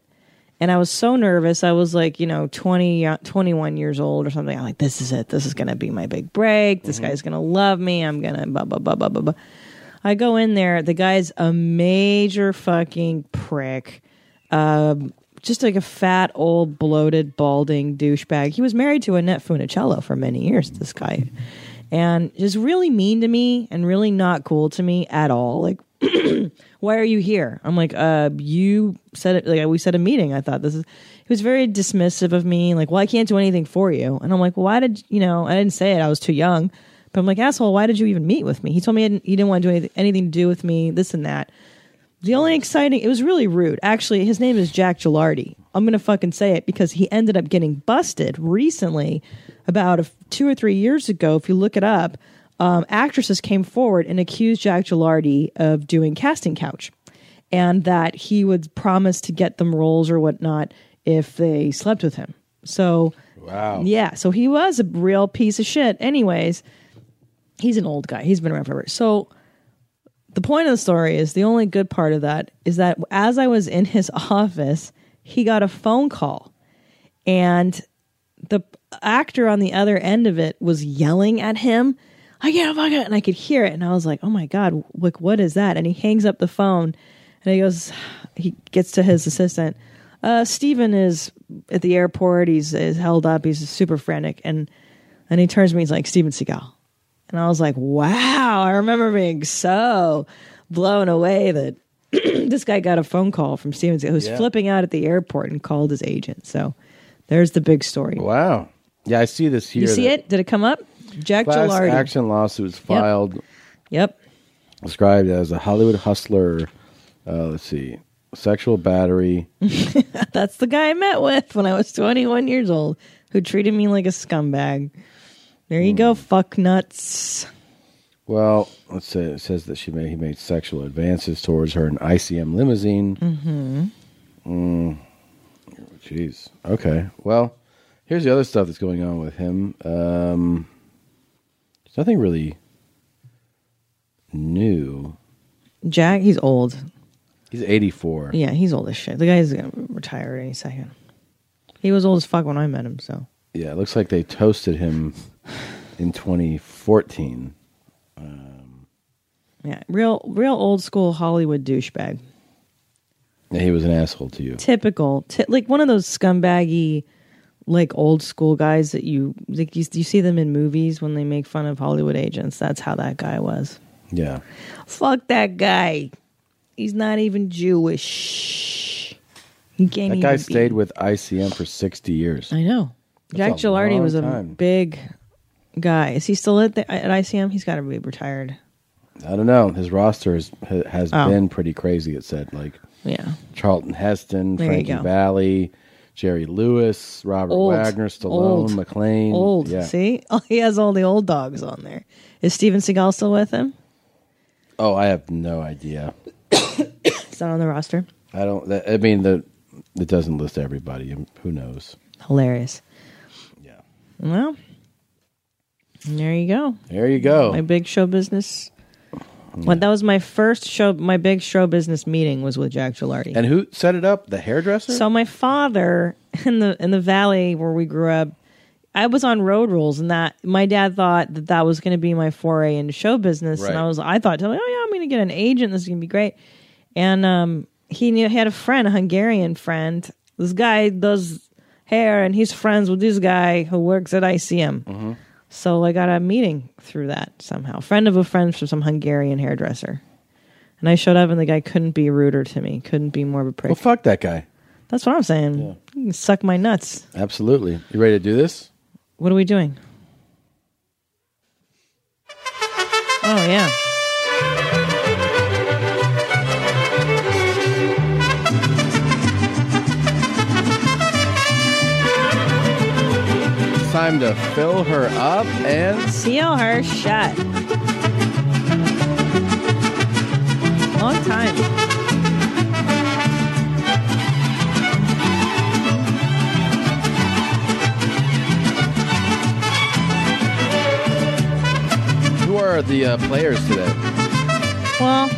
Speaker 2: and i was so nervous i was like you know 20 uh, 21 years old or something i'm like this is it this is gonna be my big break this guy's gonna love me i'm gonna blah blah blah blah blah blah i go in there the guy's a major fucking prick um, just like a fat old bloated balding douchebag he was married to annette funicello for many years this guy and just really mean to me and really not cool to me at all. Like why are you here? I'm like, uh, you said it. Like we said a meeting. I thought this is. He was very dismissive of me. Like, well, I can't do anything for you. And I'm like, well, why did you know? I didn't say it. I was too young. But I'm like, asshole, why did you even meet with me? He told me I didn't, he didn't want to do anything, anything to do with me. This and that. The only exciting, it was really rude. Actually, his name is Jack Gilardi. I'm going to fucking say it because he ended up getting busted recently, about a f two or three years ago. If you look it up, um, actresses came forward and accused Jack Gilardi of doing casting couch and that he would promise to get them roles or whatnot if they slept with him. So,
Speaker 1: Wow.
Speaker 2: yeah, so he was a real piece of shit. Anyways, he's an old guy. He's been around forever. So the point of the story is the only good part of that is that as I was in his (laughs) office, he got a phone call and the actor on the other end of it was yelling at him, I can't fuck it. And I could hear it. And I was like, oh my God, like, what is that? And he hangs up the phone and he goes, he gets to his assistant. Uh, Steven is at the airport. He's is held up. He's super frantic. And, and he turns to me, he's like, Steven Seagal. And I was like, wow, I remember being so blown away that (clears throat) this guy got a phone call from Steven Seagal who's
Speaker 1: Yeah.
Speaker 2: flipping out at the airport and called his agent. So there's the big story.
Speaker 1: Wow. Yeah, I see this here.
Speaker 2: You see it? Did it come up? Jack
Speaker 1: Class
Speaker 2: Gilardi.
Speaker 1: action lawsuits filed.
Speaker 2: Yep.
Speaker 1: Described as a Hollywood hustler. Uh, let's see. Sexual battery.
Speaker 2: (laughs) That's the guy I met with when I was 21 years old who treated me like a scumbag. There you
Speaker 1: Hmm.
Speaker 2: go, fuck nuts.
Speaker 1: Well, let's say it says that she made he made sexual advances towards her in ICM limousine.
Speaker 2: Mm-hmm.
Speaker 1: Mm. Jeez. Okay. Well, here's the other stuff that's going on with him. Um, there's nothing really new.
Speaker 2: Jack, he's old.
Speaker 1: He's 84.
Speaker 2: Yeah, he's old as shit. The guy's going to retire any second. He was old as fuck when I met him, so.
Speaker 1: Yeah, it looks like they toasted him in 2014.
Speaker 2: Yeah, real real old school Hollywood douchebag.
Speaker 1: Yeah, he was an asshole to you.
Speaker 2: Typical, ti like one of those scumbaggy, like old school guys that you like. You, you see them in movies when they make fun of Hollywood agents. That's how that guy was.
Speaker 1: Yeah.
Speaker 2: Fuck that guy. He's not even Jewish. He can't
Speaker 1: That guy
Speaker 2: even be-
Speaker 1: stayed with ICM for 60 years.
Speaker 2: I know. Jack
Speaker 1: That's a
Speaker 2: Gilardi
Speaker 1: long
Speaker 2: was a
Speaker 1: time.
Speaker 2: big guy. Is he still at the, at ICM? He's got to be retired.
Speaker 1: I don't know. His roster has, ha- has
Speaker 2: Oh.
Speaker 1: been pretty crazy. It said like
Speaker 2: Yeah.
Speaker 1: Charlton Heston,
Speaker 2: There you
Speaker 1: Frankie
Speaker 2: go.
Speaker 1: Valley, Jerry Lewis, Robert
Speaker 2: Old.
Speaker 1: Wagner, Stallone,
Speaker 2: Old.
Speaker 1: McLean.
Speaker 2: Old.
Speaker 1: Yeah.
Speaker 2: See, (laughs) he has all the old dogs on there. Is Steven Seagal still with him? (coughs)
Speaker 1: Oh, I have no idea.
Speaker 2: He's not on the roster.
Speaker 1: I don't. That, I mean, the it doesn't list everybody. Um, Who knows?
Speaker 2: Hilarious. Yeah. Well, there you go.
Speaker 1: There you go.
Speaker 2: My big show business. Well, that was my first show. My big show business meeting was with Jack Gilardi.
Speaker 1: And who set it up? The hairdresser.
Speaker 2: So my father in the in the valley where we grew up, I was on road rules, and that my dad thought that that was going to be my foray into show business, and
Speaker 11: Right.
Speaker 2: I was I thought, oh yeah, I'm going to get an agent. This is going to be great. And um, he knew he had a friend, a Hungarian friend. This guy does hair, and he's friends with this guy who works at ICM.
Speaker 1: Mm-hmm.
Speaker 2: So I got a meeting through that somehow. Friend of a friend from some Hungarian hairdresser. And I showed up, and the guy couldn't be ruder to me, couldn't be more of a prick.
Speaker 1: well, fuck that guy.
Speaker 2: That's what I'm saying. You can suck my nuts.
Speaker 1: Absolutely. You ready to do this?
Speaker 2: What are we doing? Oh yeah.
Speaker 1: It's time to fill her up and
Speaker 2: seal her shut. Long time.
Speaker 1: Who are the uh, players today?
Speaker 2: Well,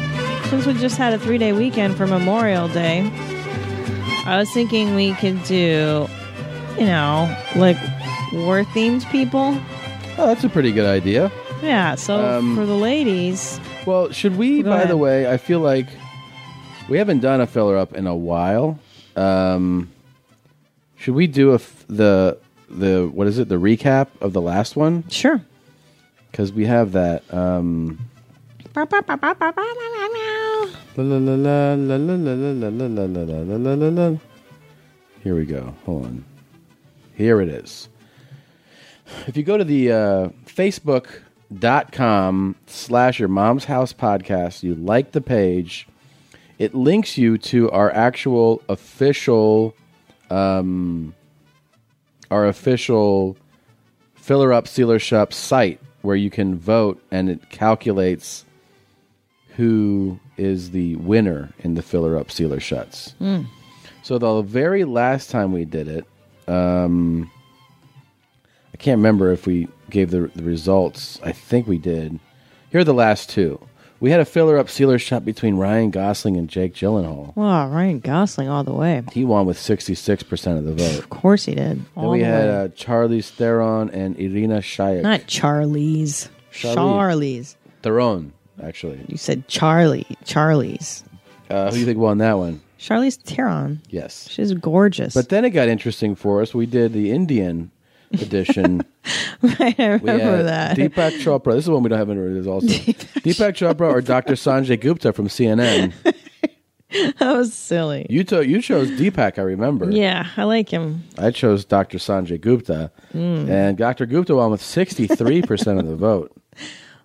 Speaker 2: since we just had a three day weekend for Memorial Day, I was thinking we could do, you know, like war themed people.
Speaker 1: Oh, that's a pretty good idea.
Speaker 2: Yeah, so
Speaker 1: Um,
Speaker 2: for the ladies.
Speaker 1: Well, should we,
Speaker 2: Go
Speaker 1: by
Speaker 2: ahead.
Speaker 1: the way, I feel like we haven't done a filler up in a while. Um, should we do a f- the the what is it the recap of the last one?
Speaker 2: Sure.
Speaker 1: Because we have that. Um, La la la la la la la la la la la la la la la. Here we go. Hold on. Here it is. If you go to the uh, Facebook.com slash your mom's house podcast, you like the page, it links you to our actual official, um, our official filler up, sealer shop site where you can vote and it calculates who is the winner in the filler up, sealer shuts.
Speaker 10: Mm.
Speaker 1: So the very last time we did it, um, I can't remember if we gave the, the results. I think we did. Here are the last two. We had a filler up sealer shot between Ryan Gosling and Jake Gyllenhaal.
Speaker 2: Wow, Ryan Gosling all the way.
Speaker 1: He won with 66% of the vote.
Speaker 2: Of course he did.
Speaker 1: then
Speaker 2: All
Speaker 1: we
Speaker 2: the
Speaker 1: had
Speaker 2: way.
Speaker 1: uh, Charlize Theron and Irina Shayek.
Speaker 2: Not Charlie's.
Speaker 1: Charlize.
Speaker 2: Charlie's.
Speaker 1: Theron, actually.
Speaker 2: You said Charlie. Charlie's.
Speaker 1: Uh, who do you think won that one?
Speaker 2: Charlie's Theron.
Speaker 1: Yes.
Speaker 2: She's gorgeous.
Speaker 1: But then it got interesting for us. We did
Speaker 2: (laughs)
Speaker 1: the Indian edition.
Speaker 2: right, (laughs) I
Speaker 1: We had
Speaker 2: remember that.
Speaker 1: Deepak Chopra. This is one we don't have in
Speaker 2: (laughs)
Speaker 1: orders also. Deepak Chopra or Dr. Sanjay Gupta from CNN.
Speaker 2: (laughs) that was silly.
Speaker 1: You, to- you chose Deepak, I remember.
Speaker 2: Yeah, I like him.
Speaker 1: I chose Dr. Sanjay Gupta.
Speaker 2: Mm.
Speaker 1: And Dr. Gupta won with 63% of the vote.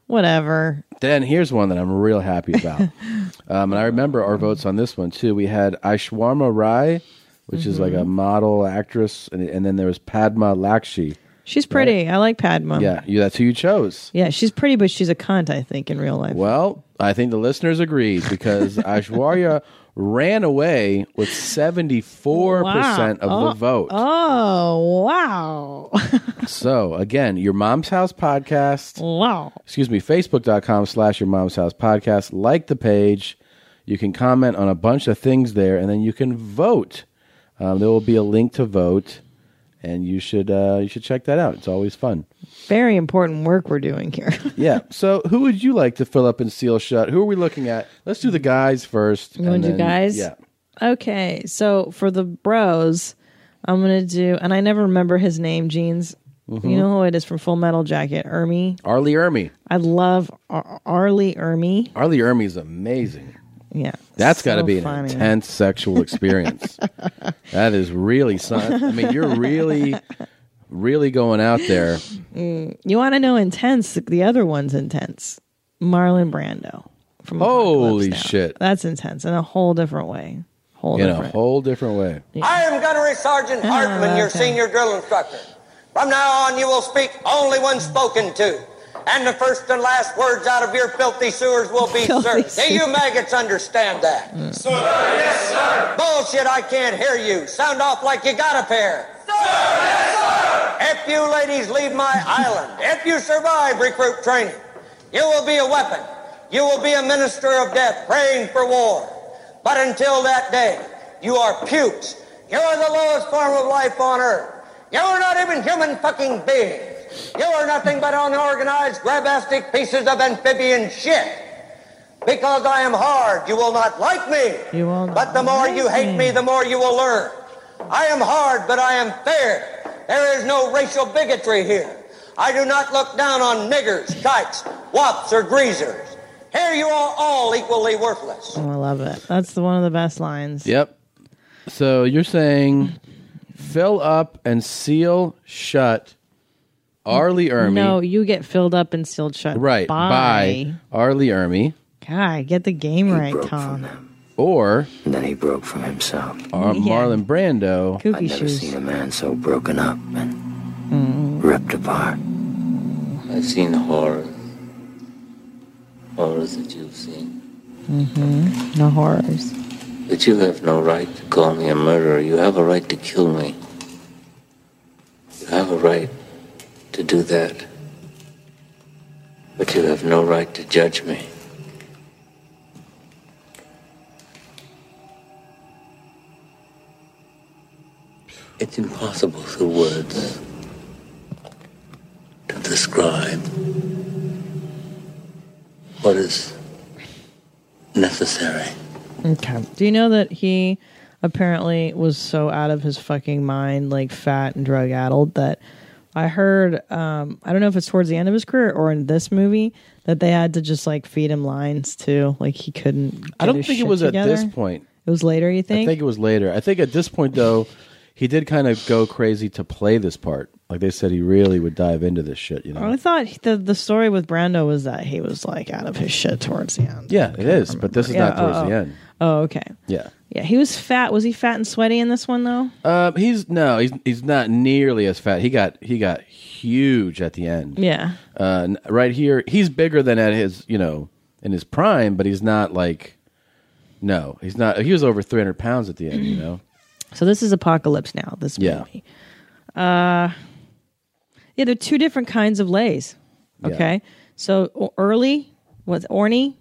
Speaker 2: Whatever.
Speaker 1: Then here's one that I'm real happy about.
Speaker 2: (laughs)
Speaker 1: um, and I remember our votes on this one too. We had Aishwarma Rai, which is like
Speaker 2: Mm-hmm.
Speaker 1: a model actress, and, and then there was Padma Lakshmi.
Speaker 2: She's pretty. I like Padma.
Speaker 1: Yeah, you, that's who you chose.
Speaker 2: Yeah, she's pretty, but she's a cunt, I think, in real life.
Speaker 1: Well, I think the listeners agreed
Speaker 2: (laughs)
Speaker 1: because Aishwarya ran away with 74% of
Speaker 2: Oh, Wow.
Speaker 1: the vote.
Speaker 2: Oh, wow.
Speaker 1: So, again, your mom's house podcast.
Speaker 2: Wow.
Speaker 1: Excuse me, facebook.com slash your mom's house podcast. Like the page. You can comment on a bunch of things there, and then you can vote. Um, there will be a link to vote, and you should uh, you should check that out. It's always
Speaker 2: (laughs)
Speaker 1: fun.
Speaker 2: Very important work we're doing here. (laughs)
Speaker 1: yeah. So, who would you like to fill up and seal shut? Who are we looking at? Let's do the guys first.
Speaker 2: You want to
Speaker 1: and
Speaker 2: do
Speaker 1: then-
Speaker 2: guys?
Speaker 1: Yeah.
Speaker 2: Okay, so for the bros, I'm gonna do, and I never remember his name. Jeans.
Speaker 1: Mhm.
Speaker 2: You know who it is from Full Metal Jacket? Ermy.
Speaker 1: Arlie Ermy.
Speaker 2: I love Ar- Arlie Ermy.
Speaker 1: Arlie Ermy's amazing.
Speaker 2: Yeah.
Speaker 1: That's got to
Speaker 2: so
Speaker 1: be an
Speaker 2: funny.
Speaker 1: intense sexual
Speaker 2: (laughs)
Speaker 1: experience. that is really something. I mean, you're really, really going out there.
Speaker 2: Mm, you want to know intense? The other one's intense. Marlon Brando.
Speaker 1: Holy shit.
Speaker 2: That's intense in a whole different way. Whole
Speaker 1: in
Speaker 2: different.
Speaker 1: a whole different way.
Speaker 11: I am Gunnery
Speaker 10: Ah,
Speaker 11: Sergeant Hartman, your senior drill instructor. From now on, you will speak only when spoken to. And the first and last words out of your filthy sewers will be,
Speaker 10: (laughs)
Speaker 11: sir.
Speaker 10: Filthy
Speaker 11: Do you
Speaker 10: sewers. Mm.
Speaker 11: maggots understand that? Sir, yes, sir. Bullshit, I can't hear you. Sound off like you got a pair. Sir, yes, sir. If you ladies leave my island, if you survive recruit training, you will be a weapon. You will be a minister of death praying for war. But until that day, you are pukes. You're the lowest form of life on earth. You're not even human fucking beings. You are nothing but unorganized, grabastic pieces of amphibian shit. Because I am hard, you will not like me.
Speaker 2: You will
Speaker 11: But the more you hate me, the more you will learn. I am hard, but I am fair. There is no racial bigotry here. I do not look down on niggers, kikes, wops, or greasers. Here you are all equally worthless.
Speaker 2: Oh, I love it. That's the one of the best lines.
Speaker 1: Yep. So you're saying fill up and seal shut Arlie Ermy.
Speaker 2: No, you get filled up and sealed shut.
Speaker 1: Right. By
Speaker 2: Bye.
Speaker 1: Arlie Ermy.
Speaker 2: God, get the game right, Tom.
Speaker 1: Or.
Speaker 13: then he broke from himself.
Speaker 1: Or Marlon Brando.
Speaker 13: I've never seen a man so broken up and
Speaker 2: Mm.
Speaker 13: ripped apart.
Speaker 14: I've seen the horror. Horrors that you've seen.
Speaker 2: Mm-hmm. No horrors.
Speaker 14: But you have no right to call me a murderer. You have a right to kill me. You have a right to do that. But you have no right to judge me. It's impossible through words to describe what is necessary.
Speaker 2: Okay. Do you know that he apparently was so out of his fucking mind, like fat and drug addled, that I heard, um, I don't know if it's towards the end of his career or in this movie, that they had to just like feed him lines too. Like he couldn't. Get
Speaker 1: I don't
Speaker 2: his
Speaker 1: think it
Speaker 2: shit
Speaker 1: was
Speaker 2: together.
Speaker 1: at this point.
Speaker 2: It was later, you think?
Speaker 1: I think it was later. I think at this point though, he did kind of go crazy to play this part. Like they said, he really would dive into this shit. You know.
Speaker 2: I thought he- the the story with Brando was that he was like out of his shit towards the end.
Speaker 1: Yeah, it is. But this is
Speaker 2: Yeah,
Speaker 1: not towards
Speaker 2: oh,
Speaker 1: the
Speaker 2: oh.
Speaker 1: end.
Speaker 2: Oh, okay.
Speaker 1: Yeah.
Speaker 2: Yeah, he was fat. Was he fat and sweaty in this one though?
Speaker 1: Um, he's no, he's he's not nearly as fat. He got he got huge at the end.
Speaker 2: Yeah.
Speaker 1: Uh, n- right here, he's bigger than at his you know in his prime, but he's not like no, he's not. He was over three hundred pounds at the end. You know.
Speaker 2: So this is Apocalypse Now. This
Speaker 1: yeah.
Speaker 2: Uh, yeah, they're two different kinds of lays.
Speaker 1: Yeah.
Speaker 2: Okay, so o- early was Orny.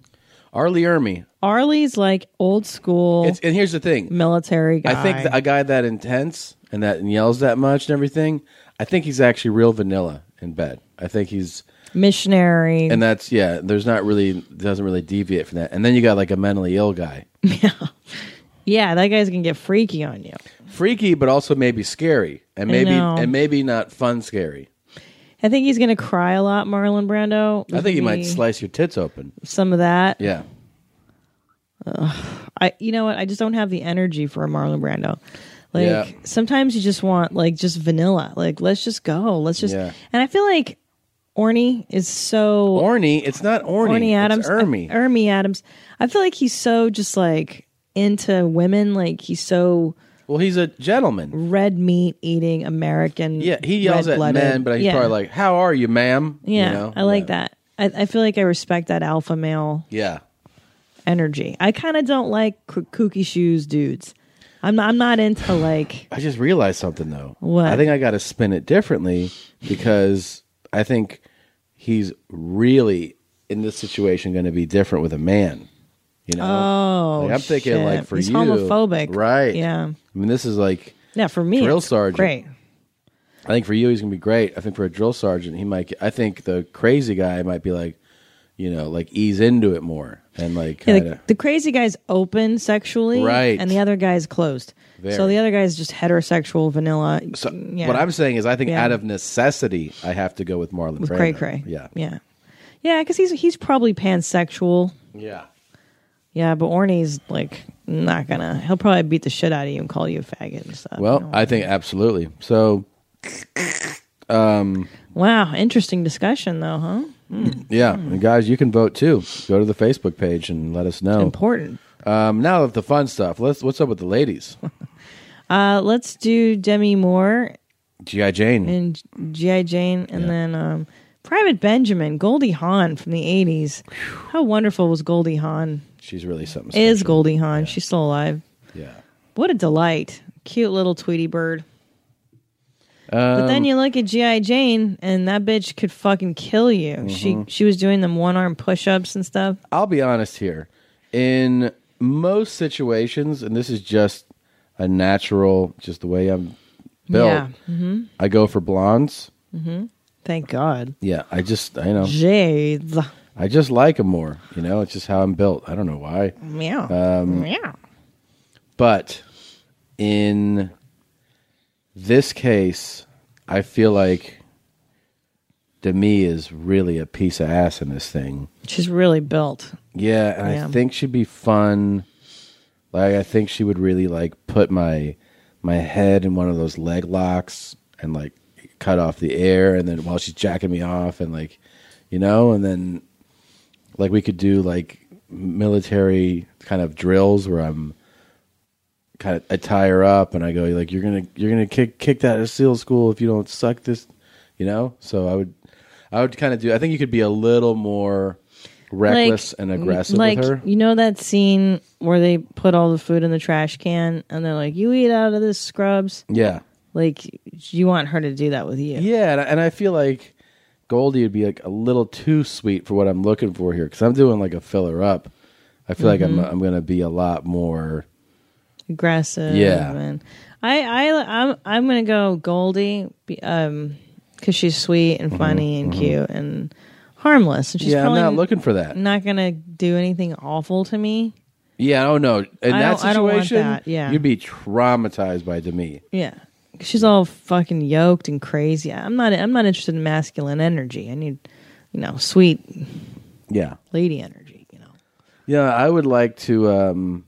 Speaker 1: Arlie Ermy.
Speaker 2: Arlie's like old school
Speaker 1: It's, and here's the thing.
Speaker 2: military guy.
Speaker 1: I think th- a guy that intense and that yells that much and everything, I think he's actually real vanilla in bed. I think he's
Speaker 2: missionary.
Speaker 1: and that's yeah. There's not really doesn't really deviate from that. And then you got like a mentally ill guy,
Speaker 2: yeah, that guy's gonna get freaky on you.
Speaker 1: freaky but also maybe scary and
Speaker 2: I
Speaker 1: maybe
Speaker 2: know.
Speaker 1: and maybe not fun scary.
Speaker 2: I think he's gonna cry a lot, Marlon Brando.
Speaker 1: I think he might
Speaker 2: Maybe
Speaker 1: slice your tits open.
Speaker 2: some of that.
Speaker 1: Yeah,
Speaker 2: Ugh. I you know what? I just don't have the energy for a Marlon Brando. Like
Speaker 1: Yeah.
Speaker 2: sometimes you just want like just vanilla. Like let's just go. Let's just
Speaker 1: Yeah.
Speaker 2: and I feel like Orny is so
Speaker 1: Orny. It's not Orny.
Speaker 2: Orny
Speaker 1: It's
Speaker 2: Adams.
Speaker 1: Ermy.
Speaker 2: Ermy Adams. I feel like he's so just like into women. Like he's so
Speaker 1: well. He's a gentleman.
Speaker 2: Red meat eating American.
Speaker 1: yeah. He yells at
Speaker 2: red-blooded.
Speaker 1: men, but he's
Speaker 2: Yeah.
Speaker 1: probably like, "How are you, ma'am?" You
Speaker 2: yeah.
Speaker 1: know?
Speaker 2: I like that. I, I feel like I respect that alpha male
Speaker 1: Yeah.
Speaker 2: energy. I kind of don't like k- kooky shoes dudes. I'm not, I'm not into like
Speaker 1: (sighs) I just realized something though.
Speaker 2: What?
Speaker 1: I think I got to spin it differently because I think he's really in this situation going to be different with a man. You know,
Speaker 2: Oh,
Speaker 1: Like, I'm thinking
Speaker 2: shit.
Speaker 1: like for
Speaker 2: He's
Speaker 1: you,
Speaker 2: homophobic.
Speaker 1: right?
Speaker 2: Yeah.
Speaker 1: I mean, this is like
Speaker 2: yeah for me
Speaker 1: drill
Speaker 2: it's
Speaker 1: sergeant.
Speaker 2: Great.
Speaker 1: I think for you, he's gonna be great. I think for a drill sergeant, he might. I think the crazy guy might be like, you know, like ease into it more and like
Speaker 2: Yeah,
Speaker 1: kind of.
Speaker 2: the, the crazy guy's open sexually,
Speaker 1: Right.
Speaker 2: And the other guy's closed. So
Speaker 1: Very.
Speaker 2: the other guy's just heterosexual, vanilla.
Speaker 1: so
Speaker 2: yeah.
Speaker 1: what I'm saying is, I think
Speaker 2: Yeah.
Speaker 1: out of necessity, I have to go with Marlon.
Speaker 2: With
Speaker 1: Brando.
Speaker 2: Cray Cray.
Speaker 1: Yeah.
Speaker 2: Yeah, yeah, because he's he's probably pansexual.
Speaker 1: Yeah.
Speaker 2: Yeah, but Orny's like not gonna. He'll probably beat the shit out of you and call you a faggot and stuff.
Speaker 1: Well, I think absolutely. So, um,
Speaker 2: Wow, interesting discussion though, huh? Hmm,
Speaker 1: yeah, and guys, you can vote too. Go to the Facebook page and let us know.
Speaker 2: Important.
Speaker 1: Um, now that the fun stuff. Let's. What's up with
Speaker 2: (laughs)
Speaker 1: the ladies?
Speaker 2: Uh, let's do Demi Moore
Speaker 1: GI Jane.
Speaker 2: and G.I. Jane, and then um, Private Benjamin, Goldie Hawn from the '80s. How wonderful was Goldie Hawn?
Speaker 1: She's really something.
Speaker 2: Is Goldie Hawn? She's still alive.
Speaker 1: Yeah.
Speaker 2: What a delight! Cute little Tweety bird. but then
Speaker 1: Um,
Speaker 2: you look at GI Jane, and that bitch could fucking kill you. She
Speaker 1: Mhm.
Speaker 2: she was doing them one arm push ups and stuff.
Speaker 1: I'll be honest here. In most situations, and this is just a natural, just the way I'm built.
Speaker 2: Yeah. Mhm.
Speaker 1: I go for blondes.
Speaker 2: hmm Thank God.
Speaker 1: Yeah, I just, I know,
Speaker 2: Jades.
Speaker 1: I just like them more. You know, it's just how I'm built. I don't know why.
Speaker 2: Meow.
Speaker 1: Um,
Speaker 2: Meow.
Speaker 1: But in this case, I feel like Demi is really a piece of ass in this thing.
Speaker 2: She's really built.
Speaker 1: Yeah, and
Speaker 2: Yeah.
Speaker 1: I think she'd be fun. Like I think she would really like put my my head in one of those leg locks and like cut off the air and then while she's jacking me off and like you know and then like we could do like military kind of drills where I'm kind of I tie her up and I go like you're gonna you're gonna kick kick that at SEAL school if you don't suck this you know so I would I would kind of do I think you could be a little more reckless
Speaker 2: Like-
Speaker 1: and aggressive
Speaker 2: like,
Speaker 1: with her
Speaker 2: You know that scene where they put all the food in the trash can and they're like, You eat out of this scrubs?
Speaker 1: yeah
Speaker 2: Like you want her to do that with you.
Speaker 1: yeah and I, and I feel like Goldie would be like a little too sweet for what I'm looking for here because I'm doing like a filler up I feel like I'm
Speaker 2: Mhm.
Speaker 1: I'm gonna be a lot more
Speaker 2: aggressive.
Speaker 1: Yeah.
Speaker 2: and I I I'm I'm gonna go Goldie, be- um, because she's sweet and funny and cute and harmless, and she's
Speaker 1: Mm-hmm, yeah I'm
Speaker 2: probably
Speaker 1: not looking for that
Speaker 2: Not gonna do anything awful to me.
Speaker 1: yeah I don't know in
Speaker 2: I
Speaker 1: that
Speaker 2: don't- I don't want
Speaker 1: situation
Speaker 2: that, yeah.
Speaker 1: you'd be traumatized by Demi
Speaker 2: Yeah, she's all fucking yoked and crazy. I'm not. I'm not interested in masculine energy. I need, you know, sweet
Speaker 1: Yeah.
Speaker 2: lady energy.
Speaker 1: Yeah, I would like to. Um,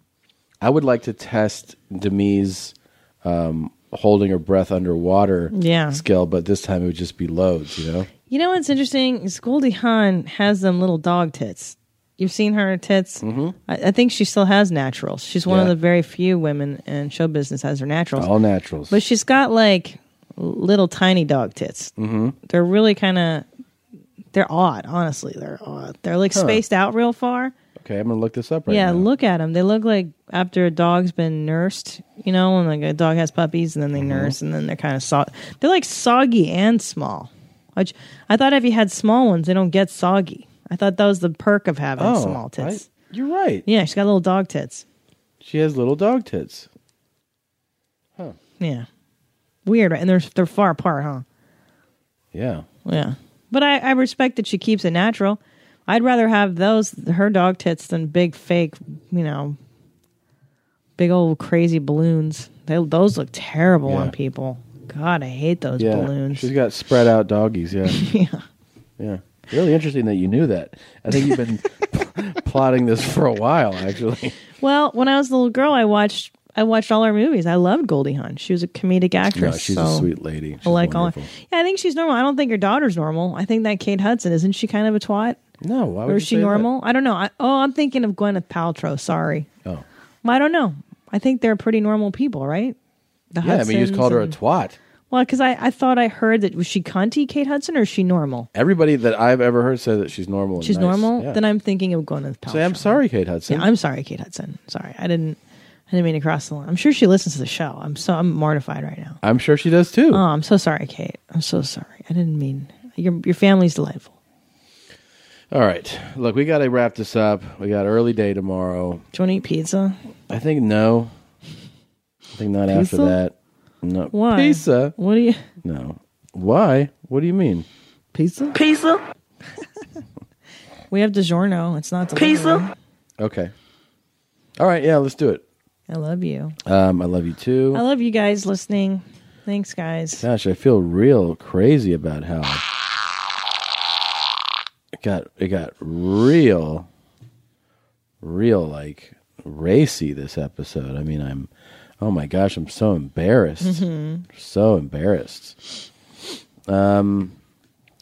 Speaker 1: I would like to test Demi's um, holding her breath underwater
Speaker 2: Yeah.
Speaker 1: skill, but this time it would just be loads. You know,
Speaker 2: You know what's interesting is Goldie Hawn has them little dog tits. You've seen her tits. Mm-hmm. I, I think she still has naturals. She's one of
Speaker 1: Yeah. Oh,
Speaker 2: the very few women in show business has her naturals.
Speaker 1: all naturals.
Speaker 2: But she's got like little tiny dog tits.
Speaker 1: mm-hmm.
Speaker 2: They're really kind of they're odd. Honestly, they're odd. They're like
Speaker 1: Huh.
Speaker 2: spaced out real far.
Speaker 1: Okay, I'm gonna look this up right
Speaker 2: yeah,
Speaker 1: now.
Speaker 2: look at them. They look like after a dog's been nursed, you know, when like a dog has puppies and then they
Speaker 1: Mm-hmm.
Speaker 2: nurse and then they're kind of so they're like soggy and small. Which I thought if you had small ones, they don't get soggy. I thought that was the perk of having
Speaker 1: Oh,
Speaker 2: small tits.
Speaker 1: I- you're right.
Speaker 2: Yeah, she's got little dog tits.
Speaker 1: She has little dog tits. Huh.
Speaker 2: Yeah, weird, right? And they're they're far apart, huh?
Speaker 1: Yeah.
Speaker 2: Yeah. But I, I respect that she keeps it natural. I'd rather have those her dog tits than big fake, you know, big old crazy balloons. They, those look terrible
Speaker 1: Yeah.
Speaker 2: on people. God, I hate those
Speaker 1: yeah.
Speaker 2: balloons.
Speaker 1: She's got spread out doggies. Yeah.
Speaker 2: (laughs) yeah.
Speaker 1: Yeah. Really interesting that you knew that. I think you've been
Speaker 2: (laughs)
Speaker 1: plotting this for a while, actually.
Speaker 2: Well, when I was a little girl, I watched I watched all her movies. I loved Goldie Hawn. She was a comedic actress.
Speaker 1: No, she's a
Speaker 2: so
Speaker 1: sweet lady. She's
Speaker 2: I like all. Her.
Speaker 1: wonderful.
Speaker 2: Yeah, I think she's normal. I don't think her daughter's normal. I think that Kate Hudson isn't she kind of a twat?
Speaker 1: No, why would
Speaker 2: or
Speaker 1: you
Speaker 2: is she
Speaker 1: say that?
Speaker 2: normal? I don't know. I, oh, I'm thinking of Gwyneth Paltrow. Sorry.
Speaker 1: Oh.
Speaker 2: I don't know. I think they're pretty normal people, right? The
Speaker 1: yeah, I mean, you just
Speaker 2: Hudsons
Speaker 1: called her a
Speaker 2: and-
Speaker 1: twat.
Speaker 2: Well, because I, I thought I heard that was she cunty, Kate Hudson, or is she normal?
Speaker 1: Everybody that I've ever heard says that she's normal. and
Speaker 2: She's
Speaker 1: nice.
Speaker 2: normal.
Speaker 1: Yeah.
Speaker 2: Then I'm thinking of Gwyneth Paltrow.
Speaker 1: Say, I'm sorry, Kate Hudson.
Speaker 2: Yeah, I'm sorry, Kate Hudson. Sorry, I didn't. I didn't mean to cross the line. I'm sure she listens to the show. I'm so I'm mortified right now.
Speaker 1: I'm sure she does too.
Speaker 2: Oh, I'm so sorry, Kate. I'm so sorry. I didn't mean your your family's delightful.
Speaker 1: All right, look, we got to wrap this up. We got early day tomorrow.
Speaker 2: Do you want to eat pizza?
Speaker 1: I think no. I think not after
Speaker 2: Pizza?
Speaker 1: that. No
Speaker 2: Why?
Speaker 1: pizza.
Speaker 2: What do you?
Speaker 1: No. Why? What do you mean?
Speaker 2: Pizza. Pizza. we have DiGiorno. It's not delivery.
Speaker 23: Pizza?
Speaker 1: Okay. All right. Yeah, let's do it.
Speaker 2: I love you.
Speaker 1: Um, I love you too.
Speaker 2: I love you guys listening. Thanks, guys.
Speaker 1: Gosh, I feel real crazy about how it got it got real, real like racy this episode. I mean, I'm oh my gosh, I'm so embarrassed,
Speaker 2: Mhm.
Speaker 1: so embarrassed. Um,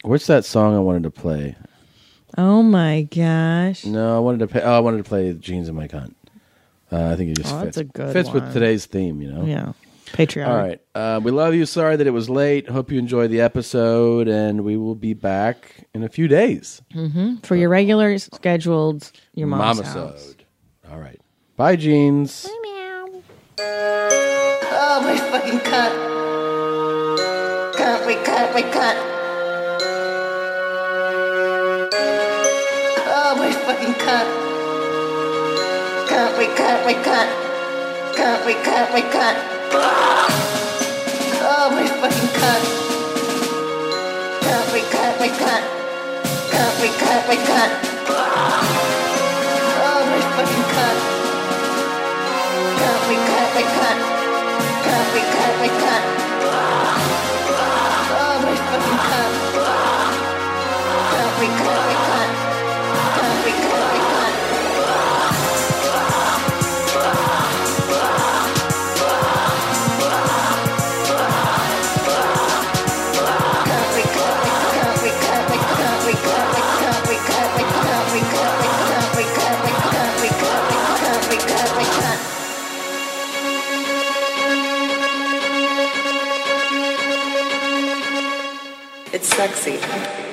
Speaker 1: what's that song I wanted to play?
Speaker 2: Oh my gosh.
Speaker 1: No, I wanted to play. Oh, I wanted to play "Jeans in My Cunt." Uh, I think it just
Speaker 2: Oh,
Speaker 1: fits.
Speaker 2: that's a good
Speaker 1: fits with
Speaker 2: one.
Speaker 1: today's theme, you know.
Speaker 2: Yeah. Patriotic.
Speaker 1: All right. Uh, we love you. Sorry that it was late. Hope you enjoyed the episode, and we will be back in a few days.
Speaker 2: hmm For your regular scheduled, your mom's house.
Speaker 1: All right. Bye, jeans.
Speaker 10: Oh, my fucking cunt. Cunt, my cunt, my cunt. Oh, my fucking cunt. Cunt, my cunt, my cunt. Cunt, my cunt, my cunt. Oh, my fucking cunt. Cunt, my cunt, my cunt. Cunt, my cunt, my cunt. Oh, my fucking cunt. Cunt, my cunt, my cunt. Cut, we cut, we cut. Oh, my fucking cut. Cut, we cut, we cut. Cut, we cut, we cut. Cut, we cut, we cut, we cut, we cut, we cut, we cut, we cut, we cut, we cut, we cut, we cut, we cut, we cut, we cut, we cut, we cut. It's sexy.